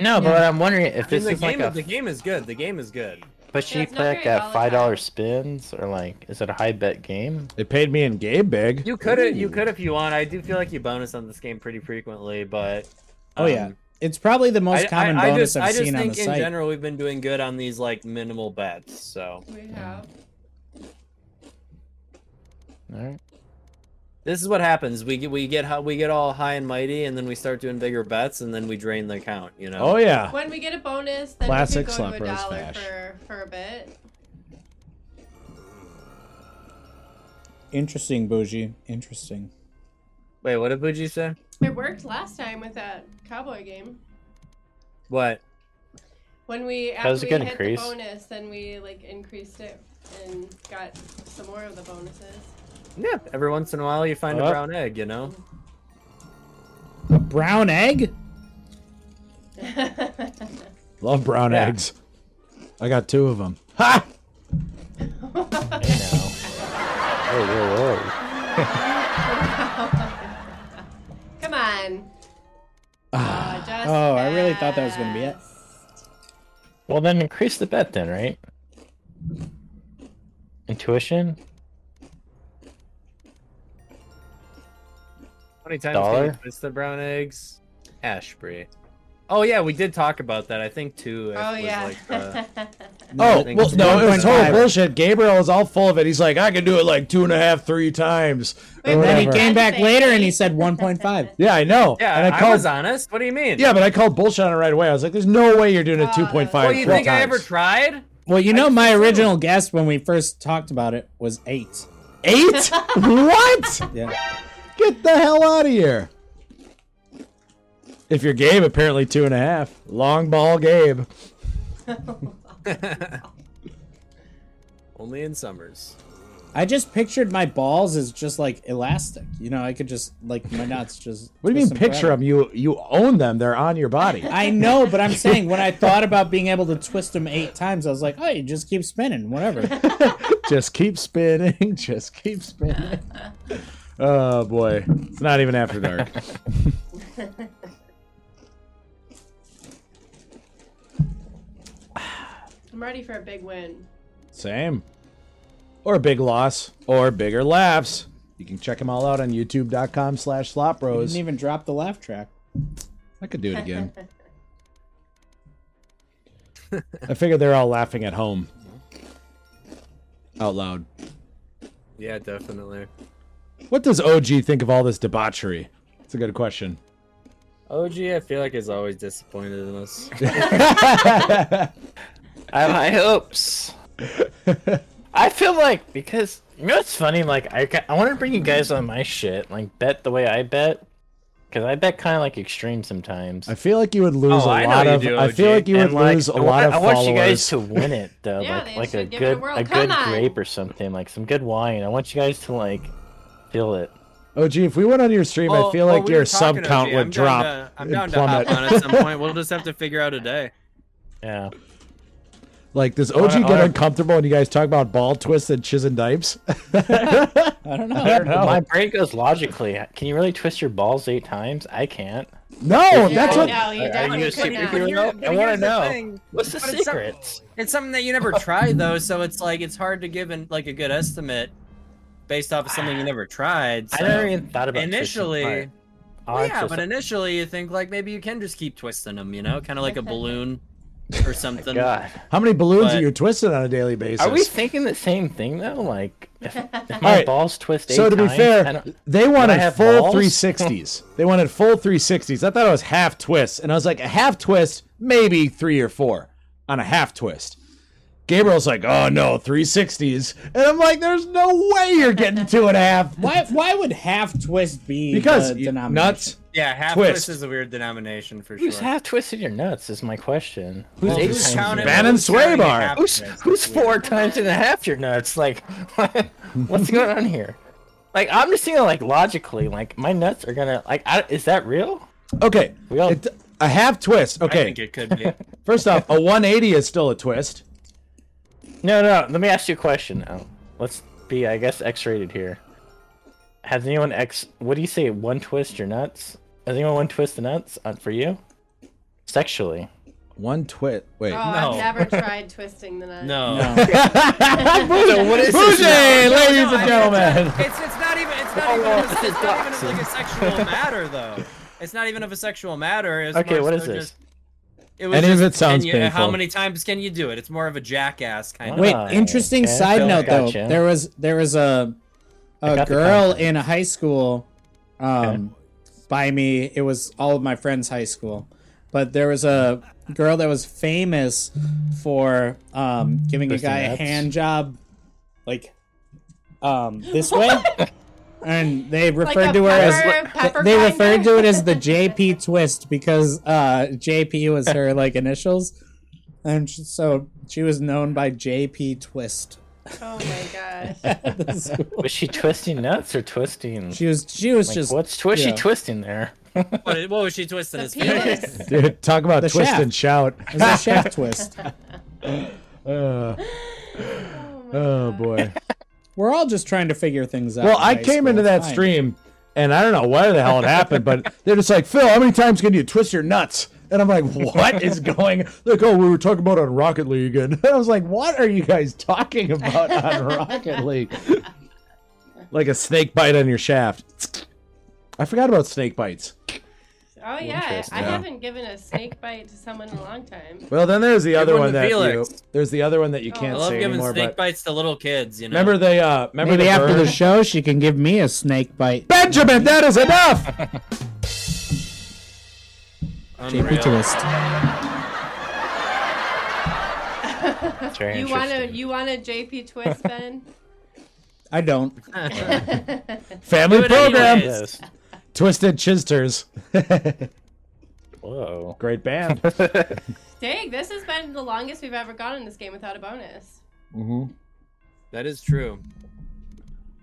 No, but I'm wondering if I mean, this the is like game, the a. game is good. The game is good. But she it's not pick very at five volatile. dollar spins or like is it a high bet game? It paid me in game big. You could you could if you want. I do feel like you bonus on this game pretty frequently, but Oh yeah, um, it's probably the most I, common I, I bonus just, I've I just seen on think the in site. general we've been doing good on these like minimal bets. So We have. Alright. this is what happens. We get we get hi- we get all high and mighty, and then we start doing bigger bets, and then we drain the account. You know. Oh yeah. When we get a bonus, then Classic we could go to a Slumbrose dollar bash. for, for a bit. Interesting, Bougie. Interesting. Wait, what did Buji say? It worked last time with that cowboy game. What? When we was after a we good hit increase. the bonus, then we like increased it and got some more of the bonuses. (laughs) Yeah. Every once in a while, you find Oh. a brown egg. You know. A brown egg? Love brown Yeah. eggs. I got two of them. Ha! Hey now. Whoa, whoa, whoa. (sighs) Come on. Uh, just Oh, I really thought that was gonna be it. passed. Well then increase the bet then, right? Intuition? How many times Dollar? can you twist the brown eggs? Ashbury. Oh yeah, we did talk about that. I think two. if- Oh was yeah. like uh, (laughs) the- Oh I think well, it's no, it was 1.5. total bullshit. Gabriel is all full of it. He's like, I can do it like two and a half, three times. Wait, or And then he whatever. came back Say later and he eight. said 1.5. Yeah, I know. yeah, and I, I called. was honest. What do you mean? yeah, but I called bullshit on it right away. I was like, "There's no way you're doing it Oh, 2.5 Uh, Well, you full think I times. ever tried? Well, you know, my original guess when we first talked about it was eight. (laughs) Eight? what? Yeah. Get the hell out of here! If your game apparently two and a half, long ball Gabe. Only in summers. I just pictured my balls as just like elastic. You know, I could just, like, my nuts just. What do you twist mean them picture forever. them? You you own them. They're on your (laughs) body. I know, but I'm saying when I thought about being able to twist them eight times, I was like, oh, you just keep spinning, (laughs) whatever. just keep spinning. (laughs) Just keep spinning. oh boy, it's not even after dark. I'm ready for a big win. Same. Or big loss, or bigger laughs. You can check them all out on youtube.com slash Didn't slopros. even drop the laugh track. I could do it again. I figure they're all laughing at home. Out loud. Yeah, definitely. What does OG think of all this debauchery? It's a good question. OG, I feel like is always disappointed in us. I have high hopes. I feel like because you know what's funny, like I ca- I want to bring you guys on my shit, like bet the way I bet, because I bet kind of like extreme sometimes. I feel like you would lose Oh, a I know lot you of. do, I feel OG. like you would And, like, lose a I lot want, of I followers. want you guys to win it (laughs) though, Yeah, like they like a should give it a good whirl. a Come good on. grape or something, like some good wine. I want you guys to like feel it. OG, Oh, if we went on your stream, I feel like your sub count would drop I'm and down to hop plummet. on at some point. (laughs) We'll just have to figure out a day. Yeah. Like, does OG I- get I- uncomfortable when you guys talk about ball twists and chis and dipes? I don't know. My brain goes logically. Can you really twist your balls eight times? I can't. (laughs) Oh, No, Yeah, that's no, what. you definitely a could not. superhero? I want to know. What's the But it's not- secret? It's something that you never (laughs) try though, so it's like it's hard to give an, like a good estimate based off of something you never tried. I so- never even thought about initially. Christian Bale. Well, Odds yeah, or but something. initially you think like maybe you can just keep twisting them, you know, kind of like (laughs) a balloon Oh or something. God, How many balloons But- are you twisting on a daily basis? are we thinking the same thing though? Like, (laughs) if, if my Alright, balls twist eight so to be times, I fair, don't- they wanted have full balls? (laughs) 360s. they wanted full 360s. I thought it was half twists, and I was like, a half twist, maybe three or four on a half twist. Gabriel's like, oh no, 360s, and I'm like, there's no way you're getting two and a half Why, why would half twist be because the you- denomination? nuts. Yeah, half Twist. twist is a weird denomination for who's sure. half twisted your nuts? Is my question. Who's eight Who's times counting- your Bannon who's counting Swabar. half Who's twist? who's four times and a half your nuts? Like, (laughs) what's going on here? Like, I'm just thinking like logically. Like, my nuts are gonna like. I, is that real? Okay, We all- it- a half twist. I Okay, think it could (laughs) be. first off, a 180 is still a twist. No, no. Let me ask you a question. Oh, let's be, I guess, X-rated here. Has anyone ex? What do you say? One twist your nuts? Has anyone one twist the nuts uh, for you? Sexually? One twit. Wait. Oh, No. I've never tried twisting the nut. No. (laughs) (laughs) so what is this Bouger, No, ladies no, and I- gentlemen. It's it's not even it's Oh, not even of a- it's not even of like a (laughs) sexual matter though. It's not even of a sexual matter. It's Okay, more what so is this? just- it was And if just, it sounds can you, painful. How many times can you do it? It's more of a jackass kind Wait, Ah, interesting okay. side Phil, note though. gotcha. There was there was a I a got the girl concept. in a high school um by me. It was all of my friends' high school. But there was a girl that was famous for um giving Twisting a guy nuts. a hand job like um this (laughs) way. And they referred a to her pepper- as pepper they grinder? referred to it as the JP twist because uh JP was her like initials. And sh- so she was known by JP Twist. (laughs) Oh my gosh. at the school. Was she twisting nuts or twisting? she was she was like, just what's twi- she yeah. twisting there? (laughs) of what, what was she twisting his penis? Penis. Dude, talk about The twist shaft. and shout. it was (laughs) a shaft twist. Oh boy. We're all just trying to figure things out. Well, in I high came school. into It's that fine. stream, and I don't know why the hell it happened, but they're just like, Phil, how many times can you twist your nuts? And I'm like, what is (laughs) going? Like, oh, we were talking about on Rocket League, and (laughs) I was like, what are you guys talking about (laughs) on Rocket League? like a snake bite on your shaft. I forgot about snake bites. Oh yeah, Interesting. I Yeah. haven't given a snake bite to someone in a long time. Well, then there's the other one one to that you, Felix. there's the other one that you Oh. can't I love say giving anymore. snake But bites to little kids. You know. remember the uh, remember Maybe the after bird? the show, she can give me a snake (laughs) bite. Benjamin, that is (laughs) enough. JP twist. It's very You wanna interesting. you want a JP (laughs) twist, Ben? I don't. (laughs) Family it anyway. program. Yeah. Yes. Twisted Chisters. (laughs) Whoa. Great (laughs) band. Dang, this has been the longest we've ever gone in this game without a bonus. That is true.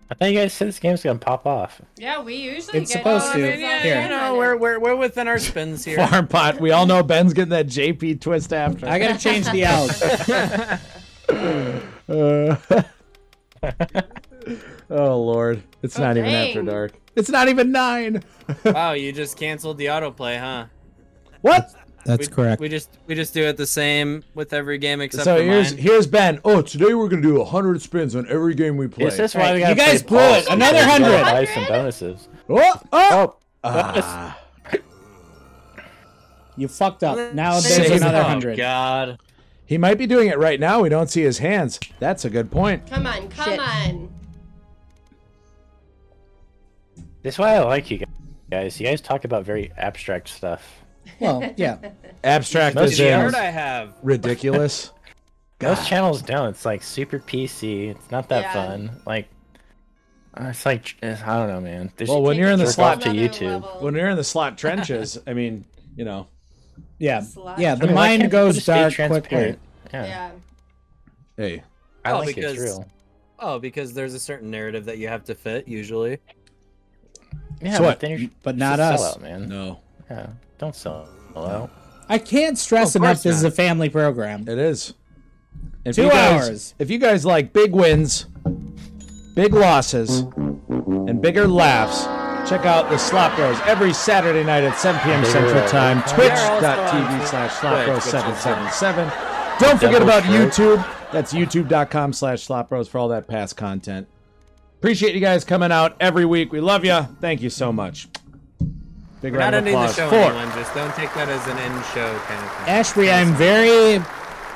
I thought you guys said this game's gonna pop off. Yeah, we usually It's get supposed Oh, bonus to. on Yeah, the Here. You end know, of it. we're we're we're within our spins (laughs) here. Farm pot. We all know Ben's getting that JP twist after. I gotta change (laughs) the out. Uh, (laughs) oh Lord, it's not even dang. after dark. It's not even nine. wow, you just canceled the autoplay, huh? What? That's We- We just we just do it the same with every game except so for here's mine. here's Ben. Oh, today we're gonna do hundred spins on every game we play. Is this why we got you guys blew it. Another 100. Lives and bonuses. Oh, oh. You fucked up. Now there's Save another it. Oh, hundred. God. He might be doing it right now. We don't see his hands. That's a good point. Come on, come Shit. on. This is why I like you guys. You guys talk about very abstract stuff. Well, (laughs) yeah. Abstract Most is of the in Third I have. ridiculous. Ah. Most channels don't. It's like super PC. It's not that Yeah. fun. Like, uh, it's like I don't know, man. There's, Well, when Take you're in the it slot to another YouTube. level. when you're in the slot trenches, I mean, you know. Yeah. Slut. Yeah, the I mean, why mind can't people goes just be dark quickly. transparent? Yeah. Yeah. Hey, I Oh, like it. It's because- real. Oh, because there's a certain narrative that you have to fit usually. Yeah, what? but, then you're, But it's not a us. sellout, man. no, Yeah, don't sell out. I can't stress Oh, of enough course this is not. a family program. It is. If Two you guys- hours. If you guys like big wins, big losses, and bigger laughs, check out the Slop Bros every Saturday night at 7 p.m. Central laughs. Time. Twitch.tv slash SlopBros777. Don't forget about YouTube. That's youtube.com slash SlopBros for all that past content. Appreciate you guys coming out every week. We love you. Thank you so much. Big We're round not of ending the applause show, for anyone. Just don't take that as an end show kind of thing. Ashby, I'm very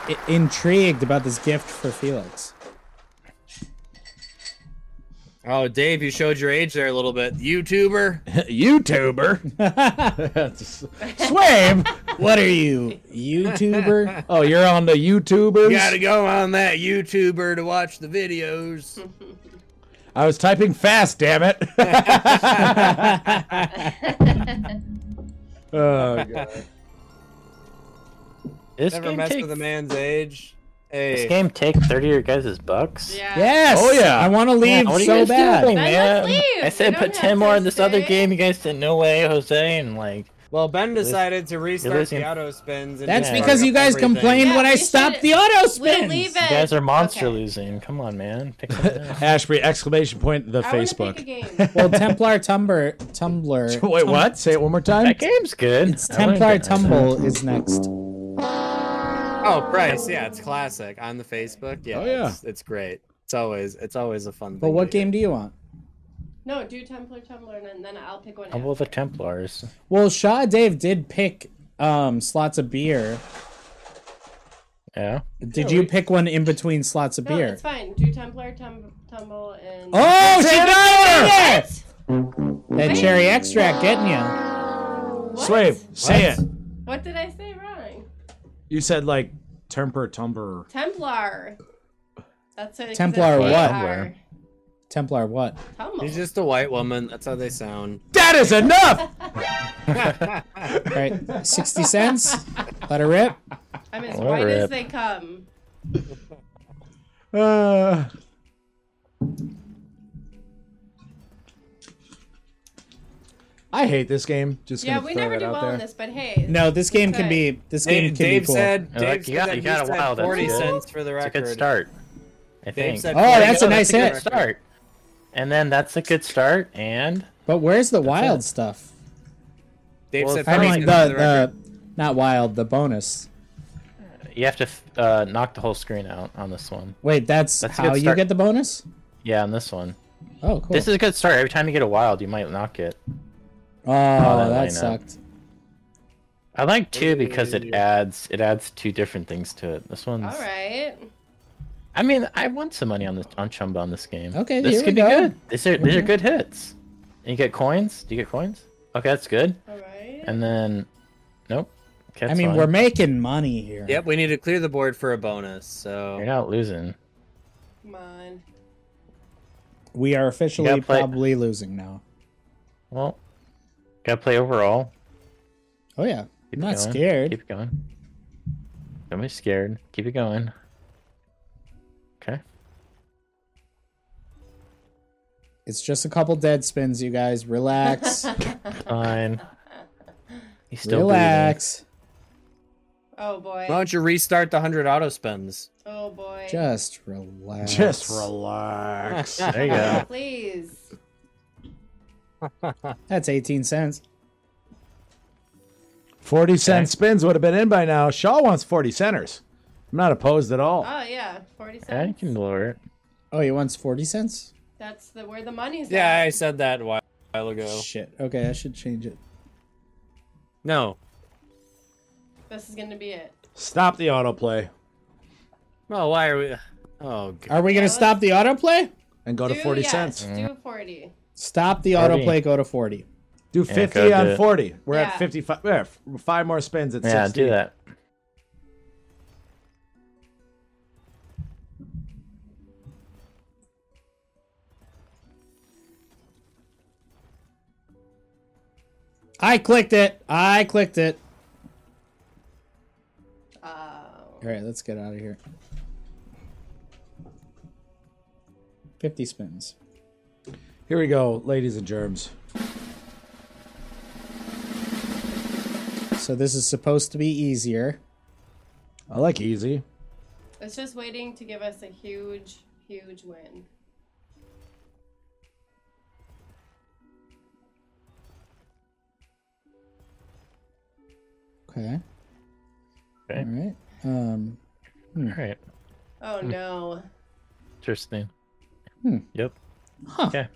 i- intrigued about this gift for Felix. Oh, Dave, you showed your age there a little bit. YouTuber. (laughs) YouTuber. Swabe. What are you, (laughs) YouTuber? Oh, you're on the YouTubers. go on that YouTuber to watch the videos. I was typing fast, damn it. (laughs) oh, God. This Never game mess take, with a man's age. Hey. This game take thirty of your guys' bucks. Yeah. yes. Oh, yeah. I want to leave What are you so guys bad. doing, Then man? let's leave. I You said don't put have ten more to in this other stay. game. You guys said no way, Jose, and like Well, Ben lis- decided to restart losing- the auto spins. And That's Yeah. because you guys everything. complained Yeah, when I we should- stopped the auto spins. We'll leave it. You guys are monster Okay. losing. Come on, man. Pick (laughs) something else. Ashby, exclamation point, the I wanna Facebook. Pick a (laughs) game. Well, Templar Tumber, (laughs) Tumblr. Wait, what? Say it one more time. That game's good. It's I wanna Templar get that. Tumble is next. Oh, Bryce, yeah, it's classic on the Facebook. Yeah, Oh, yeah. it's, it's great. It's always it's always a fun. But thing what to do. game do you want? No, do Templar Tumblr, and then- then I'll pick one. Tumble out. of the Templars. Well, Shaw Dave did pick um, slots of beer. Yeah. Did you pick one in between slots of No, beer? it's fine. Do Templar, tum- Tumble, and. Oh, she got it! What? That cherry extract getting you. What? Slave, say it. What did I say wrong? You said like temper tumber. Templar. That's what it Templar says. what? Templar. Templar, what? Tumble. She's just a white woman. That's how they sound. That is enough. Right, sixty cents. Let her rip. I'm as Oh, white as rip. they come. Uh, I hate this game. Just Yeah, gonna we throw never it do out well there. in this, but hey. No, this game can Okay. be. This game Dave, can Dave be cool. said. I Dave like- you said got- that you he got a said wow, that's Forty good. cents for the It's a record. good start. I Dave think. said Oh, that's a nice good hit. start. And then that's a good start. And But where's the wild it. stuff? Dave Well, said if I I mean, forty mean, cents the, for the record. the not wild, the bonus. you have to f- uh, knock the whole screen out on this one. Wait, that's, That's a how good you start. get the bonus. Yeah, on this one. Oh, cool. This is a good start. Every time you get a wild, you might knock it. oh, that that lineup. sucked. I like two because it adds it adds two different things to it. This one's. All right. I mean, I won some money on this on Chumba on this game. Okay, this here we could go. Mm-hmm. be good. These are these are good hits. And you get coins. Do you get coins? Okay, that's good. All right. And then, nope. Okay, I that's mean, fine. we're making money here. Yep, we need to clear the board for a bonus. you're So not losing. Come on. We are officially gotta play- probably losing now. Well, gotta play overall. Oh yeah, Keep I'm it not going. scared. Keep it going. Don't be scared. Keep it going. Okay. It's just a couple dead spins, you guys. (laughs) Relax, Fine. He's still relax. Oh boy. why don't you restart the hundred auto spins? Oh boy. Just relax. Just (laughs) relax. breathing. There you go. Please. That's eighteen cents. Forty cent spins would have been in by now. Shaw wants forty centers. I'm not opposed at all. Oh yeah. Forty Yeah, you cents. can lower it. Oh, he wants forty cents. That's the where the money's Yeah, at. I said that a while while ago. Shit. Okay, I should change it. No. This is gonna be it. Stop the autoplay Well, why are we? Oh, God. Are we gonna let's- stop the autoplay? and go to Do- forty yes, cents. Mm-hmm. Do forty. Stop the 40. autoplay. Go to forty. Do Yeah, fifty go on do it. forty. We're Yeah. at fifty-five. We're at f- five more spins at Yeah, sixty. do that. I clicked it. I clicked it. Oh. All right, let's get out of here. 50 spins. Here we go, ladies and germs. So this is supposed to be easier. I like easy. It's just waiting to give us a huge, huge win. Okay. Okay. All right. Um, All right. Oh Mm. no. Interesting. Hmm. Yep. Huh. Okay.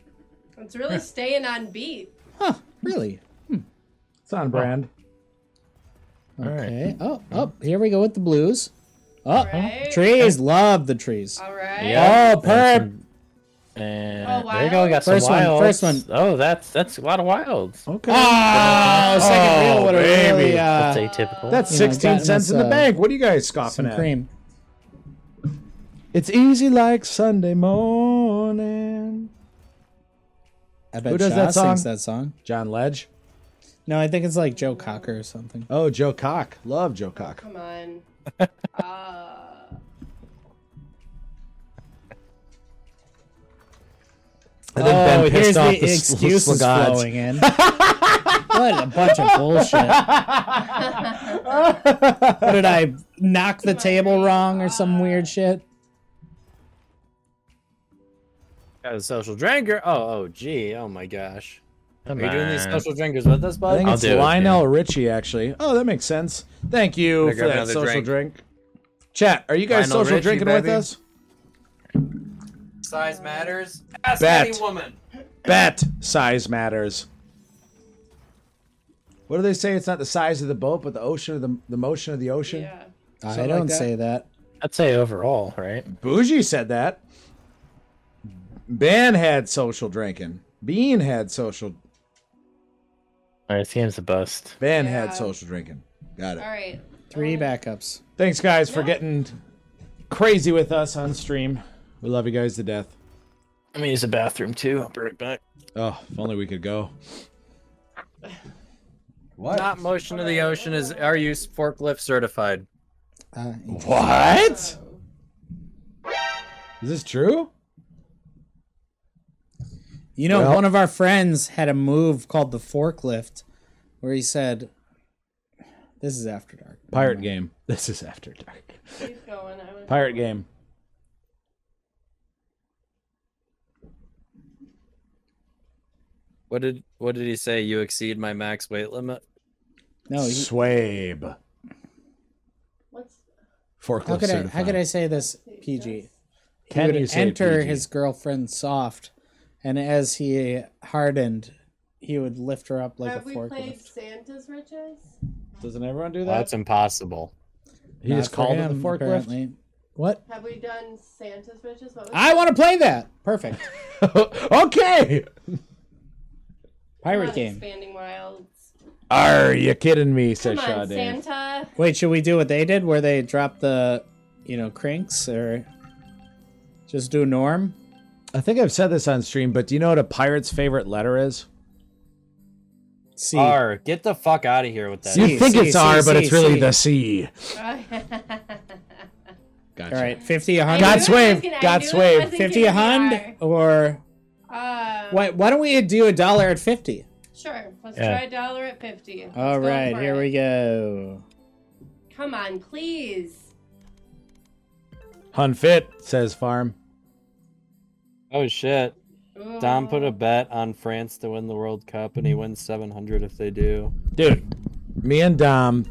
(laughs) It's really staying on beat. huh, really? It's on brand. All right. Okay. Oh, oh, here we go with the blues. Oh, Right? trees. Love the trees. All right. Yeah, Oh, and perp. some- And Oh, there you go. We got some First one, wilds. first one. Oh, that's that's a lot of wilds. Okay. Ah, Oh, second Oh, reel would have baby. really uh, That's atypical. That's you know, 16 gotten cents us, in the uh, bank. What are you guys scoffing some at? cream. It's easy like Sunday morning. I bet Who does Shaw that sings song? that song. John Ledge. No, I think it's like Joe Cocker or something. Oh, Joe Cock. Love Joe Cock. (laughs) Come on. uh, And oh, Ben pissed here's off the, the s- excuses Sluggods. (laughs) flowing in. what What a bunch of bullshit. What did I knock the table wrong or some weird shit? Got a social drinker. Oh, oh, gee. Oh my gosh. Come Are you doing these on. social drinkers with us, I bud? think I'll it's do it, Lionel Richie, actually. Oh, that makes sense. Thank you Gonna for grab that another social drink. drink. Chat, are you guys Lionel social Richie, drinking with baby. us? Size matters. Ask Bet. any woman. Bet size matters. What do they say? It's not the size of the boat, but the ocean of the, the motion of the ocean. Yeah. I Something like don't that? say that. I'd say overall, right? Bougie said that. Ben had social drinking. Bean had social. All right, seems the bust. Ben Yeah. had social drinking. Got it. All right. Three backups. Thanks, guys, for getting crazy with us on stream. We love you guys to death. Let me use the bathroom too. I'll be right back. Oh, if only we could go. Not motion of the ocean is are you forklift certified? Uh, What? Is this true? you know, Well- one of our friends had a move called the forklift where he said, This is after dark. Pirate game. (laughs) This is after dark. Keep going. I was- Pirate game. What did what did he say? You exceed my max weight limit? No, Oh, he, Swabe. What's Forklift how could I certified. how could I say this PG? Can would you say enter PG? his girlfriend soft, and as he hardened, he would lift her up like have a we forklift. played Santa's Riches? Doesn't everyone do That's that? impossible. He just Not for called it the him, forklift. apparently. What? Have we done Santa's Riches? What was I want to play that. (laughs) Perfect. (laughs) okay. Come Pirate on, game. Expanding Wilds. Are you kidding me? Says Come on, Sade. Santa. Wait, should we do what they did, where they drop the, you know, cranks, or just do norm? I think I've said this on stream, but do you know what a pirate's favorite letter is? C. R, get the fuck out of here with that. See- you think C, it's C, R, but C, it's really C. the C. Gotcha. All right, fifty, a I hundred. knew it God's wave, wasn't- I God's knew it wave. wasn't Fifty, a gonna be hundred, or R. Um, why? Why don't we do a dollar at fifty? Sure. Let's Yeah. try a dollar at 50. Let's All go right, for here it. we go. Come on, please. Hunfit says farm. Oh shit. Ooh. Dom put a bet on France to win the World Cup and he wins 700 if they do. Dude, me and Dom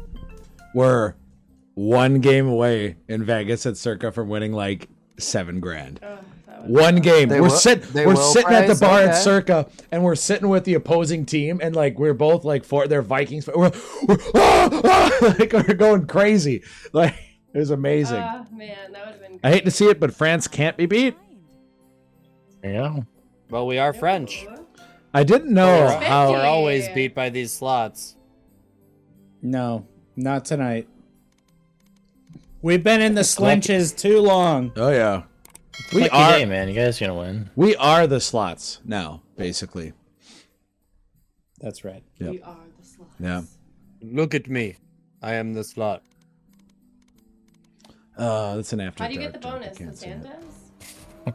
were one game away in Vegas at Circa from winning like seven grand. Ugh, that was- One game. They we're will- sit, they we're will sitting at the prize, bar at okay. Circa, and we're sitting with the opposing team, and like we're both like for their Vikings. but We're, we're, (laughs) ah, ah, like we're going crazy. Like it was amazing. Oh, man, that would have been I hate to see it, but France can't be beat. Yeah. Well, we are French. I didn't know We're, how. we're always Fifty. beat by these slots. No, not tonight. We've been in the slinches too long. Oh yeah, we Lucky are day, man. You guys gonna win. we are the slots now, basically. That's right. We are the slots. Yeah. Look at me. I am the slot. Uh, that's an after. How do you get the dark joke. I bonus? The can't see it. Santas?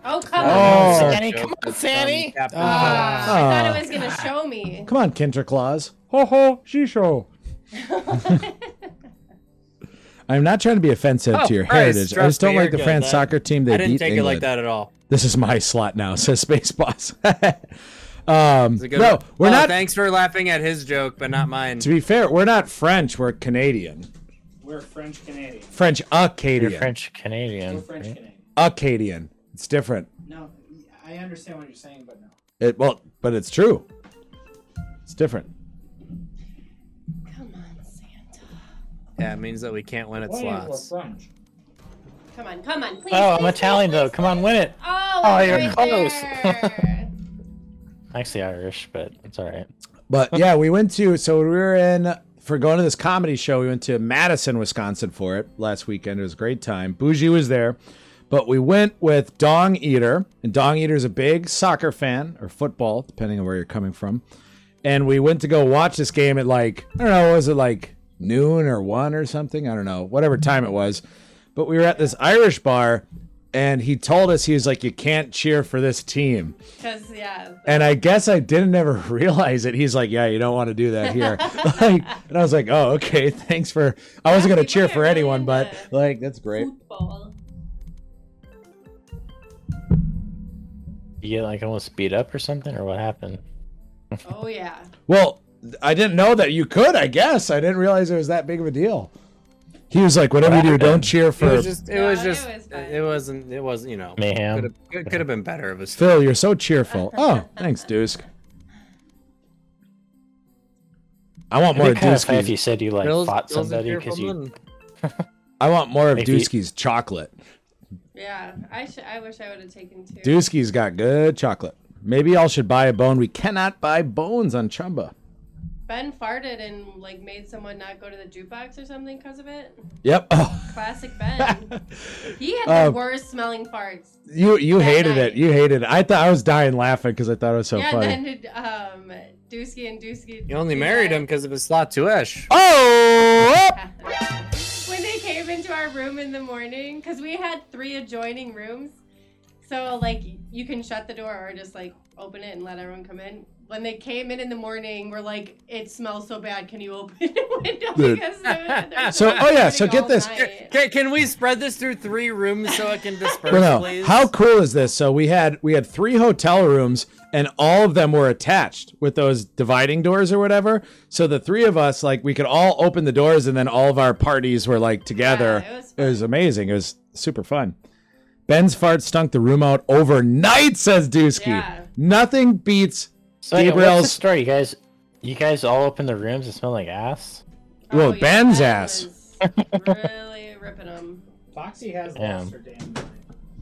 Oh, come on. Oh, Sandy, come on, Sandy. Ah, I thought it was going to show me. come on, Kinderklaas. Ho ho, shisho. (laughs) I'm not trying to be offensive to your Oh, Christ, heritage. I trust just don't me, like you're the good. France I- soccer team. They I didn't beat take England. it like that at all. This is my slot now, (laughs) says Space Boss. um, It's a good no, one. we're Oh, not. Thanks for laughing at his joke, but not mine. To be fair, we're not French. We're Canadian. We're French Canadian. French You're Acadian. French Canadian. right? Canadian. Acadian. It's different. No, I understand what you're saying, but no. It well, but it's true. It's different. Come on, Santa. Yeah, it means that we can't win at slots. French. Come on, come on, please. Oh, I'm please, Italian please, though. please. Come on, win it. Oh, Oh, it's you're right close. there. Actually Irish, but it's all right. But yeah, we went to so we were in for going to this comedy show. We went to Madison, Wisconsin for it last weekend. It was a great time. Bougie was there, but we went with Dong Eater, and Dong Eater is a big soccer fan or football, depending on where you're coming from. And we went to go watch this game at like I don't know, was it like noon or one or something? I don't know, whatever time it was. But we were at this Irish bar, and he told us he was like, "You can't cheer for this team." Because yeah, And I guess I didn't ever (laughs) realize it. He's like, "Yeah, you don't want to do that here." (laughs) like, and I was like, "Oh, okay. (laughs) Thanks for." I wasn't Yeah, gonna people cheer are for really anyone, but into like, that's great. football. You get like almost beat up or something, or what happened? Oh yeah. Well, th- I didn't know that you could. I guess I didn't realize it was that big of a deal. He was like, "Whatever you do, don't (laughs) cheer It for was just. It No, was it just. was fine. It wasn't. It wasn't. You know. Mayhem. Could have. It could have been better. It was. Phil. You're so cheerful." Oh, thanks, Dusk. I want more It'd of be kind of funny if you Dusky's. said you like Phil's- fought Phil's a somebody fearful because you. man. I want more of If you- Dusky's chocolate. Yeah, I should. I wish I would have taken two. Dusky's got good chocolate. Maybe y'all should buy a bone. We cannot buy bones on Chumba. Ben farted and like made someone not go to the jukebox or something because of it. Yep. (laughs) Oh, Classic Ben. he had the Um, worst smelling farts. you you That hated night. it. You hated it. I thought I was dying laughing because I thought it was so yeah, funny. and then um, Dusky and Dusky. You only married him because of his slot to Esh. oh, up! (laughs) when they came into our room in the morning because we had three adjoining rooms so like you can shut the door or just like open it and let everyone come in when they came in in the morning we're like it smells so bad can you open the (laughs) window Dude. because they're- they're So- oh, yeah, so farting all get this. night. Can, can we spread this through three rooms so it can disperse, Bruno, please? how cool is this? So we had we had three hotel rooms, and all of them were attached with those dividing doors or whatever. So the three of us, like, we could all open the doors, and then all of our parties were like together. Yeah, it was it was amazing. It was super fun. Ben's fart stunk the room out overnight, says Dusky. Yeah. Nothing beats So yeah, what's the Gabriel's. story? You guys, you guys all open the rooms and smell like ass. Well, Oh, yeah, Ben's Ben ass. was really ripping them Foxy has Yeah. lost her damn mind.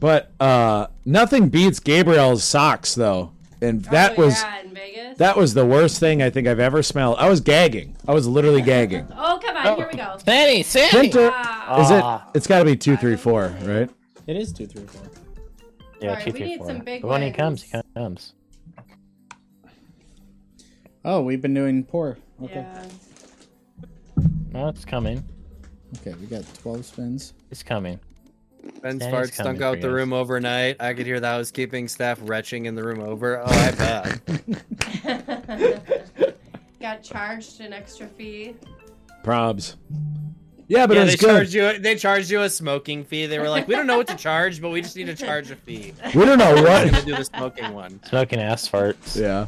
But uh, nothing beats Gabriel's socks though, and (laughs) that oh, was yeah, in Vegas. that was the worst thing I think I've ever smelled. I was gagging. I was literally (laughs) gagging. oh come on here we go Sandy, Sandy. Winter Ah. is it? Ah. It's got to be two, three, four, right? It is two, three, four. Yeah, Alright, two, we three, need four. some big But when he wins. comes, he comes. Oh, we've been doing poor. Oh, (laughs) Okay. yeah (laughs) No, it's coming. Okay, we got 12 spins. It's coming. Sandy's Ben's fart coming stunk out for the you. room overnight. I could hear the housekeeping staff retching in the room over. Oh, I bet. got charged an extra fee (laughs) Probs. Yeah, but yeah, it they was good. charged you. They charged you a smoking fee. They were like, we don't know what to charge, but we just need to charge a fee. we don't (laughs) know We're what. gonna do the smoking one. Smoking ass farts. yeah.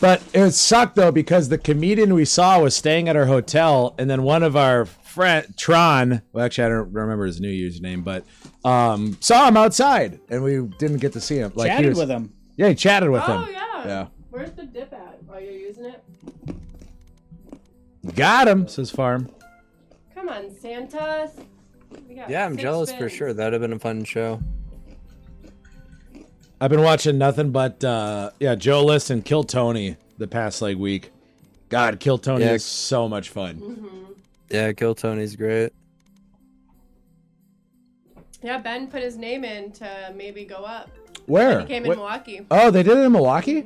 but it sucked though because the comedian we saw was staying at our hotel, and then one of our friend Tron. Well, actually, I don't remember his New Year's name, but um, saw him outside, and we didn't get to see him. Like he Chatted was- with him. Yeah, he chatted with oh him. yeah Yeah. where's the dip at while you're using it Got him, says Farm. Come on, Santa. We got Yeah, I'm six jealous for spins. sure. That'd have been a fun show. I've been watching nothing but uh yeah, Joe List and Kill Tony the past like week. God, Kill Tony Yeah. is so much Mm-hmm. fun. Yeah, Kill Tony's great. Yeah, Ben put his name in to maybe go up. Where? He came What- in Milwaukee. Mm-hmm. oh, they did it in Milwaukee?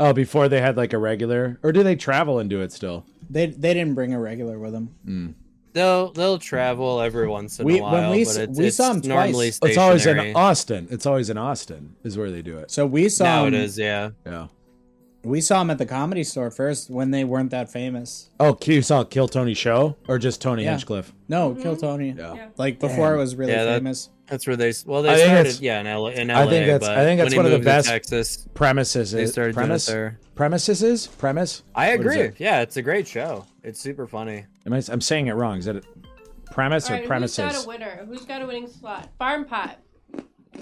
Oh, before they had like a regular or do they travel and do it still? They they didn't bring a regular with them. They'll they'll travel every once in We- a when while, we s- but it's, we it's saw 'em normally twice. It's always in stationary. Austin. It's always in Austin is where they do it. So we saw now it him, is, yeah. Yeah. we saw him at the comedy store first when they weren't that famous. Oh, you saw Kill Tony show or just Tony Yeah. Hinchcliffe? No, Kill Tony. Yeah. Like before it was really Yeah, that- famous. That's where they s- well I they think started that's- yeah in LA, in LA I think that's- but I think when that's he one of the moved to best- Texas Premises they started doing it premise there. premises is premise. I What is agree. it? Yeah, it's a great show. It's super funny. Am I, I'm saying it wrong. Is that it? premise All or right, premises? who's got a winner? Who's got a winning slot? Farm pot.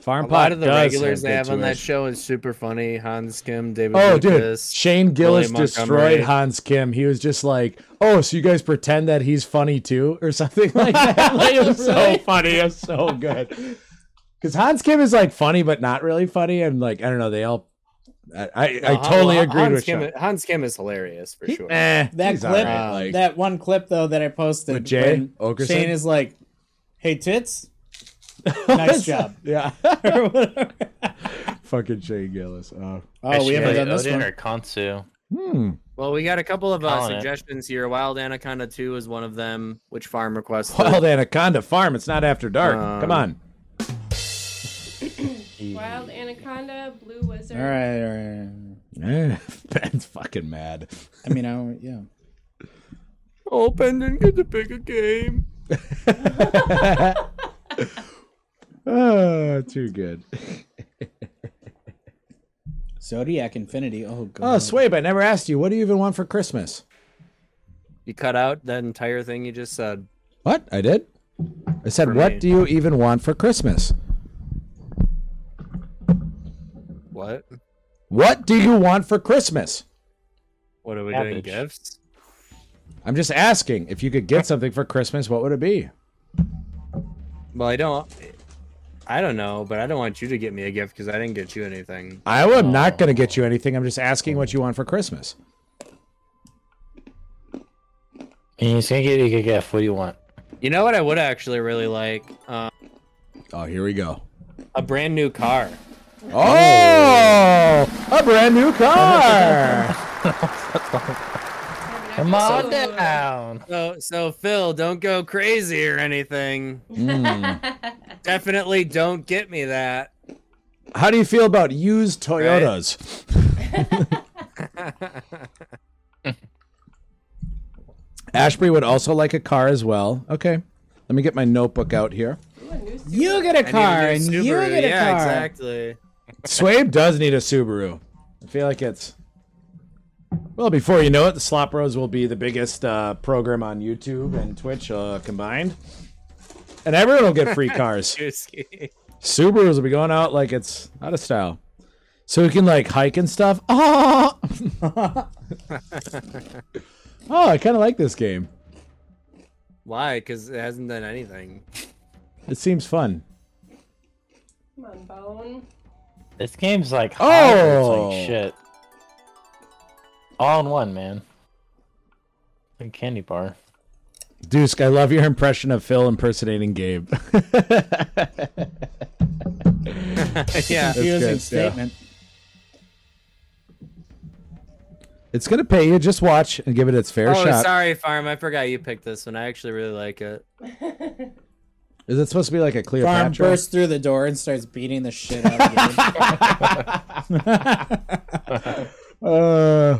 Farm A Pod lot of the does regulars have they good have on that tuition. show is super funny. Hans Kim, David. Oh, Lucas, dude, Shane Gillis William destroyed Montgomery. Hans Kim. He was just like, "Oh, so you guys pretend that he's funny too, or something (laughs) like that." like, it was so funny. It was so good. Because Hans Kim is like funny, but not really funny, and like I don't know. They all, I, I, I No, Han- totally Han- agreed Uh, Hans with Kim, Shane. Hans Kim is hilarious for sure. Eh, That he's all clip, right, like- (laughs) that one clip though that I posted. With Jay when Okerson? Shane is like, "Hey tits, nice job." (laughs) yeah, (laughs) Or whatever. fucking Shane Gillis. Oh. oh, we Actually, haven't like done this Odin one. Or Kansu. Hmm. Well, we got a couple of uh, Calling it. suggestions here. Wild Anaconda 2 (laughs) is one of them, which farm requested. Wild Anaconda Farm. It's not after dark. Um, Come on. Ninja, Blue Wizard. All right, all right, all right. Eh, (laughs) Ben's fucking mad. (laughs) I mean, I don't, yeah. Oh, Ben didn't get to pick a game. Oh, too good. Zodiac Infinity. Oh god. Oh, Swabe, I never asked you. What do you even want for Christmas? You cut out that entire thing you just said. What? I did? I said, For what me. do you even want for Christmas? What? What do you want for Christmas? What are we doing? Cabbage. Gifts? I'm just asking. If you could get something for Christmas, what would it be? Well, I don't. I don't know, but I don't want you to get me a gift because I didn't get you anything. I am Oh. not going to get you anything. I'm just asking what you want for Christmas. And he's gonna get you a gift. What do you want? You know what I would actually really like? Uh, Oh, here we go. a brand new car. Oh, a brand new (laughs) car. Come on down. So, so Phil, don't go crazy or anything. Hmm. (laughs) Definitely don't get me that. How do you feel about used Toyotas? Ashbury would also like a car as well. Okay. Let me get my notebook out here. you get a I need a car new and you Subaru. get a yeah, car. exactly. Swabe does need a Subaru. I feel like it's. Well, before you know it, the Slop Roads will be the biggest uh, program on YouTube and Twitch uh, combined. And everyone will get free cars. Juicy. Subarus will be going out like it's out of style. So we can like hike and stuff. Ah! (laughs) oh, I kind of like this game. Why? Because it hasn't done anything. It seems fun. Come on, Bone. This game's like hard. Oh. It's like shit. All in one, man. Like a candy bar. Dusk, I love your impression of Phil impersonating Gabe. (laughs) yeah. Confusing good, yeah. statement. it's gonna pay you. Just watch and give it its fair Oh, shot. sorry, Farm. I forgot you picked this one. I actually really like it. Is it supposed to be like a Farm Cleopatra? bursts through the door and starts beating the shit out of you. Uh,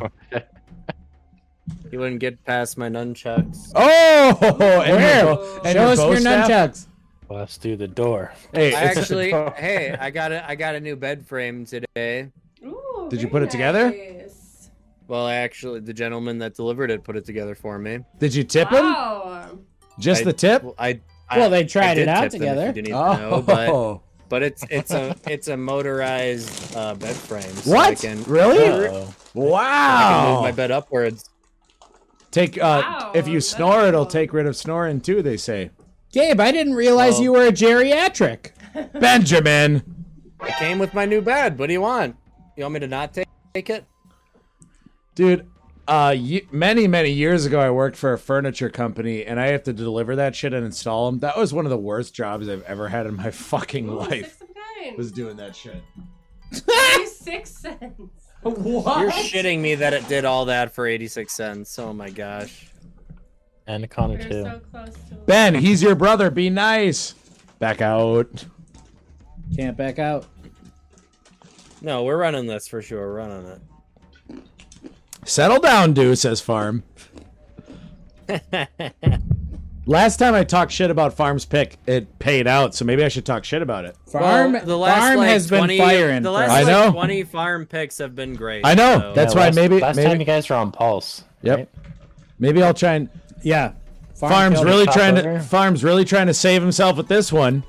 You wouldn't get past my nunchucks. (laughs) oh, and Where? your bo- and Show us bow your staff? nunchucks. Bust through the door. Hey, I it's- actually, hey, I got a, I got a new bed frame today. Ooh, Did you very put it together? nice. Well, I actually, the gentleman that delivered it put it together for me. did you tip him? Wow. Just I- the tip? Well, I, I Well, they tried I did it out tip them if together. You didn't Oh, even know, but but it's it's a it's a motorized uh, bed frame. So (laughs) I what? can, really? Uh-oh. I can move Wow. my bed upwards. Take uh, Wow, if you that's snore, it'll cool. take rid of snoring too. They say. Gabe, I didn't realize Well- you were a geriatric. Benjamin, It came with my new bed. What do you want? You want me to not take, take it? dude. Uh, y- many many years ago, I worked for a furniture company, and I have to deliver that shit and install them. That was one of the worst jobs I've ever had in my (laughs) fucking Ooh, life. Six of nine. Was doing that shit. Ooh, six cents. You're shitting me that it did all that for 86 cents. Oh my gosh. Anaconda We're 2. so close to. Ben, he's your brother. Be nice. Back out. Can't back out. No, we're running this for sure. We're running it. Settle down, dude. Says Farm. Last time I talked shit about Farm's pick, it paid out, so maybe I should talk shit about it. (laughs) Farm, Well, the last, farm like, has 20 been firing. The for last us. I like, know. 20 farm picks have been great. I know. so- That's why last, maybe Last maybe time you guys were on Pulse. Yep. right? Maybe I'll try and yeah. Farm Farm's killed really it. top trying to over. Farm's really trying to save himself with this one.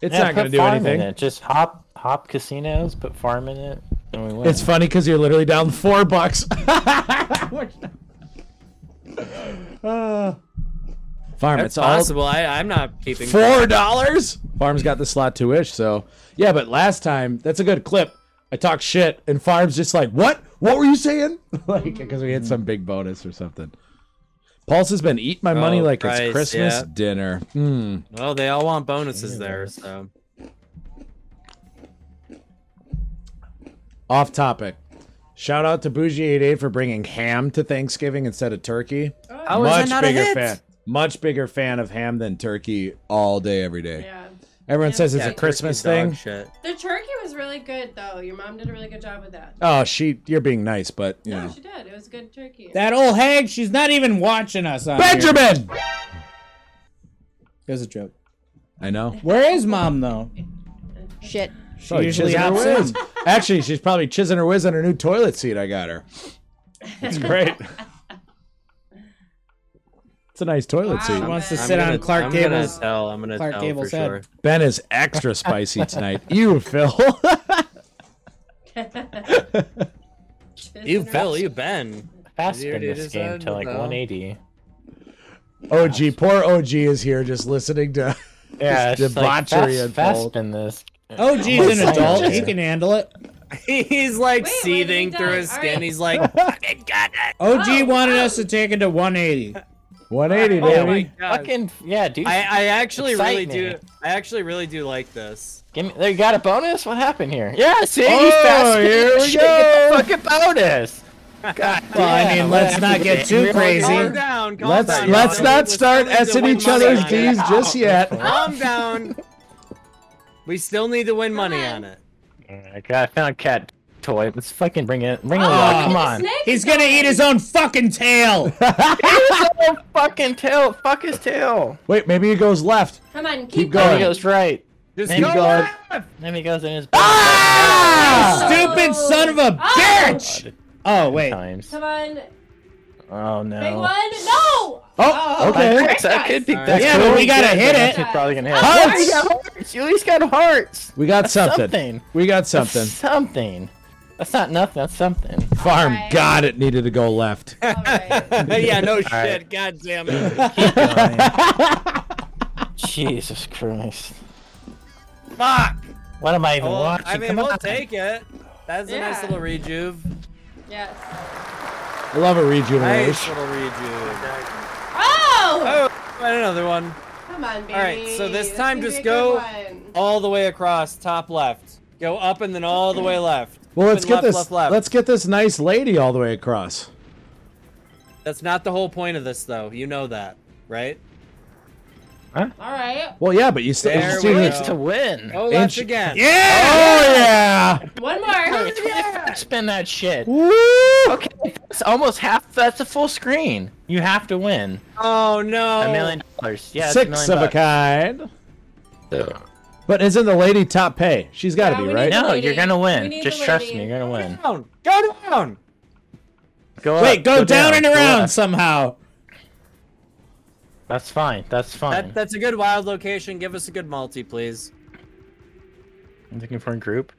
It's Yeah, not going to put do farm in anything. it. Just hop, hop casinos, put farm in it, and we win. It's funny because you're literally down four bucks. (laughs) Uh, farm, That's it's all possible. I, I'm not keeping four dollars. Farm's got the slot to wish, so yeah. But last time, that's a good clip. I talked shit, and Farm's just like, "What? What were you saying?" (laughs) like, because we had some big bonus or something. Pulse has been eat my money Oh, like Christ, it's Christmas yeah. dinner. Hmm. Well, they all want bonuses there, so Off topic. Shout out to Bougie88 for bringing ham to Thanksgiving instead of turkey. How is that much not a bigger hit? fan. Much bigger fan of ham than turkey all day, every day. Yeah. Everyone says it's Yeah, a Christmas Turkey's dog thing. Shit. The turkey was was really good, though. Your mom did a really good job with that. Oh, she, you're being nice, but you No, know. she did. It was good turkey. (laughs) That old hag, she's not even watching us on here. Benjamin. It was a joke. I know. Where is mom though? Shit. She Oh, Probably usually chiseling her hops whiz. in. Actually, she's probably chiseling her whiz on her new toilet seat I got her. It's great. it's a nice toilet Wow. seat. She wants to I'm sit gonna- on Clark I'm Gable's. Gonna tell, I'm gonna Clark tell Gable's for head. sure. Ben is extra spicy tonight. You, Phil. (laughs) (laughs) You Phil, you Ben. (laughs) Fast Dude, in it this is game to like unreal. 180. OG, poor OG is here just listening to. (laughs) Yeah, it's just like debauchery fast, unfold. fast in this. Oh, (laughs) geez, an Oh, adult. Jesus. He can handle it. He's like Wait, what seething have we through done? his All skin. right. (laughs) He's like, fucking got it. OG Oh, wanted wow. us to take it to 180. 180, baby. Oh my God. Fucking yeah, dude. I, I actually Excite really me. do. I actually really do like this. Give me, they got a bonus. What happened here? Yeah, see, Oh, he's fast. here we Shit, get go. the fucking bonus. God, Well, I damn, mean, let's what not happened get to too the- Calm crazy. down. Calm Let's down. let's Let's not let's start only s at win each other's money on D's it. just yet. Calm down. We still need to win money on it. Alright, God, I found a cat toy. Let's fucking bring it. Bring it along. Come (laughs) on. Oh, Snake He's gonna eat his own (laughs) fucking tail. Oh, fucking tail. Fuck his tail. Wait, maybe he goes left. Come on, going. keep, Then going. he goes right. Just Then he go goes. left. Then he goes in his. Oh. Stupid son of a bitch. Oh wait. Times. Come on, Oh big no. one. No. Oh, okay. That could- that could be. Alright. that's Yeah, cool. but we gotta hit That's it. actually probably gonna hit. Hearts! You got hearts. You at least got hearts. We got something. something. We got something. Something. That's not nothing. That's something. Farm. Alright. God, it needed to go left. All right. (laughs) yeah, no shit. right. God damn it. (laughs) Jesus Christ. Fuck. What am I even Well, watching? Oh, I mean, Come we'll on. take it. That's a nice Yeah. little rejuve. Yes. I love a Nice rejuvenation. little rejuve. Oh. Oh, and another one. Come on, baby. All right, so this time gonna just be a good go- one. All the way across, top left. Go up and then all the way left. Well, Up let's and get left, this. Left, left. Let's get this nice lady all the way across. That's not the whole point of this, though. You know that, right? All right. Well, yeah, but you still. There just we do go. this- It's to win. Oh, left Inch- again. Yeah. Oh yeah. One more. Wait, Spin that shit. Woo. Okay, that's almost half. That's a full screen. You have to win. Oh no. A million dollars. Yeah, it's a Six million of a bucks. kind. But isn't the lady top pay? She's got to Yeah, be we right. need- No, Lady. you're gonna We need win. the Just trust lady. me, you're gonna win. Go down. Go down. Go Wait, up, go down and go around left. somehow. That's fine. That's fine. That, that's a good wild location. Give us a good multi, please. I'm looking for a group.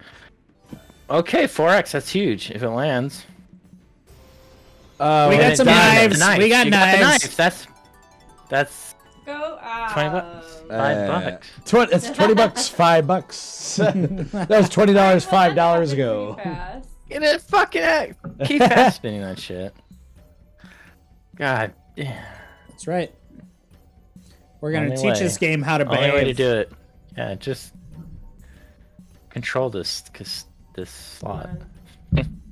Okay, 4x. That's huge. If it lands. Uh, We When got it some does, knives. the knife. We got You the knives. knife. That's that's Go um, out. twenty bucks. Five Uh, bucks. Tw- it's (laughs) 20 bucks, 5 bucks. (laughs) that was $20 $5 dollars ago. Get it fucking out. (laughs) Keep fast spinning that shit. God. damn. That's right. We're gonna Only teach way. this game how to Only Oh, way to behave. do it. Yeah, just control this cause this slot.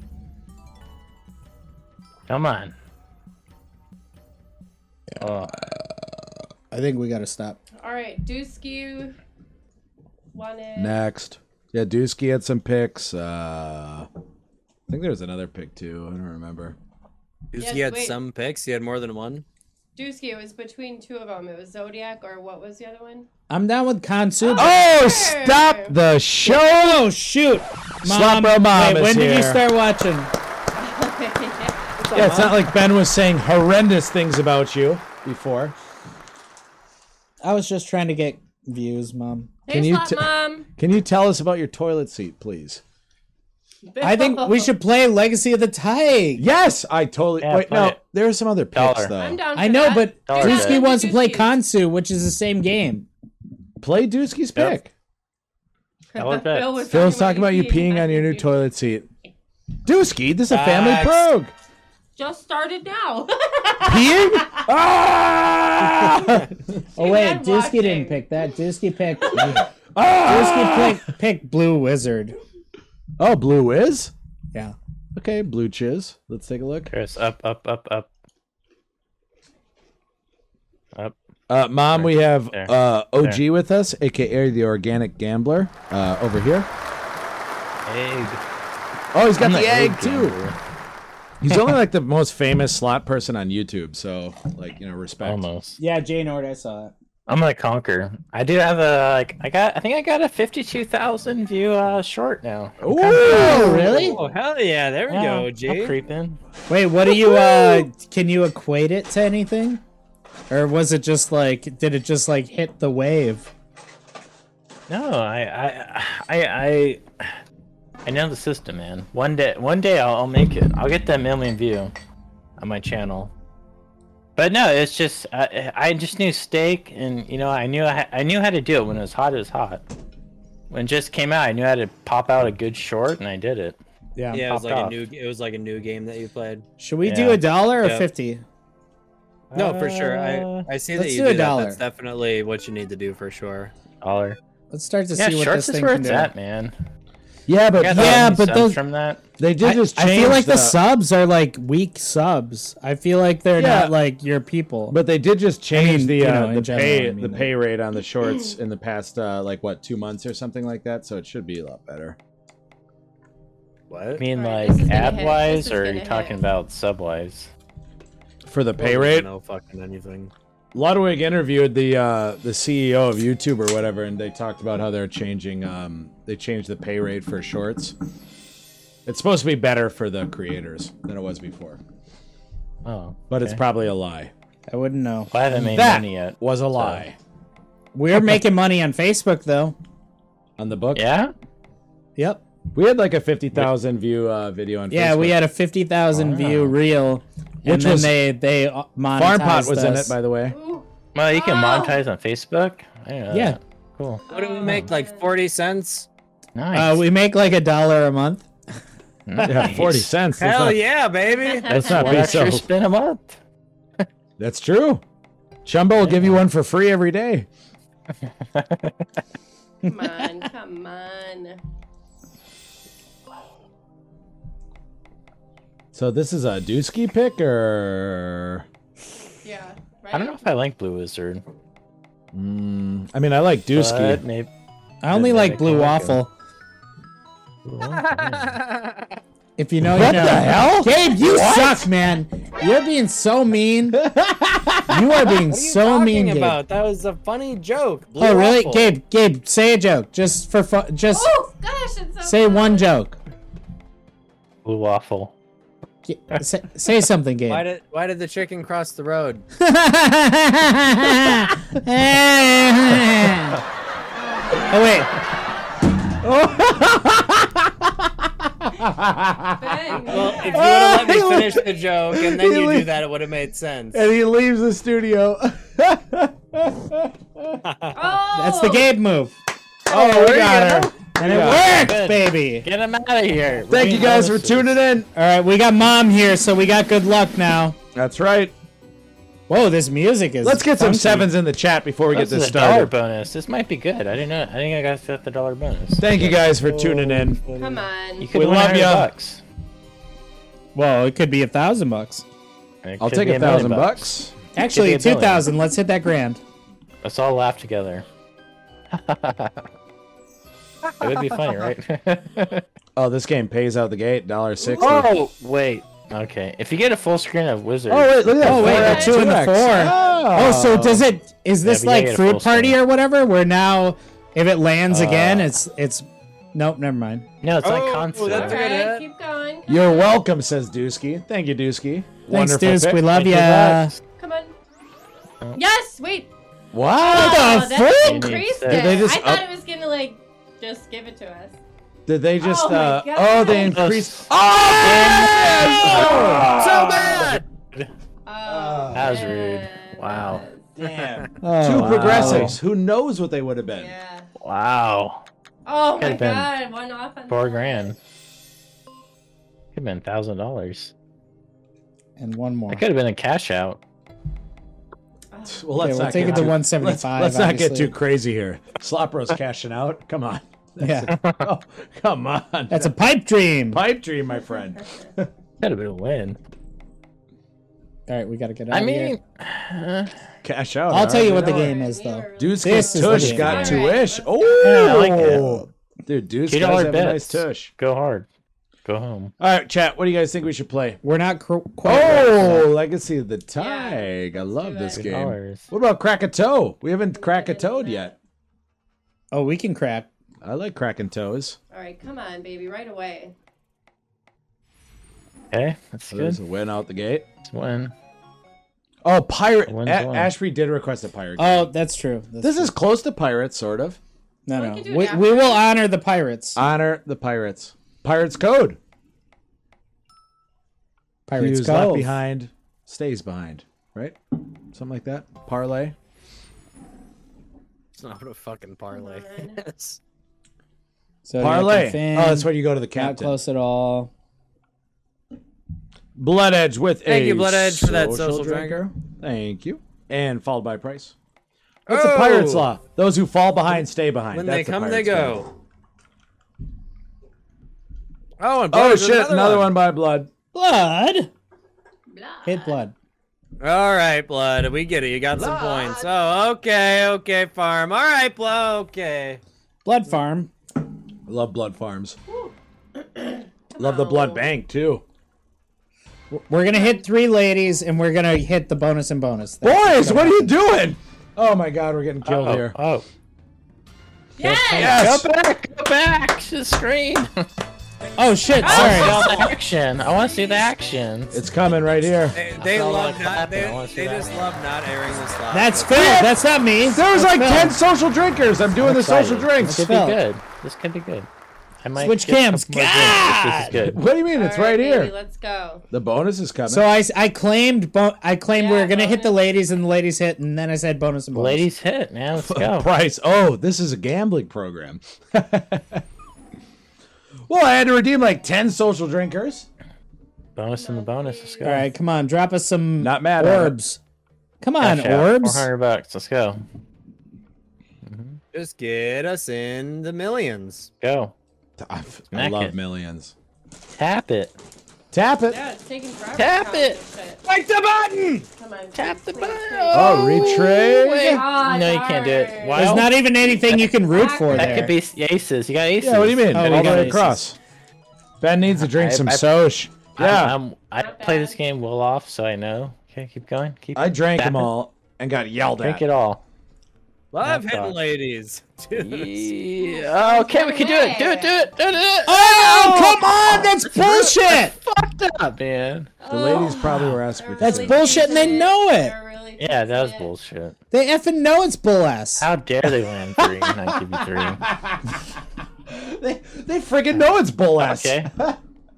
(laughs) Come on. Oh, I think we gotta stop. All right, do skew. Wanted. Next. Yeah, Dusky had some picks. Uh, I think there was another pick too. I don't remember. He Yes, had wait. some picks. He had more than one. Dusky, it was between two of them. It was Zodiac or what was the other one? I'm down with Kansu. Oh, stop the show! Oh shoot! Slap Bro Mom wait, is when did you here. start watching? Yeah, it's not like Ben was saying horrendous things about you before. I was just trying to get views, mom. Hey, you Slot t- Mom. Can you tell us about your toilet seat, please? I think (laughs) we should play Legacy of the Tig. Yes, I totally. Yeah, wait, play no, it. there are some other picks Dollar. I'm though. down. I for know, that. but Dollar They're bet. Drewski down wants to for play Dusky. Kansu, which is the same game. Play Dusky's Yep. pick. Dollar Phil bet. was Phil's talking about you peeing. peeing on your new toilet. toilet seat. Dusky, this is a family Facts. prog. Just started now. (laughs) peeing? Ah! Oh wait, Keep on Dusky watching. didn't pick that. Dusky picked. Dusky picked picked Blue Wizard. Ah! oh, blue whiz. Yeah. Okay, blue chiz. Let's take a look. Chris, up, up, up, up. Up. Uh, Mom, we have There. uh, OG with us, aka the Organic Gambler, uh, over here. Egg. Oh, he's got I'm the egg too. gambler. He's only like the most famous slot person on YouTube, so like you know, respect. Almost. Yeah, Jay Nord, I saw it. I'm gonna conquer. I do have a like. I got. I think I got a fifty-two thousand view uh short now. I'm kinda- Ooh! Really? Oh hell yeah! There we Yeah, go, I'm G. creeping. Wait, what do you uh can you equate it to anything? Or was it just like did it just like hit the wave? No, I, I, I, I, I know the system, man. One day, one day, I'll, I'll make it. I'll get that million view on my channel. But no, it's just I, I just knew steak, and you know, I knew I, I knew how to do it when it was hot. It was hot. When it just came out, I knew how to pop out a good short, and I did it. Yeah. Yeah, it was popped like off. a new. It was like a new game that you played. Should we do Yeah. a dollar or Yeah. fifty? No, for sure. Uh, I I see that let's you do do, a that. dollar. That's definitely what you need to do for sure. Dollar. Let's start to Yeah, see what this shorts is thing where can it's do. at, man. Yeah, but I got Yeah, thousands but subs those- from that. they did I, just I change. feel like the, the subs are like weak subs. I feel like they're Yeah. not like your people. But they did just change mean, the you uh, know, in the general, pay I mean, the like- pay rate on the shorts in the past uh, like what two months or something like that. So it should be a lot better. I mean, like Alright, this is gonna hit. ad wise, This is or are gonna you hit. talking about sub wise? For the pay Well, rate, No fucking anything. Ludwig interviewed the uh, the CEO of YouTube or whatever, and they talked about how they're changing. Um, they changed the pay rate for shorts. It's supposed to be better for the creators than it was before, Oh, but it's okay. probably a lie. I wouldn't know. Well, I haven't made that money yet. was a lie We're making money on Facebook though. on the book. Yeah. Yep. we had like a fifty thousand view uh, video on. Yeah, we Facebook. had a fifty thousand view reel, and Which then was- they they uh, monetized Farm Pot was in it, us. by the way. Well, you can Oh. monetize on Facebook. I don't know Yeah. that. Uh, Cool. What do we make? Like forty cents? Nice. uh, we make like a dollar a month. (laughs) Yeah, forty cents. That's Hell not- (laughs) yeah, baby! That's not one be extra so- spin a month. That's true. Chumbo will give you one for free every day. Come on, come on. So this is a Dusky pick or. Yeah. Right? I don't know if I like Blue Wizard. Mm, I mean, I like Dusky. But maybe. I only Didn't like make blue it. waffle. If you know, What you know. the hell? Gabe? You suck, man. You're being so mean. (laughs) you are being What are you so talking mean, Gabe. about? That was a funny joke. Blue Oh, really, Waffle. Gabe? Gabe, say a joke, just for fun. Just Oh gosh, it's so say good. one joke. Blue Waffle. G- say, say something, Gabe. Why did Why did the chicken cross the road? oh wait. Bang. Well, if you would have let me finish the joke and then you do that, it would have made sense. and he leaves the studio. (laughs) oh, That's the Gabe move. oh, we got her. And it worked, Oh, Good. baby. Get him out of here. Thank you guys for tuning in. All right, we got mom here, so we got good luck now. That's right. Whoa, this music is. Let's get some funky. sevens in the chat before we This get is this a dollar started. bonus. This might be good. I didn't know. I think I got to set the dollar bonus. Thank you guys for tuning in. come on. You could We win love 100 ya. bucks. Whoa, it could be a thousand bucks. It I'll could take be a million thousand bucks. Actually, a two billion. thousand. Let's hit that grand. Let's all laugh together. (laughs) it would be funny, right? (laughs) Oh, this game pays out the gate, dollar sixty. oh wait. Okay. If you get a full screen of Wizard. Oh, wait, look at that. Oh wait, Four a X, two and a 2X. four. Oh, so does it? Is but this you like gotta get a fruit full party stand. or whatever? Where now, if it lands again, Uh. it's it's. Nope, never mind. No, it's Oh, like concept. that's a good Alright, hit. keep going. Come You're on. welcome, says Dusky. Thank you, Dusky. Thanks, Wonderful Deuce. pick. We love Thank you, ya. Lex. Come on. Yes, wait. Wow. oh, that frick? increased Did it. they just I thought up- it was gonna like just give it to us. Did they just? Oh my uh, God. oh, they Oh, increased. So bad. Oh, That was rude. man. Wow. Damn. Two Oh, progressives. Who knows what they would have been? Yeah. Wow. Oh my Could've been god, one off on Four that. grand. Could have been thousand dollars. and one more. That could have been a cash out. Well, let's Okay, we'll not take get it to too- 175, Let's, let's not get obviously. too crazy here. Slopro's cashing out. Come on. (laughs) Yeah, Oh, come on. that's a (laughs) pipe dream. (laughs) All pipe dream, my friend. Could have been a win. right, we gotta get out. I of here. mean, Cash out. I'll huh? tell you what the Alright, game is we though. are really- Deuce This this is the Tush game. got Alright, to wish. let's go. Oh, Yeah, I like it. Dude, dudes Two guys dollar have a nice bets. tush. Go hard. Go home. All right, chat. What do you guys think we should play? We're not cr- quite. Oh, Legacy of the Tig. I love do this it. game. Dollars. What about Crack a Toe? We haven't Crack a Toed yet. Oh, we can crack. I like cracking toes. All right, come on, baby, right away. Okay, that's There's good. a win out the gate. It's win. Oh, Pirate. When's A- one? Ashby did request a Pirate game. Oh, that's true. That's this true. is close to Pirates, sort of. no, We no. can We, do it we after. will honor the pirates. Honor the Pirates. Pirates Code. Pirates Who's go left behind stays behind, right? Something like that. Parlay. It's not a fucking parlay. Yes. Zodiac and Parlay. Finn, oh, that's where you go to the Not captain. close at all. Blood Edge with Thank a you, Blood Edge, for that social Thank you. And followed by Price. What's the Pirate's Oh! Law? Those who fall behind stay behind. When That's they the come, they Pirate's Law. go. Oh, and Oh Brothers, shit! Another, one. by Blood. Blood. Hit blood. All right, Blood. We get it. You got some points. Oh, okay, okay, Farm. All right, Blood. Okay. Blood farm. Love Blood (clears throat) Farms. Love the Blood Bank too. We're gonna hit three ladies, and we're gonna hit the bonus and bonus. Thing. Boys, what are you doing? Uh, Oh my God, we're getting killed Oh, here. oh, Yes. go back to the screen. Oh shit! Sorry. action. I want to see the action. It's coming right here. They, they felt love like not. clapping. They, I wanna see they that. just love not airing this live. That's Phil. That's not me. There was That's like Phil. ten social drinkers. I'm doing the social drinks. This could Spell. be good. This could be good. I might Switch get a cams. couple more drinks if This is good. What do you mean? It's All right baby, here. Let's go. The bonus is coming. So I, s- I claimed bo- I claimed we Yeah, were gonna hit bonus. the ladies and the ladies hit and then I said bonus and bonus. Ladies hit, man. Let's go. Price. Oh, this is a gambling program. (laughs) well, I had to redeem like 10 social drinkers. Bonus in the bonus. Let's go. All right, come on, drop us some Not mad at it. orbs. Come on, Cash out. orbs. 400 bucks. Let's go. Just get us in the millions. Go. I, I Smack love it. millions. Tap it. Tap it. Yeah, it's taking forever. Tap Count it. this shit. Like the button. Come on. Tap the please, button. please, please. Oh, retrade. Ah, Eh, no, you can't do darn. it. Wow. There's not even anything you can root for that there. could be s- aces. You got aces. Yeah, what do you mean? Oh, we All the got way aces. across. Ben needs to drink I- some I- soch. Yeah. I'm, I'm, I play this game well off, so I know. Okay, keep going. Keep. I drank tap them it. all and got yelled Drink at. it all. Love hitting dog. ladies. (laughs) Dude. Yeah. Oh, Okay, we can do it. Do it. Do it. Do it. Do it. oh, come on, (laughs) that's bullshit. fucked up, man. The ladies probably were asking Oh, They're me. That's really bullshit and they teasing know it. They're really Yeah, that was teasing it. bullshit. They effing know it's bull ass. How dare they land three and not give you three? (laughs) They, they friggin' know it's bull (laughs) ass. Okay.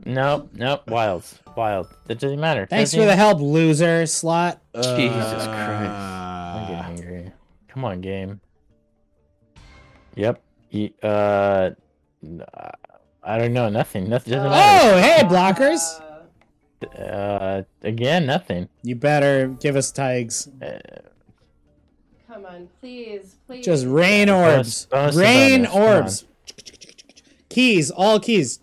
Nope. Nope. Wild. Wild. That doesn't matter. Thanks doesn't for the help, loser slot. Jesus Christ. I'm getting angry. Come on, game. Yep. Ye- Uh, n- I don't know. Nothing. Nothing doesn't matter. Oh, hey, blockers. Uh, again, nothing. You better give us tigs. Come on, please, please. Just rain Bonus- orbs. bonus and rain bonus, come on. orbs. Keys, all keys.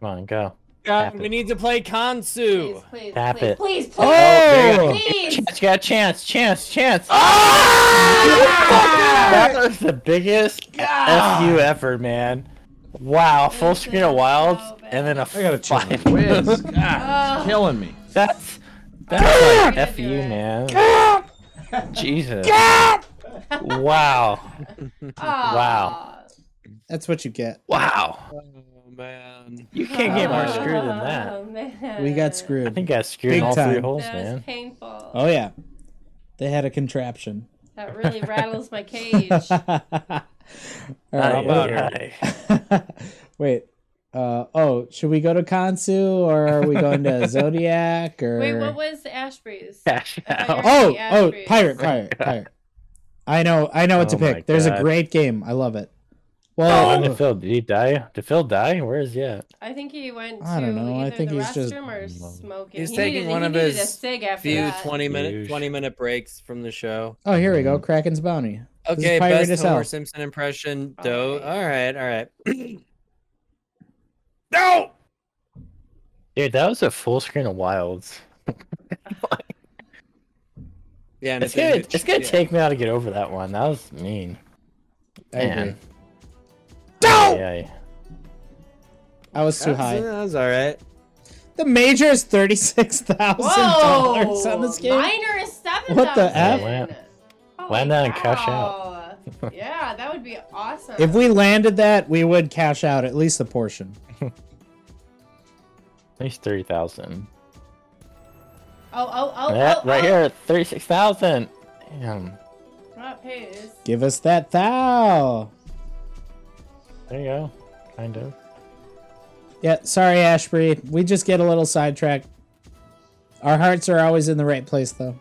Come on, go. God, Tap we it. need to play Kansu. Please, please, Tap please, it. please, please, Oh, please. Chance, you got a chance, chance, chance. Oh! That was the biggest fu ever, man. Wow, full screen of wilds and then a I gotta chill. five. Whiz. (laughs) God, Ah, it's killing me. That's that's Gotta like fu, do it. man. Jesus. (laughs) Wow. Aw. Wow. that's what you get. Wow. Oh man. You can't get more screwed than that. Oh, man. We got Uh, I screwed. think I screwed Big in all three time. holes, That was man. painful. Oh yeah, they had a contraption. (laughs) That really rattles my cage. Aye, Alright, aye, aye. (laughs) Wait. Uh, oh, should we go to Kansu or are we (laughs) going to Zodiac or? Wait, what was Ashbury's? (laughs) Cash out. oh, oh, the Ashbury's? pirate, pirate, pirate. I know, I know what to Oh my pick. There's a God. great game. I love it. Oh, Well, I'm to Phil. Did he die? Did Phil die? Where is he at? I think he went to I don't know. I either think the he's just- restroom or smoking. He's He taking needed- one he of needed his a cig after Few (laughs) that. twenty minute Huge. twenty minute breaks from the show. oh, here we go. Kraken's bounty. This is Okay, pirate best as Homer hell. Simpson impression. Do. Alright. All right, all right. Dude, that was a full screen of wilds. Yeah, and It's gonna, in- it's gonna yeah. take me out to get over that one. That was mean. I agree. Man. ay, I was too That's- uh, high. That was all right. The major is thirty-six thousand dollars on this game. Minor is seven. Oh, What the F? ay. Land down and cash out. (laughs) yeah, that would be awesome. If we landed that, we would cash out at least a portion. At least 30,000. oh oh oh, Yeah, oh, oh right here, 36,000. Damn. Not pays. Give us that thou. There you go. Kind of. Yeah, sorry, Ashbury. We just get a little sidetracked. Our hearts are always in the right place, though.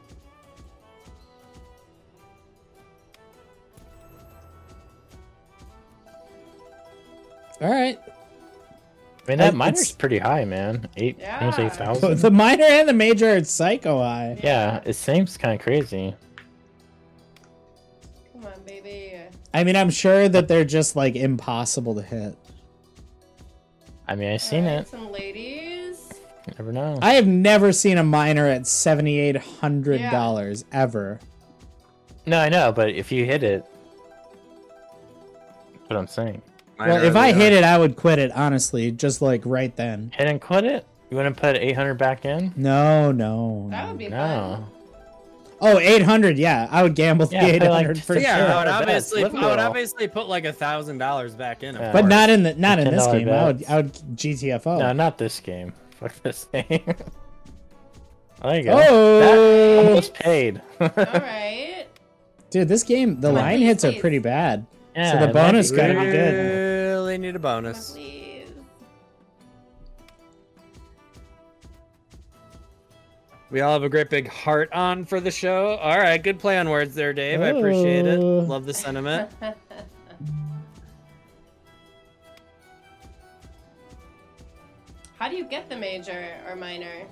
All right. I mean, that I- miner's it's- pretty high, man. Eight, almost Yeah. So 8,000. the minor and the major are psycho high. Yeah, it seems kind of crazy. Come on, baby. I mean, I'm sure that they're just like impossible to hit. I mean, i seen Alright, it. Some ladies. Never know. I have never seen a minor at $7,800 ever. No, I know, but if you hit it, that's what I'm saying. Well, if I hit it, I would quit it, honestly, just like right then. Hit and quit it. You want to put 800 back in? No, no. That would be fun. No. Oh, 800. Yeah, I would gamble the Yeah, I feel like 800 for yeah, sure. I would That's obviously, I would liberal. obviously put like a thousand dollars back in. of Yeah. course. But not in the not in this $10 game. I would bets. I would GTFO. No, not this game. (laughs) Fuck this game. there you go. Oh! That almost paid. (laughs) All right. Dude, this game the Come on, line please, hits are please. pretty bad. Yeah, so the like- bonus got to be good. really need a Come on, bonus. please. We all have a great big heart on for the show. All right, good play on words there, Dave. I appreciate it. Oh. Love the sentiment. (laughs) How do you get the major or minor?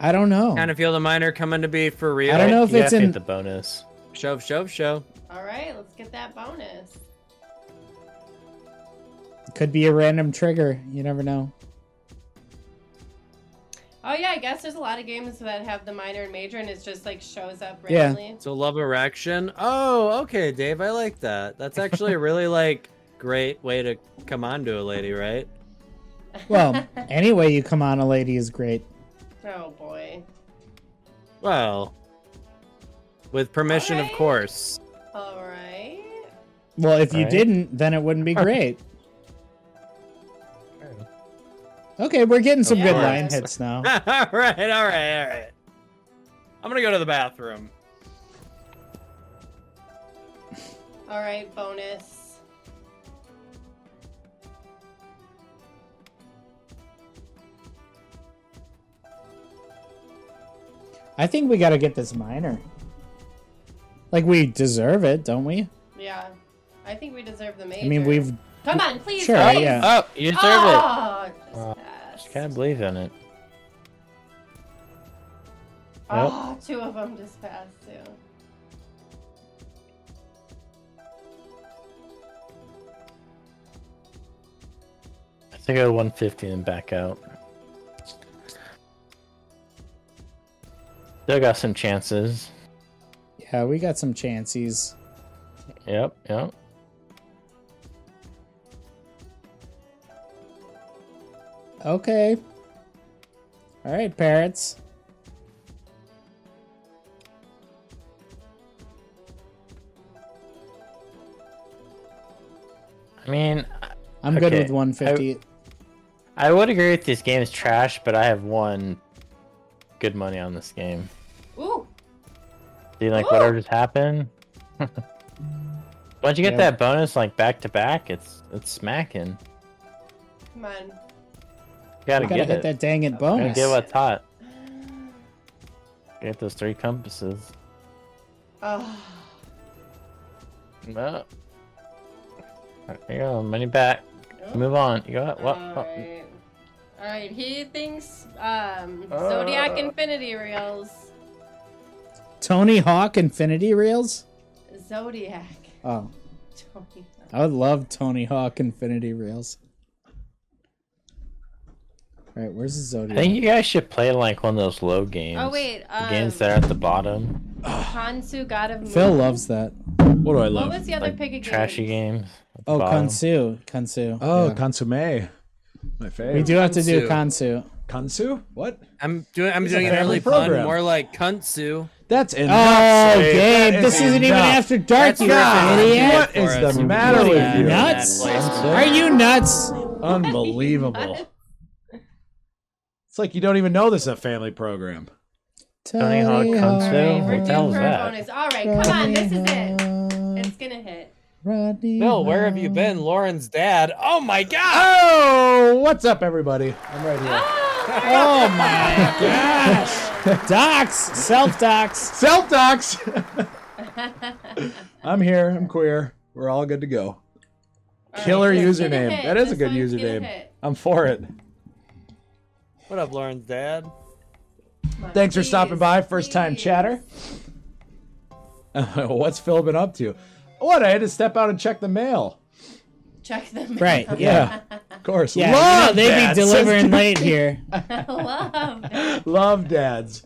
I don't know. kind of feel the minor coming to be for real. I don't know if You it's have to in- hit the bonus. Shove, shove, shove. All right, let's get that bonus. Could be a random trigger. You never know. Oh yeah, I guess there's a lot of games that have the minor and major, and it just like shows up Yeah. randomly. So love erection. Oh, okay, Dave. I like that. That's actually a (laughs) really like great way to come on to a lady, right? Well, any way you come on a lady is great. Oh boy. Well, with permission, of Alright. course. (laughs) All right. Well, if you Right. didn't, then it wouldn't be great. Okay, we're getting some good Yeah. line hits now. all right, all right, all right. I'm gonna go to the bathroom. All right, bonus. I think we got to get this minor. Like we deserve it, don't we? Yeah. I think we deserve the major. I mean, we've Come on, please. sure, guys. yeah. Oh, you deserve it. Oh, just Oh, passed. Just can't believe in it. Oh, two of them just passed too. I think I go 150 and back out. Still got some chances. Yeah, we got some chances. Yep, yep. Okay. All right, parrots. I mean, I'm good Okay, with 150. I would agree with this game is trash, but I have won good money on this game. Ooh. See, like Ooh. whatever just happened. (laughs) Once you get Yeah. that bonus, like back to back, it's it's smacking. Come on. You gotta, We gotta get hit it. that dang it You bonus. Gotta get what's hot. Get those three compasses. Oh, No. There you go, money back. Move on. You got what? all right. All right. He thinks um, Uh. Zodiac Infinity Reels. Tony Hawk Infinity Reels? Zodiac. (laughs) Oh, Tony. I would love Tony Hawk Infinity Reels. All right, where's the I Zodiac? think you guys should play like one of those low games. Oh wait. The Um, games that are at the bottom. Hansu God of Phil Moon. loves that. What do I What love? was the other Like pick again? trashy games. Oh, Bottom. Kansu. Kansu. Oh, Yeah. consomme. My favorite. we do have to do Kansu. Kansu? What? I'm doing. I'm It's a doing an family early program. pun, more like kuntsu. That's Oh, enough. Sage. Gabe, That this is isn't even enough. after dark, That's you not- idiot. What is for us. the matter What with are you, you? nuts? Are Place. you nuts? Unbelievable. It's like you don't even know this is a family program. Tony Hawk All Kansu? right, we're What due the hell for is a that? bonus. All right, come on, this is it. It's gonna hit. Bill, where have you been? Lauren's dad. Oh my god! Oh, what's up, everybody? I'm right here. Oh my gosh. Docs, self docs. Self docs. I'm here. I'm queer. We're all good to go. Killer it's gonna username. hit. That is a This good one's gonna username. hit. I'm for it. (laughs) What up, Lauren's dad? Come on, Thanks for please, stopping by. First time please. chatter. What's Phil been up to? What? I had to step out and check the mail. Check them. Right, out. (laughs) Yeah, of course. Yeah, Love Oh. you know, they be dads. (laughs) delivering late here. Love. Love dads.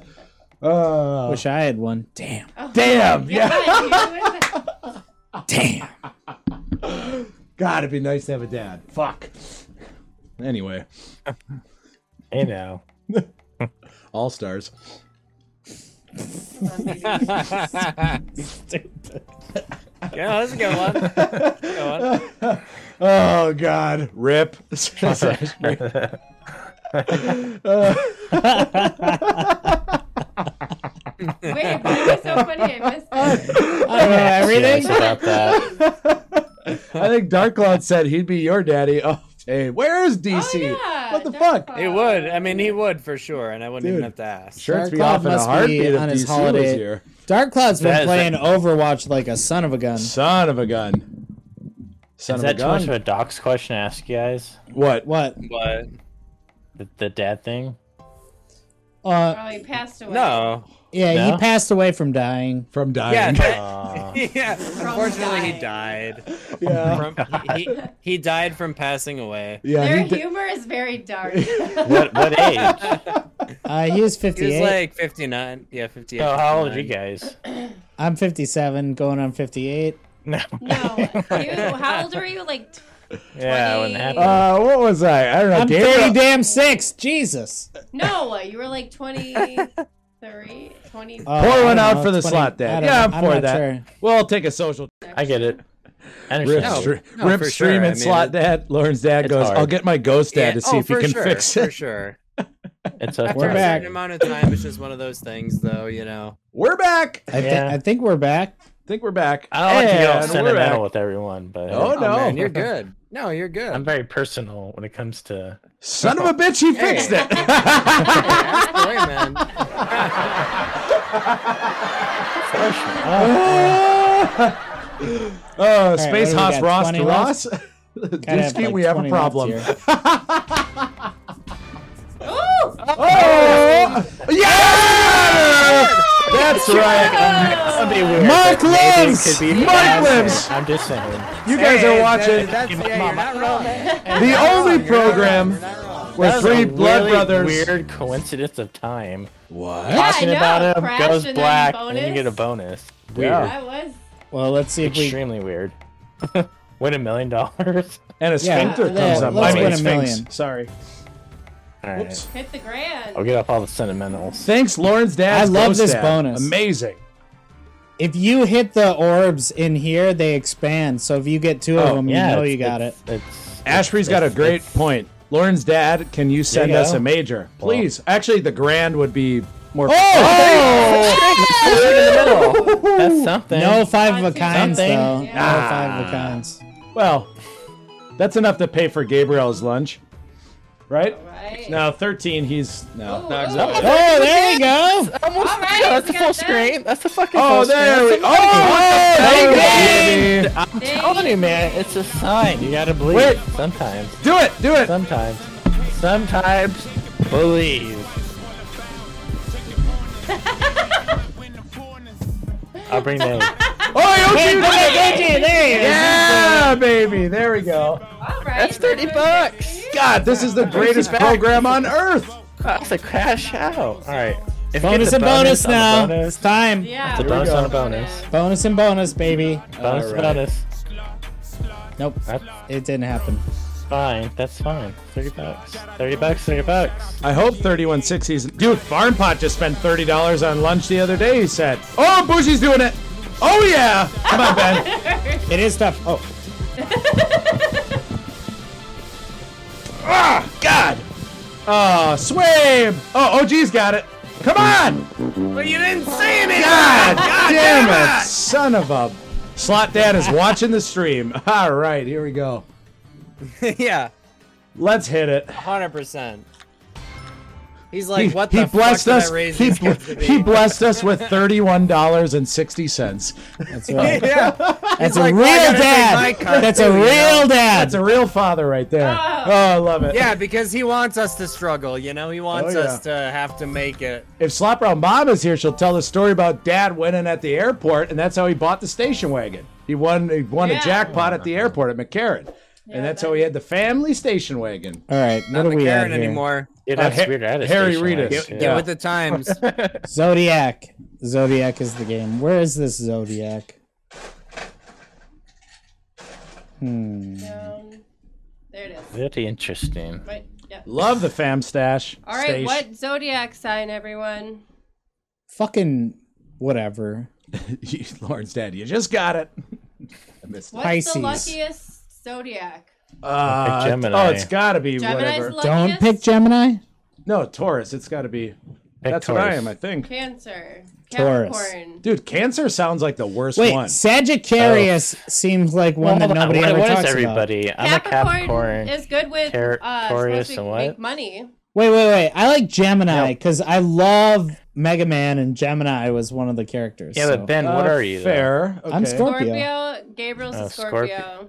Oh, Wish I had one. Damn. damn. Yeah. Oh God, dude. Damn. (laughs) God, it'd be nice to have a dad. Fuck. Anyway, Hey now. all stars. (laughs) (laughs) Yeah, that's a good (laughs) one. That's a good one. Oh God, (laughs) rip. Slash rip. (laughs) (laughs) Uh, Wait, that was so funny. (laughs) I missed Oh, it. I don't (laughs) know Yes, everything. about that. I think Dark Cloud said he'd be your daddy. Oh, hey, where is DC? Oh, yeah, what the Dark fuck? Cloud. He would. I mean, he would for sure, and I wouldn't even have to ask. Sure, it's Dark be Cloud off in a must be heartbeat if on DC his was holiday. here. Dark Cloud's That been is playing a- Overwatch like a son of a gun. Son of a gun. Son Is of a that too much of gun. a docs question to ask you guys? What? What? But The, the dad (laughs) thing? Uh, Oh, he passed away. no. yeah, No? he passed away from dying. From Yeah. dying. (laughs) that- (laughs) yeah. Unfortunately, he died. (laughs) yeah. From, he, he he died from passing (laughs) away. Yeah, Their he did- humor is very (laughs) dark. (laughs) What what age? Uh, he He was was 58. like 59. Yeah, 58. So how old are you 59. (laughs) guys? I'm 57, going on 58. (laughs) No. (laughs) (laughs) no, you. How old were you? Like Yeah, when it happened. Uh, what was I? I don't know. I'm David- 30 damn six. Jesus. no, you were like 23, 20. Uh, I Pour one don't out know, for the 20 slot I dad. don't Yeah, I'm know, for not that. sure. Well, take a social. I get it. I Rip, understand. stre- no, rip for stream sure. and I mean, slot it- dad. Lauren's dad It's goes, hard. I'll get my ghost dad to see oh, if he for can sure, fix For it. sure. It's a After We're a back. certain amount of time, it's just one of those things, though, you know. We're back. I I, thi- Yeah. I think we're back. think we're back. I don't like to get all And we're back. sentimental with everyone, but Oh, no. man, you're good. No, you're good. I'm very personal when it comes to Son of a bitch, he fixed it. (laughs) That's the way, man. oh, Space what do we Hoss got? Ross to 20 left? (laughs) Ross. Gotta Dusky, like, we have a 20 left problem. here. Oh! Yeah! That's right. That'd be weird. Mark but maybe it lives! could be- Mark Yeah, I'm lives! saying- I'm just saying. You guys are watching That's, yeah, you're not wrong. the only program where That was a three blood really brothers. Weird coincidence of time. What? Yeah, I Talking know, about him crash goes and then black, and then you bonus. get a bonus. Yeah. I was. Well, let's see if we. Extremely weird. (laughs) Win a million dollars. (laughs) And a Yeah, sphincter yeah, comes up. let's I mean, win a sphinx. million. Sorry. All right. Whoops. Hit the grand. I'll get off all the sentimentals. Thanks, Lauren's dad. I love this bonus. Amazing. If you hit the orbs in here, they expand. So if you get two of Oh, them, you know you got it. It's, it's Ashby's got a great point. Lauren's dad, can you send you us go. a major, please? Actually, the grand would be More. That's something. (laughs) No Oh, five of a kinds Something. Ah. though. Yeah. No five of a kinds. Well, that's enough to pay for Gabriel's lunch, right? Right. Now thirteen, he's Oh, no. oh, Oh, there you go. all right, that's Full screen. That's the fucking. Oh, full there screen. we. Oh, there we- Hey, baby. I'm telling you, man, it's a sign. You gotta believe. Wait. Sometimes, Do it, do it. sometimes, sometimes, believe. I'll bring (laughs) that. in. Oh, you did it. there you Yeah, baby. There we go. All right. That's 30 bucks. God, this is the greatest back. program on earth. That's a crash out. All right. If you get Bonus the and bonus, on the now. Oh, bonus, It's time. Yeah. It's a we're bonus good. on a bonus. Bonus and bonus, baby. Bonus, All right. bonus. slot, slot, Nope. It didn't happen. Fine, that's fine. Thirty bucks. Thirty bucks. Thirty bucks. I hope 3160's. Dude, Farm Pot just spent $30 on lunch the other day, he said. Oh, Bushy's doing it! Oh, yeah! Come on, Ben. It is tough. Oh, Ah, God! Oh, Swabe! Oh, OG's got it. Come on! But you didn't say anything! God, damn, damn it! Son of a. Slot Dad is watching the stream. All right, here we go. (laughs) yeah, Let's hit it. hundred percent. He's He, like, what he the blessed fuck us. Did I raise He, these bl- kids to be? he blessed us with thirty-one dollars and (laughs) sixty cents. that's right. yeah, That's a like, real "Well, I gotta take dad. my cut, That's a too, you real That's dad. a real father right there. Oh. Oh, I love it. yeah, because he wants us to struggle. You know, he wants Oh, us to have to make it. If Slapround Mom is here, she'll tell the story about Dad winning at the airport, and that's how he bought the station wagon. He won. He won Yeah. a jackpot at the airport at McCarran, Yeah, and that's that- how he had the family station wagon. All right, what Not do we McCarran at here? anymore. Dude, Uh, that's Ha- weird. I had a Harry station Reid wagon, is- too. Get, Yeah. get with the (laughs) times. Zodiac. Zodiac is the game. Where is this Zodiac? Hmm. Down. There it is. Very interesting. Right. Yeah. Love the fam stash. All Stash. (laughs) right. What zodiac sign, everyone? Fucking whatever. Lauren's dad, you just got it. What's the Pisces. luckiest zodiac? Uh, Pick Gemini. Oh, it's got to be Gemini's whatever. Don't luckiest. pick Gemini. no, Taurus. It's got to be. Pick that's what I Taurus. am, I think. Cancer. Taurus. Capricorn. Dude, Cancer sounds like the worst Wait, one. Sagittarius seems like one that Hold on, nobody what- ever what is talks about. everybody? I'm a Capricorn. is good with Tar- uh, Taurus supposed to and what? make money. Wait, wait, wait. I like Gemini because I love Mega Man, and Gemini was one of the characters. yeah, so- but Ben, what Uh, are you? though? Fair. I'm okay. Scorpio. Scorpio. Gabriel's Oh, a Scorpio.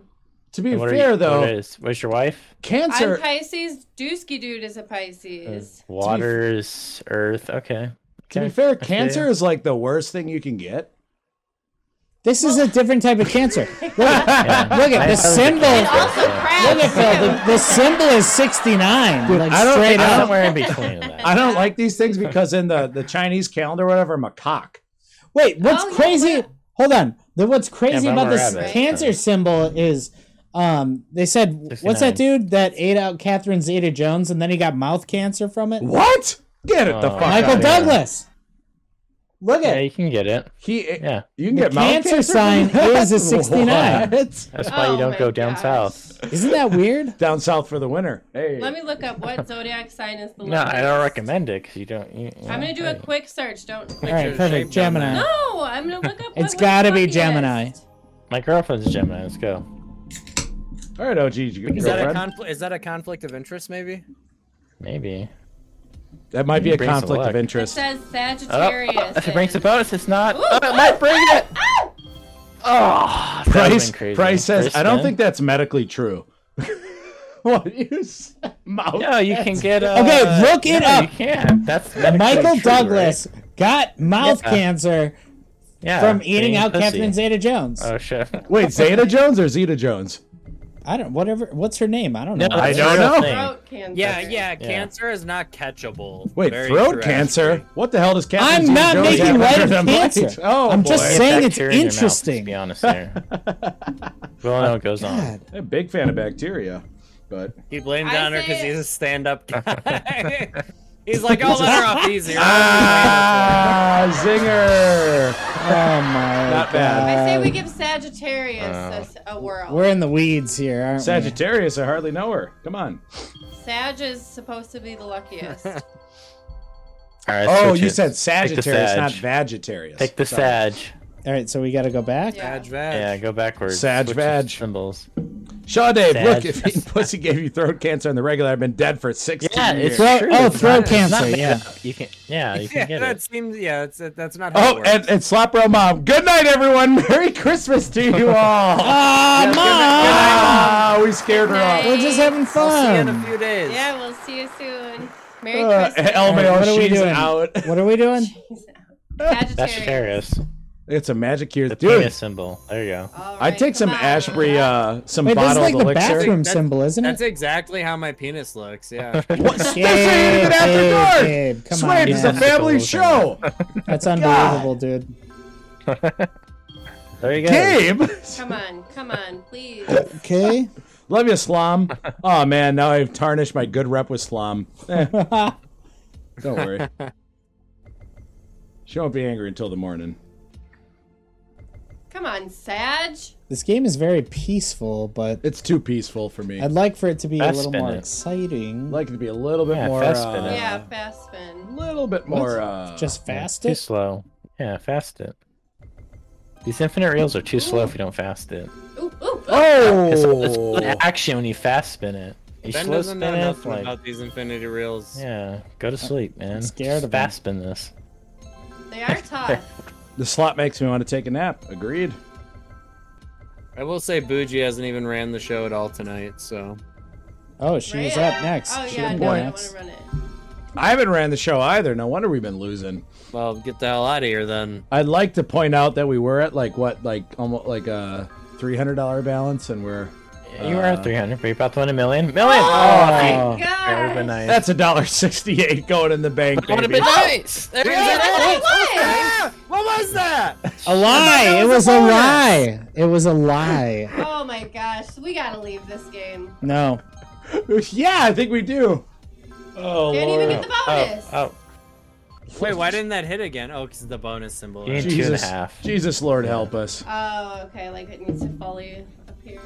To be And what are fair, you, though, what is, what's your wife? Cancer. I'm Pisces. Dusky dude is a Pisces. Waters, Earth. Okay. To be Okay. fair, I feel Cancer you. is like the worst thing you can get. This is a different type of (laughs) cancer. Yeah. Look, look I- at I the was a symbol. And Cancer. also Look at Phil. crabs. The, the symbol is 69. like, I don't straight think- I up. don't- Somewhere in between (laughs) that. I don't like these things because in the, the Chinese calendar, or whatever, I'm a cock. Wait, what's Oh, yeah, crazy? what- Hold on. The, what's crazy but I'm about a this rabbit. cancer symbol is um, they said, what's that 69. dude that ate out Catherine Zeta Jones and then he got mouth cancer from it? What? Get it the Oh, fuck I out Michael of got it. Douglas. Look Yeah, at you can get it. He, Yeah. You can get mouth cancer cancer sign (laughs) (laughs) is a 69. What? That's why Oh you my don't go down gosh. south. Isn't that weird? Down south for the winter. Hey. (laughs) Let me look up what zodiac sign is the No, I don't luckiest. recommend it because you don't. You, you I'm know, gonna do a quick search. Don't. All right, perfect. Gemini. No, I'm gonna look up. It's what gotta be luckiest. Gemini. My girlfriend's Gemini. Let's go. All right, OG, you Is that a girlfriend? conflict? Is that a conflict of interest? Maybe. Maybe. That might be a Brings some conflict of luck. It interest. says Oh, Sagittarius. if it brings a bonus, it's not. Ooh, Ah! Oh, it might bring (laughs) it. Oh, that would've Price, been crazy. Price says, First I don't spin? think that's medically true. (laughs) what you said, mouth? No, you can get. Uh, (gasps) Okay, look it no, up. You can. That's medically Michael true, Douglas got mouth Yeah. cancer right? yeah, from eating being out pussy. Catherine Zeta Jones. Uh, Oh (laughs) shit. Wait, Zeta Jones or Zeta Jones? I don't. Whatever. What's her name? I don't No, know. that's I don't a real know. thing. Throat cancer. Yeah, yeah. Cancer is not catchable. Wait, Very throat true, cancer? actually. What the hell does Catherine I'm Zeta not Jones making have light under of the mic? cancer. Oh, I'm boy. just Get saying it's bacteria in your mouth, interesting. to be honest there. (laughs) we all know what goes on. God. I'm a big fan of bacteria, but He blamed I Donner because say- he's a stand-up (laughs) guy. (laughs) he's like, I'll let her off easy. ah, zinger. Oh my. Not bad. I say God. we give Sagittarius a s- a, whirl. We're in the weeds here, aren't Sagittarius, I hardly know her. Come on. Sag is supposed to be the luckiest. All right, Oh, switch you it. said Pick the Sagittarius, Sag. not Vagitarius. Pick the Sorry. Sag. we? All right, so we got to go back. Yeah. Yeah, go backwards. Sag Switch Vag. the Symbols. Shaw Dave, Sag. look, if eating (laughs) pussy gave you throat cancer on the regular, I've been dead for 16 Yeah, years. it's Throat, true. oh, It's throat not- it's not cancer. made Yeah. up. You can. Yeah, you can yeah, get that it. seems. Yeah, it's, that's not. How it Oh, works. and, and Slap Bro Mom. Good night, everyone. (laughs) Merry Christmas to you all. (laughs) Ah, mom. Ah, we scared her off. We're just having I'll see you in a fun. few days. Yeah, we'll see you soon. Merry Uh, (laughs) Christmas. El All right, Mayo, what are we she's doing? out. (laughs) (laughs) What are we doing? Sagittarius. Sagittarius. It's a magic year. The Dude, penis symbol. There you go. All I right, take some come on. Ashbury, uh, some Wait, this is bottle like of the elixir. bathroom That's- symbol, isn't That's it? exactly how my penis looks. (laughs) Yeah. What's this ain't even after Gabe, dark? Gabe, come on, Swabe, it's a man. family It's a show. That's unbelievable, dude. There you go. (laughs) Gabe! Come on, come on, please. Okay. Love you, Slom. Oh man, now I've tarnished my good rep with Slom. (laughs) Eh, don't worry. She won't be angry until the morning. Come on, Sag. This game is very peaceful, but It's too peaceful for me. I'd I'd like for it to be a Fast little spin more it. exciting. like it to be a little bit Yeah, more. fast spin uh, it. yeah, fast spin. little bit more. Uh, just fast Too it. slow. Yeah, fast it. These infinite reels are too slow if you don't fast it. Ooh, ooh, ooh. It's, oh, it's good action when you fast spin it. You Ben slow doesn't spin know it, nothing like about these infinity reels. yeah. Go to sleep, man. scared Just of 'em. fast spin this. They are tough. (laughs) the slot makes me want to take a nap. Agreed. I will say Bougie hasn't even ran the show at all tonight, so Oh, she is Rhea? up next. Oh She yeah, can no, go I don't want next. to run it. I haven't ran the show either. No wonder we've been losing. well get the hell out of here then. I'd like to point out that we were at like what, like almost like a three hundred dollar balance, and we're you were at 300, but you about to win a million. Million! Oh, my that would have been gosh. nice. that's a dollar sixty eight going in the bank. would have baby. been (laughs) nice. There you Hey, go. that's what? What was that? A lie! It was a lie! It was a lie. Oh my gosh, we gotta leave this game. (laughs) No. (laughs) yeah, I think we do. Oh, Didn't even get the Oh, bonus. oh, Wait, why didn't that hit again? Oh, because the bonus symbol. You need- Two and a Jesus, half. Jesus, Lord, help us. Oh, okay. Like it needs to fully appear.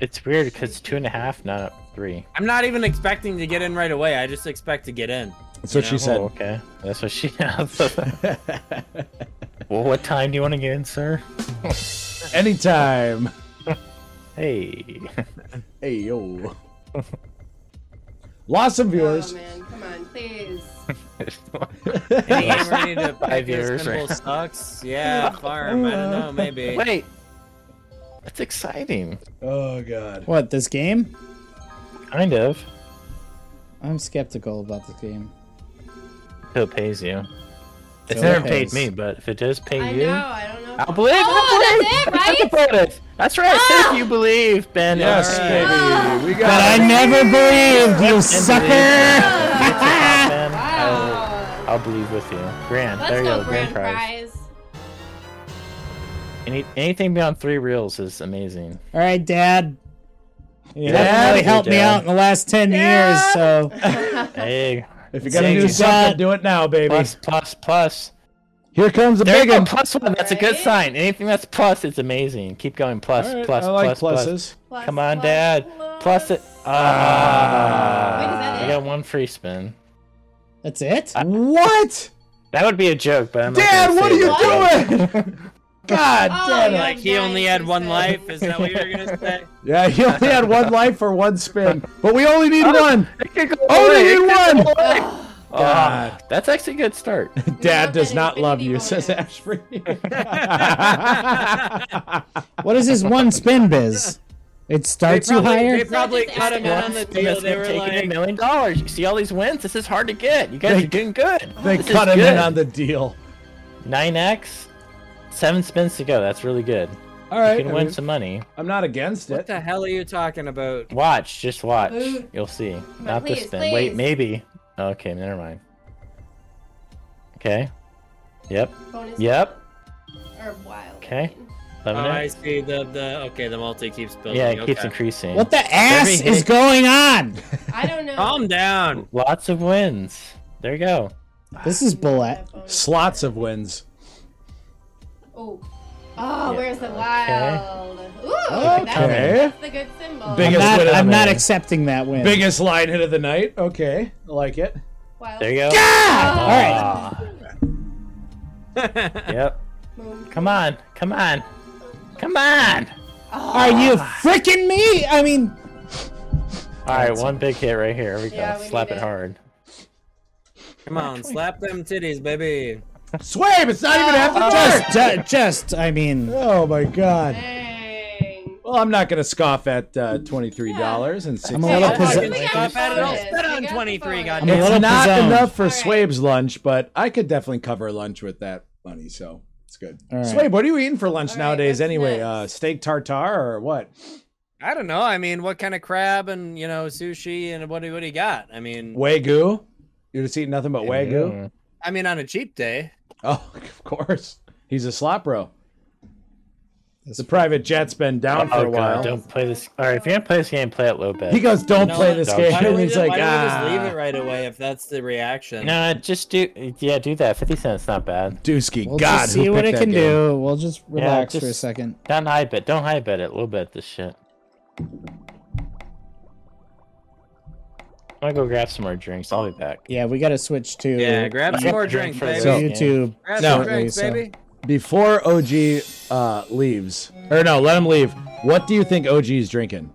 it's weird because it's two and a half, not three. I'm not even expecting to get in right away. I just expect to get in. (laughs) That's what she Oh, said. okay. That's what she (laughs) well, what time do you want to get in, sir? (laughs) Anytime. Hey. Hey (laughs) yo. Lots of viewers. Oh man, come on, please. (laughs) Any game where you need to Five this years, symbol right? sucks. (laughs) Yeah, farm. I don't know, maybe. Wait. That's exciting. oh god. What, this game? Kind of. I'm skeptical about this game. Who pays you? It's Who never paid pays? me, but if it does pay I you, know. I don't know. I'll believe. Oh, I'll believe. that's it, Oh. That's about it. That's right. If you believe, Ben. Yes, All baby. right. Ah. We But got I it. never believed, (laughs) you And sucker! believe. If it's about Ben, I Wow. will, I'll believe with you. Grand. Let's there you go, go. grand prize. prize. Any, anything beyond three reels is amazing. Alright, Dad. You Dad? haven't really helped me Dad. out in the last 10 years, (laughs) so. Hey, If you gotta do Ziggy. something, do it now, baby. plus, plus, plus. Here comes the There big you go, one. plus one. That's a good Right? sign. Anything that's plus is amazing. Keep going, plus, All right, plus, I like plus, plus. pluses. Plus, Come on, plus, Dad. Plus it. Wait, is Ah. that I it? got one free spin. That's it? What? That would be a joke, but I'm not Dad, gonna what say are you it. doing? (laughs) God Oh, damn it. yeah. Like he only had one Nice. life. Is that what you're (laughs) gonna say? Yeah, he only had one life for one spin, but we only need one. It could go Only away. need one. (laughs) Ah, God. that's actually a good start. (laughs) Dad does Infinity not love you, bonus. says Ashbury. What is this one spin (laughs) biz? It starts you probably, higher? They probably Just cut him in add on the That's deal. They gonna were take in a like, million dollars. You see all these wins? This is hard to get. You guys They- are doing good. (laughs) they This cut is him good. in on the deal. 9x, seven spins to go. That's really good. All right, you can I win mean, some money. I'm not against "What it. the hell are you talking about?" Watch, just watch. Ooh. You'll see. on, Not please, this spin. Wait, please. maybe. Okay, never mind. Okay. Yep. Bonus Yep. Or wild. I Okay. mean. Oh, Loving I it. see. The the okay. The multi keeps building. Yeah, it keeps okay. increasing. What the ass Every is hit- going on? I don't (laughs) know. Calm down. Lots of wins. There you go. This is bullet. That bonus. Slots of wins. Oh. Oh, Yeah, where's the okay. wild? Ooh, Okay. that's, that's the good symbol. Big- I'm Biggest not, win of the I'm not night. accepting that win. Biggest line hit of the night. Okay, I like it. Wild. There you go. Ah. All right. (laughs) Yep. Come on. Come on. Come on. Are you freaking me? I mean, All right, one big hit right here. Here we go. Yeah, we Slap need it it. hard. Come on, slap them titties, baby. Swabe, it's not even half the just, turn. ju- just, I mean, Oh my god. Dang. Well, I'm not gonna scoff at uh, twenty-three dollars and sixty. I'm a little Hey, I pizza- think we got Stop the at it. Don't bonus. spit on We got the 23, bonus. goddamn. I'm a It's little not presumed. enough for All right. Swabe's lunch, but I could definitely cover lunch with that money, so it's good. All right. Swabe, what are you eating for lunch All right, nowadays what's anyway? next? Uh, steak tartare or what? I don't know. I mean, what kind of crab and you know sushi and what do what do you got? I mean, Wagyu? You're just eating nothing but Wagyu? Mm. I mean on a cheap day. Oh, (laughs) of course. He's a slop bro. The private jet's been down for a while. don't play this. All right, if you're gonna play this game, play it low bit. He goes, "Don't No, play this don't game." play And it. he's like, Why don't we just leave "Ah, it right away if that's the reaction? No, just do. Yeah, do that. Fifty cents, not bad. Dusky, We'll just see what it can do. We'll just Yeah, relax for a just- second. Don't hype it. Don't hype it. A little bit this shit. I'm gonna go grab some more drinks. I'll be back. Yeah, we got to switch to Yeah, grab some Yeah, more drink drinks, for baby. So Yeah. YouTube. Grab No. some drinks, so- baby. Before OG uh, leaves, or no, let him leave. What do you think OG is drinking?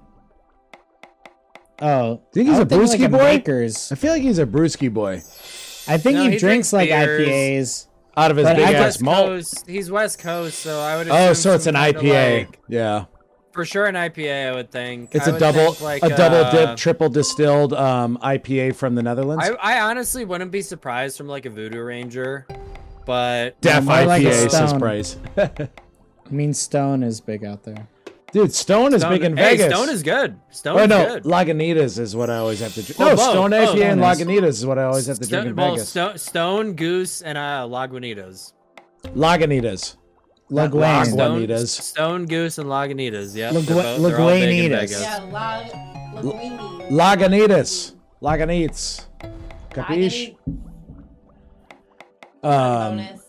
Oh, Think he's I a would like brewski boy? Maker's. I feel like he's a brewski boy I think No, he, he drinks drinks like beers. IPAs. out of his But big I ass West malt. Coast. He's West Coast, so I would. Oh, assume so it's an some kinda, IPA. like- Yeah, for sure, an IPA. I would think it's I a would double, think, like, a double uh, dip, triple distilled um, IPA from the Netherlands. I, I honestly wouldn't be surprised from like a Voodoo Ranger, but Def more IPA like a says Stone. Bryce. I mean, Stone is big out there. Dude, Stone is big in hey, Vegas. Stone is good. Stone Oh is no, good. Lagunitas is what I always have to drink. Well, no, both. Stone Oh, IPA and Stone Lagunitas is what I always have to drink Stone, in well, Vegas. Stone, Stone, Goose, and uh, Lagunitas. Lagunitas. Not Laguane. Lagunitas. Stone, Stone Goose, and Lagunitas. Yeah, Lagu- they're both- they're all big in Laguanitas. Vegas. Yeah, La, Linguini. Lagunitas. Lagunitas. Capiche? Lagunitas. Um, Bonus.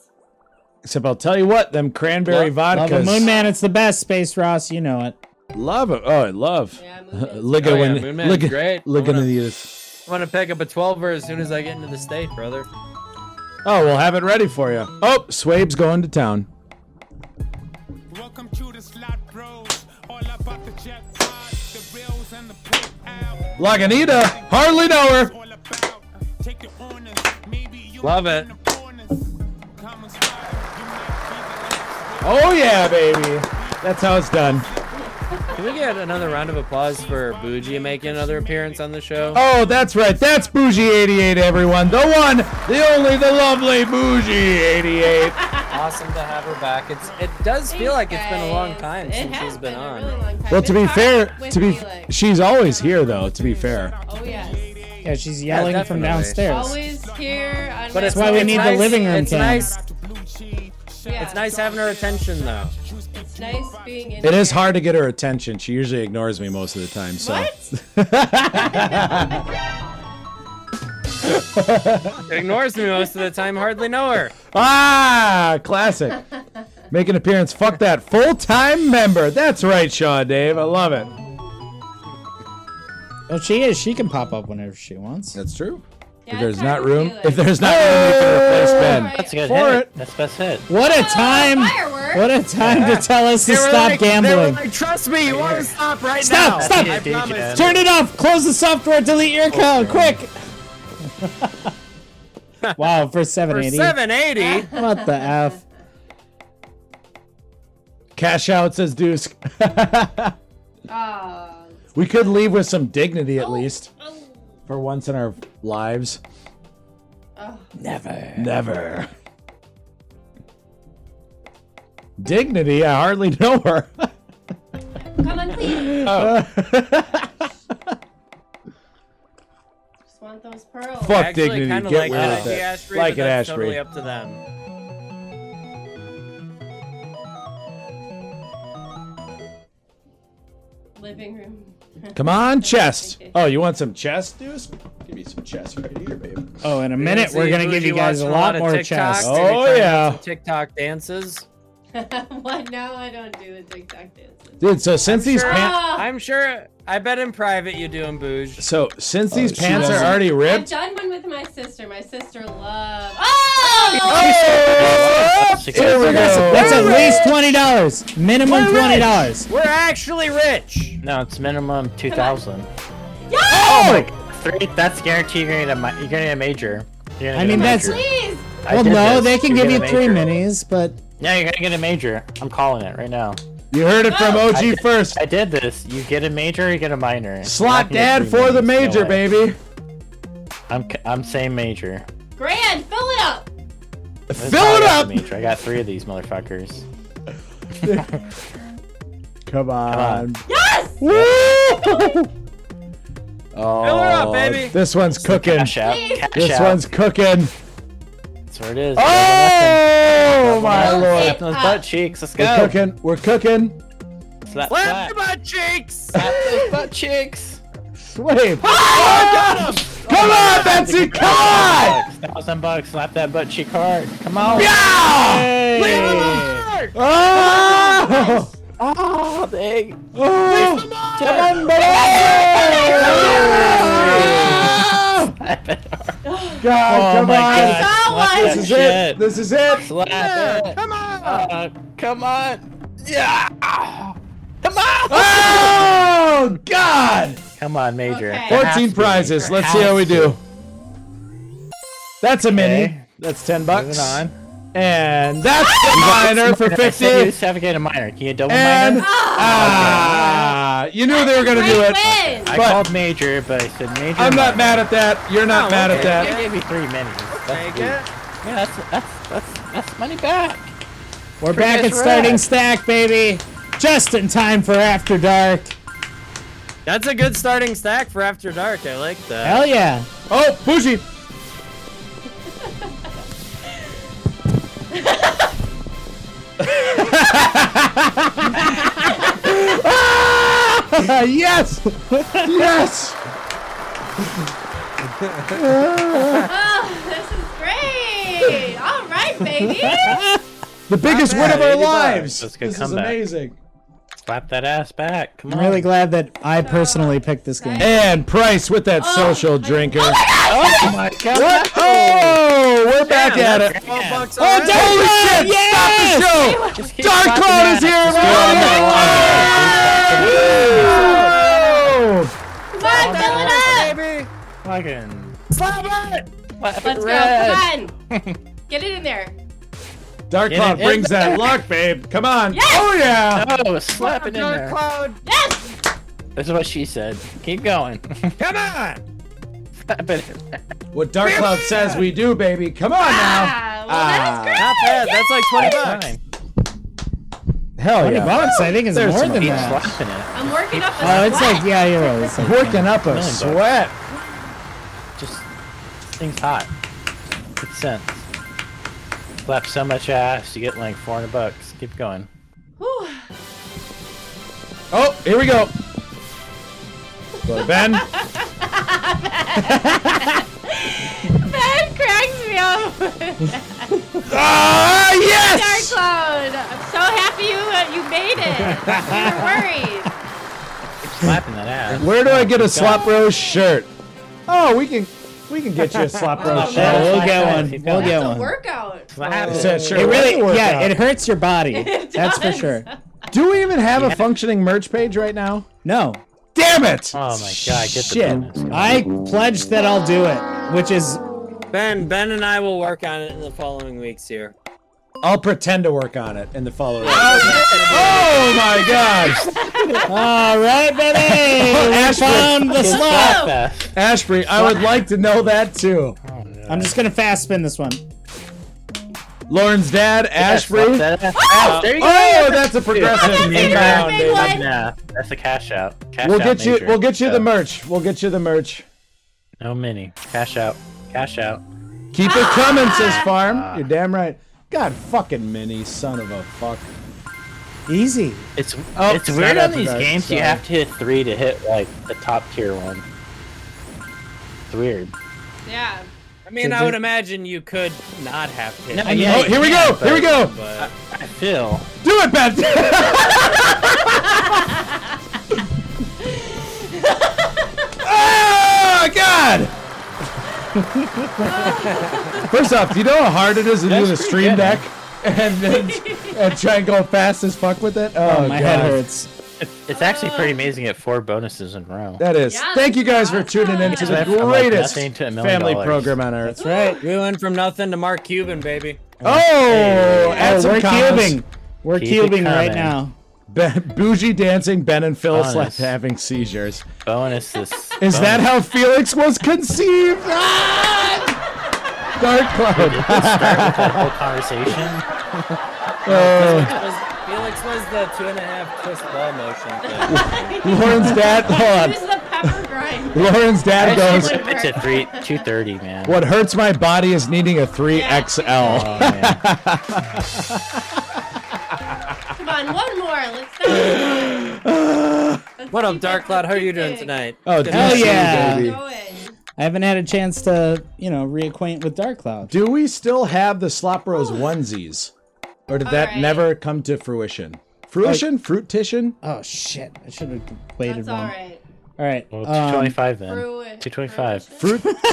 except I'll tell you what, them cranberry Love vodkas. it. Moon Man, it's the best. Space Ross, you know it. Love it. Oh, I love. Yeah, (laughs) Moon Man's Liga Oh, yeah, win. Moon Man's great. Lagunitas. I'm gonna pick up a 12er as soon as I get into the state, brother. Oh, we'll have it ready for you. Oh, Swabe's going to town. Welcome to the slot bros. All about the jackpot, the reels and the payout. Lagunita, hardly know her. All about take the honors. Maybe you Love in it. the corners. Come and start. You might Oh yeah, baby. That's how it's done. Can we get another round of applause for Bougie making another appearance on the show? Oh, that's right. That's Bougie 88, everyone. The one, the only, the lovely Bougie (laughs) 88. Awesome to have her back. It's it does feel like it's been a long time It since has she's been a on. really long time. Well, It's to be hard fair, with to be Felix. she's always here though. To be fair, oh yes, Yeah, she's yelling from definitely. downstairs. always here. On But my it's why we it's need the nice, living room It's cam. nice. Yeah. It's nice having her attention though. It's nice being in. it is here. (laughs) hard to get her attention. She usually ignores me most of the time. So What? Ignores me most of the time. Hardly know her. (laughs) ah, classic. Make an appearance. Fuck that full-time member. That's right, Shaw Dave. I love it. Oh, she is. She can pop up whenever she wants. That's true. (laughs) Yeah, if there's it's not hard with room, Felix. if there's not room, you can replace Ben. Alright. That's a good For hit. it. That's the best hit. What a Oh, time! fireworks. What a time to tell us to They were stop like- they were gambling. like, Trust me, you want to stop right Stop, now. stop. I Yeah, dude, promise. yeah. Turn it off. Close the software. Delete your account. (laughs) Quick. wow, for For 780. 780. What the f? Cash out says Deuce. (laughs) Oh, we could leave with some dignity at least oh, for once in our lives. oh. Never. Never. Dignity, I hardly know her. Come on, please. Just want those pearls. Fuck Actually, dignity, kinda get like weird that with it. idea, Ashbury, Like but it, that's Ashbury. Totally up to them. Living room. (laughs) (laughs) Come on, chest. Oh, you want some chest, Deuce? Give me some chest right here, babe. Oh, in a minute, we're going to give you guys a lot more chest. Oh, yeah. TikTok dances. what? No, I don't do the TikTok dances. Dude, so since these sure- pants, Ah, I'm sure. I bet in private you do them, Bouge. so since these she pants are doesn't. already I've ripped, done one with my sister. My sister loves. Oh! Oh, She here we go. said- That's at least $20. Minimum We're rich. $20. We're actually rich. No, it's minimum two thousand. Oh! Three. That's guaranteed. You're gonna get a, mi- you're gonna get a major. You're gonna get a I mean, that's. major. Please! I Well, did no, this. they can You're give you gonna three major. minis, but No, you're gonna get a major. I'm calling it right now. You heard it from I Oh. OG did- first. I did this. You get a major, you get a minor. You're Slot not gonna dad get three for the minis, no major, way. baby. I'm c- I'm saying major. Grand, fill it up! This is Fill how I it got up. the Major. I got three of these motherfuckers. Come on. on. Yes! Woo! Oh, Fill her up, baby. this one's cooking. Cash out. Please. Cash This out. one's cooking. That's where it is. Oh! Oh my lord! Slap those butt cheeks. Let's We're go. cooking. We're cooking. Slap Slap, slap. your butt cheeks! Slap (laughs) those butt cheeks. Slave. Oh, I got him. Come on, Betsy. Come on. Thousand bucks. Slap that butt cheek hard. Come on. Yeah. Leave him Ah. alone! Oh. Oh, they. Oh. Come on, God, Oh come my on. God. I Slap saw This one. is Shit. it. This is it. Slap it. Come on! Uh, come on. Yeah. Come on. Oh God. Come on, Major. Okay. There has 14 to be. prizes. There Let's see has how we to do. That's a mini. Okay. That's 10 be. bucks. Moving on. And that's a (laughs) minor for You 50. suffocate a minor. Can you double And minor? ah, you knew they were going to do Great it. Win. I but- called major, but I said major. I'm not minor. mad at that. You're Oh, not mad at They that. gave me three minis. Take That's it. weak. Yeah, that's that's that's that's money back. We're back at Previous starting round. stack, baby. Just in time for after dark. That's a good starting stack for After Dark. I like that. Hell yeah. Oh, (laughs) bougie. Ah, (laughs) yes! Yes! Oh, this is great. All right, baby. The biggest win of bad. our 80 bucks. lives. That's a good This is comeback. amazing. Slap that ass back. Come I'm on. really glad that I personally picked this game. And Price with that social drinker. Oh my god. What? Oh, we're back at it. bucks Oh, already. (laughs) holy shit! Stop the show! Dark Clone is here, everybody! Come on, fill it up. Fucking. Let's go. Come on. Get it in there. Woo! Dark Get Cloud it in brings that luck, babe. Come on. Yes! Oh, yeah. Oh, slap it in there. Cloud! Yes. That's what she said. Keep going. (laughs) Come on! slap it. in there. What Dark Cloud says we do, baby. Come on now. Ah, well, Ah. that's great. Not bad. That's like 20 bucks. Fine. Hell 20 bucks, I think, is There's more some than Keep that. slapping it. I'm working up a Oh, it's sweat. like, yeah, you're right. It's like, Working up a bucks. sweat. Just thing's hot. Good sense. Slap so much ass, you get like 400 bucks. Keep going. Whew. Oh, here we go. Ben. That cracks me (laughs) up. Ah, Dark yes! Cloud, I'm so happy you uh, you made it. You were worried. Keep slapping that ass. Where do I get a Slop Rose shirt? Oh, we can we can get you a Slop Rose man. shirt. Oh, we'll get Slap one. it. We'll get That's a one. workout. (laughs) Slap It's a shirt. It really, Workout. yeah, it hurts your body. It That's for does. sure. Do we even have a functioning merch page right now? No, Damn it! Oh my god, get the Shit. bonus. I pledged that I'll do it, which is Ben, Ben and I will work on it in the following weeks here. I'll pretend to work on it in the following. Oh my god! all right, (laughs) baby. We Ashford. found the slot. Fast. Ashbury, I would like to know that too. I'm just gonna fast spin this one. Lauren's dad, Ashbury. Slap that ass. Oh, there you go. Oh, that's a (laughs) progressive Dude, inbound, that's baby. a What? Nah, that's a cash out. Cash We'll out get you. major. We'll get you the So, merch. We'll get you the merch. No mini. Cash out. Cash out. Keep it coming, says Farm. You're damn right. God fucking mini, son of a fuck. Easy. It's Oh, it's it's weird not on up these to that, games. You sorry. have to hit three to hit like the top tier one. It's weird. Yeah. I mean, I would imagine you could not have hit. No, it, yeah, Oh, here we go. Here we go. but I feel. Do it, Ben. (laughs) oh God! First off, do you know how hard it is to do That's the pretty stream good, deck and, and and try and go fast as fuck with it? Oh, Oh, my God. head hurts. It's actually pretty amazing at four bonuses in a row. That is. Yeah, Thank you guys for that's tuning in awesome. to the From, like, greatest nothing to a million family dollars. program on earth. right. we went from nothing to Mark Cuban, baby. Oh, add Oh, some we're comments. cubing. We're Keep it cubing right coming. now. Ben, bougie dancing, Ben and Phil Honest. slash having seizures. (laughs) Bonuses. Is that how Felix was conceived? Uh, Dark cloud. whole conversation? Uh, Felix was, Felix was the two and a half twist ball motion. Thing. (laughs) Lauren's dad. Hold Use on. the power Never grind. Lauren's dad I goes. should limit to three, two thirty, man. What hurts my body is needing a 3XL. (laughs) Come on, one more. Let's go. (sighs) What up, Dark Cloud? How are you doing tonight? Oh, Good hell to see you, yeah. baby. I haven't had a chance to, you know, reacquaint with Dark Cloud. Do we still have the Slop Rose onesies? Or did that never come to fruition? Fruition? Fruitition? Oh, shit. I should have waited That's all one. right. All right. Well, um, two twenty-five then. Fruit- Two (laughs) twenty-five. Fruit. Fruit.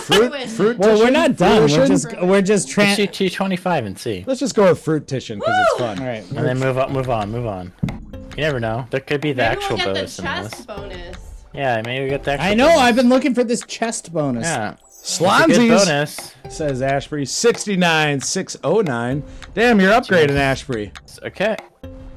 Fruit. Well, we're not done. We're just we're just Let's trying. do two twenty-five and see, Let's just go with fruitition because it's fun. All right. and then move on, move on, move on. You never know. There could be the Maybe actual we'll get bonus the in this. chest bonus. Yeah, maybe we get the actual. I know. Bonus. I've been looking for this chest bonus. Yeah. It's a good Slonsies, bonus. says Ashbury. 69, 609. Damn, you're upgrading, Ashbury. Okay.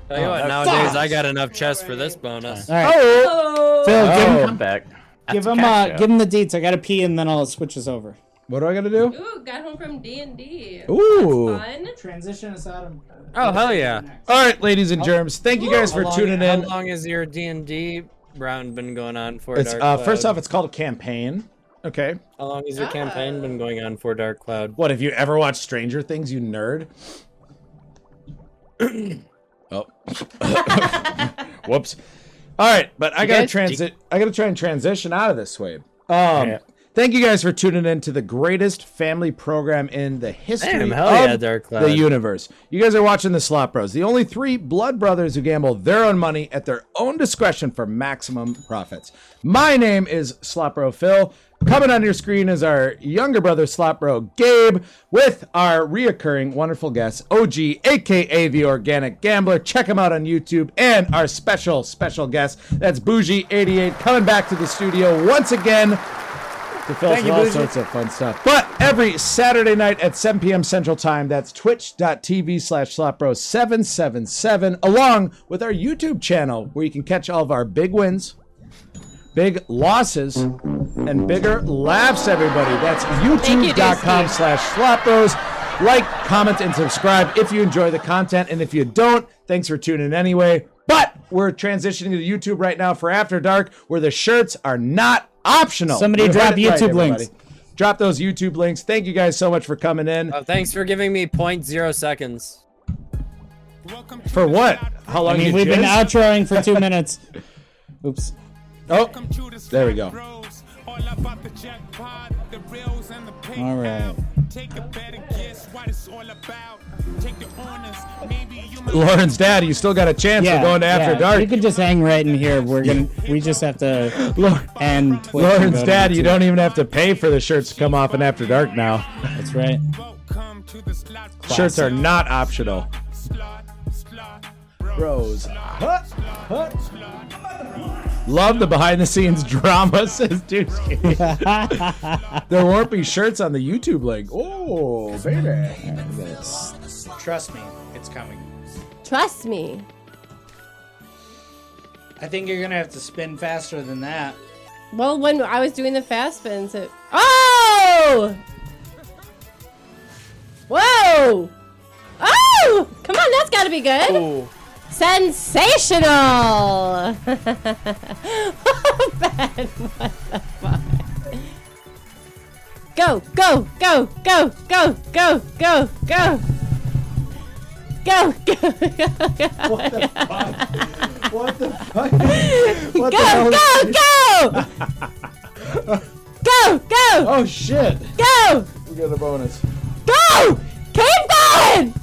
Tell you what, nowadays I got enough chests for this bonus. All right. Oh! Phil, give him- Come back. Give That's a him, uh, cash out. give him the deets. I gotta pee and then I'll switch this over. What do I got to do? Ooh, got home from D and D. Ooh. Fun. Transition us out of. Oh hell Uh, yeah! All right, ladies and germs, thank you guys How for long- tuning in. How long has your D and D round been going on for? It's Dark uh, First Cloud? off, it's called a campaign. Okay. how long has your campaign been going on for Dark Cloud? What, have you ever watched Stranger Things, you nerd? (coughs) oh. (coughs) Whoops. All right, but I You gotta guys- transit. I gotta try and transition out of this way. Um, Yeah. thank you guys for tuning in to the greatest family program in the history Damn, hell of yeah, Dark Cloud. the universe. You guys are watching the Slop Bros, the only three blood brothers who gamble their own money at their own discretion for maximum profits. My name is Slop Bro Phil. Coming on your screen is our younger brother, Slop Bro Gabe, with our reoccurring wonderful guest, OG, aka the Organic Gambler. Check him out on YouTube. And our special, special guest, that's Bougie88, coming back to the studio once again to fill Thank us with you, all Bougie. sorts of fun stuff. But every Saturday night at 7 p.m. Central Time, that's twitch.tv slash slopro777, along with our YouTube channel where you can catch all of our big wins, big losses, and bigger laughs, everybody. That's youtube.com slash slopros. Like, comment, and subscribe if you enjoy the content. And if you don't, thanks for tuning in anyway. But we're transitioning to YouTube right now for After Dark, where the shirts are not optional. Somebody You drop heard it right, YouTube links. everybody. Drop those YouTube links. Thank you guys so much for coming in. Oh, thanks for giving me 0.0 seconds. Welcome to For the what? slot- How long I mean, you we've been jizz? outroing for two minutes. (laughs) Oops. Oh, Welcome to the There we go. slot bros. All about the jackpot, the reels and the pay All right. Take a better guess what it's all about. Take the honors, maybe you might- Lauren's dad, you still got a chance Yeah. of going to After yeah. You Dark. can just hang right in here. We're gonna. We just have to Lauren- end. Twitch and go Lauren's to dad, you YouTube. don't even have to pay for the shirts to come off in After Dark now. That's right. Welcome to the slot Shirts are not optional. slot, slot, Rose. Love the behind the scenes drama, (laughs) says Dusky. there won't be shirts on the YouTube link. Oh, baby. Trust me, it's coming. Trust me. I think you're gonna have to spin faster than that. Well, when I was doing the fast spins, it. Oh! Whoa! Oh! Come on, that's gotta be good. Sensational! Ben, what the fuck? Go, go, go, go, go, go, go, go! Go, go, go, What the (laughs) fuck? What go, go, go! Go, go! Oh, shit. Go! We got a bonus. Go! Keep going!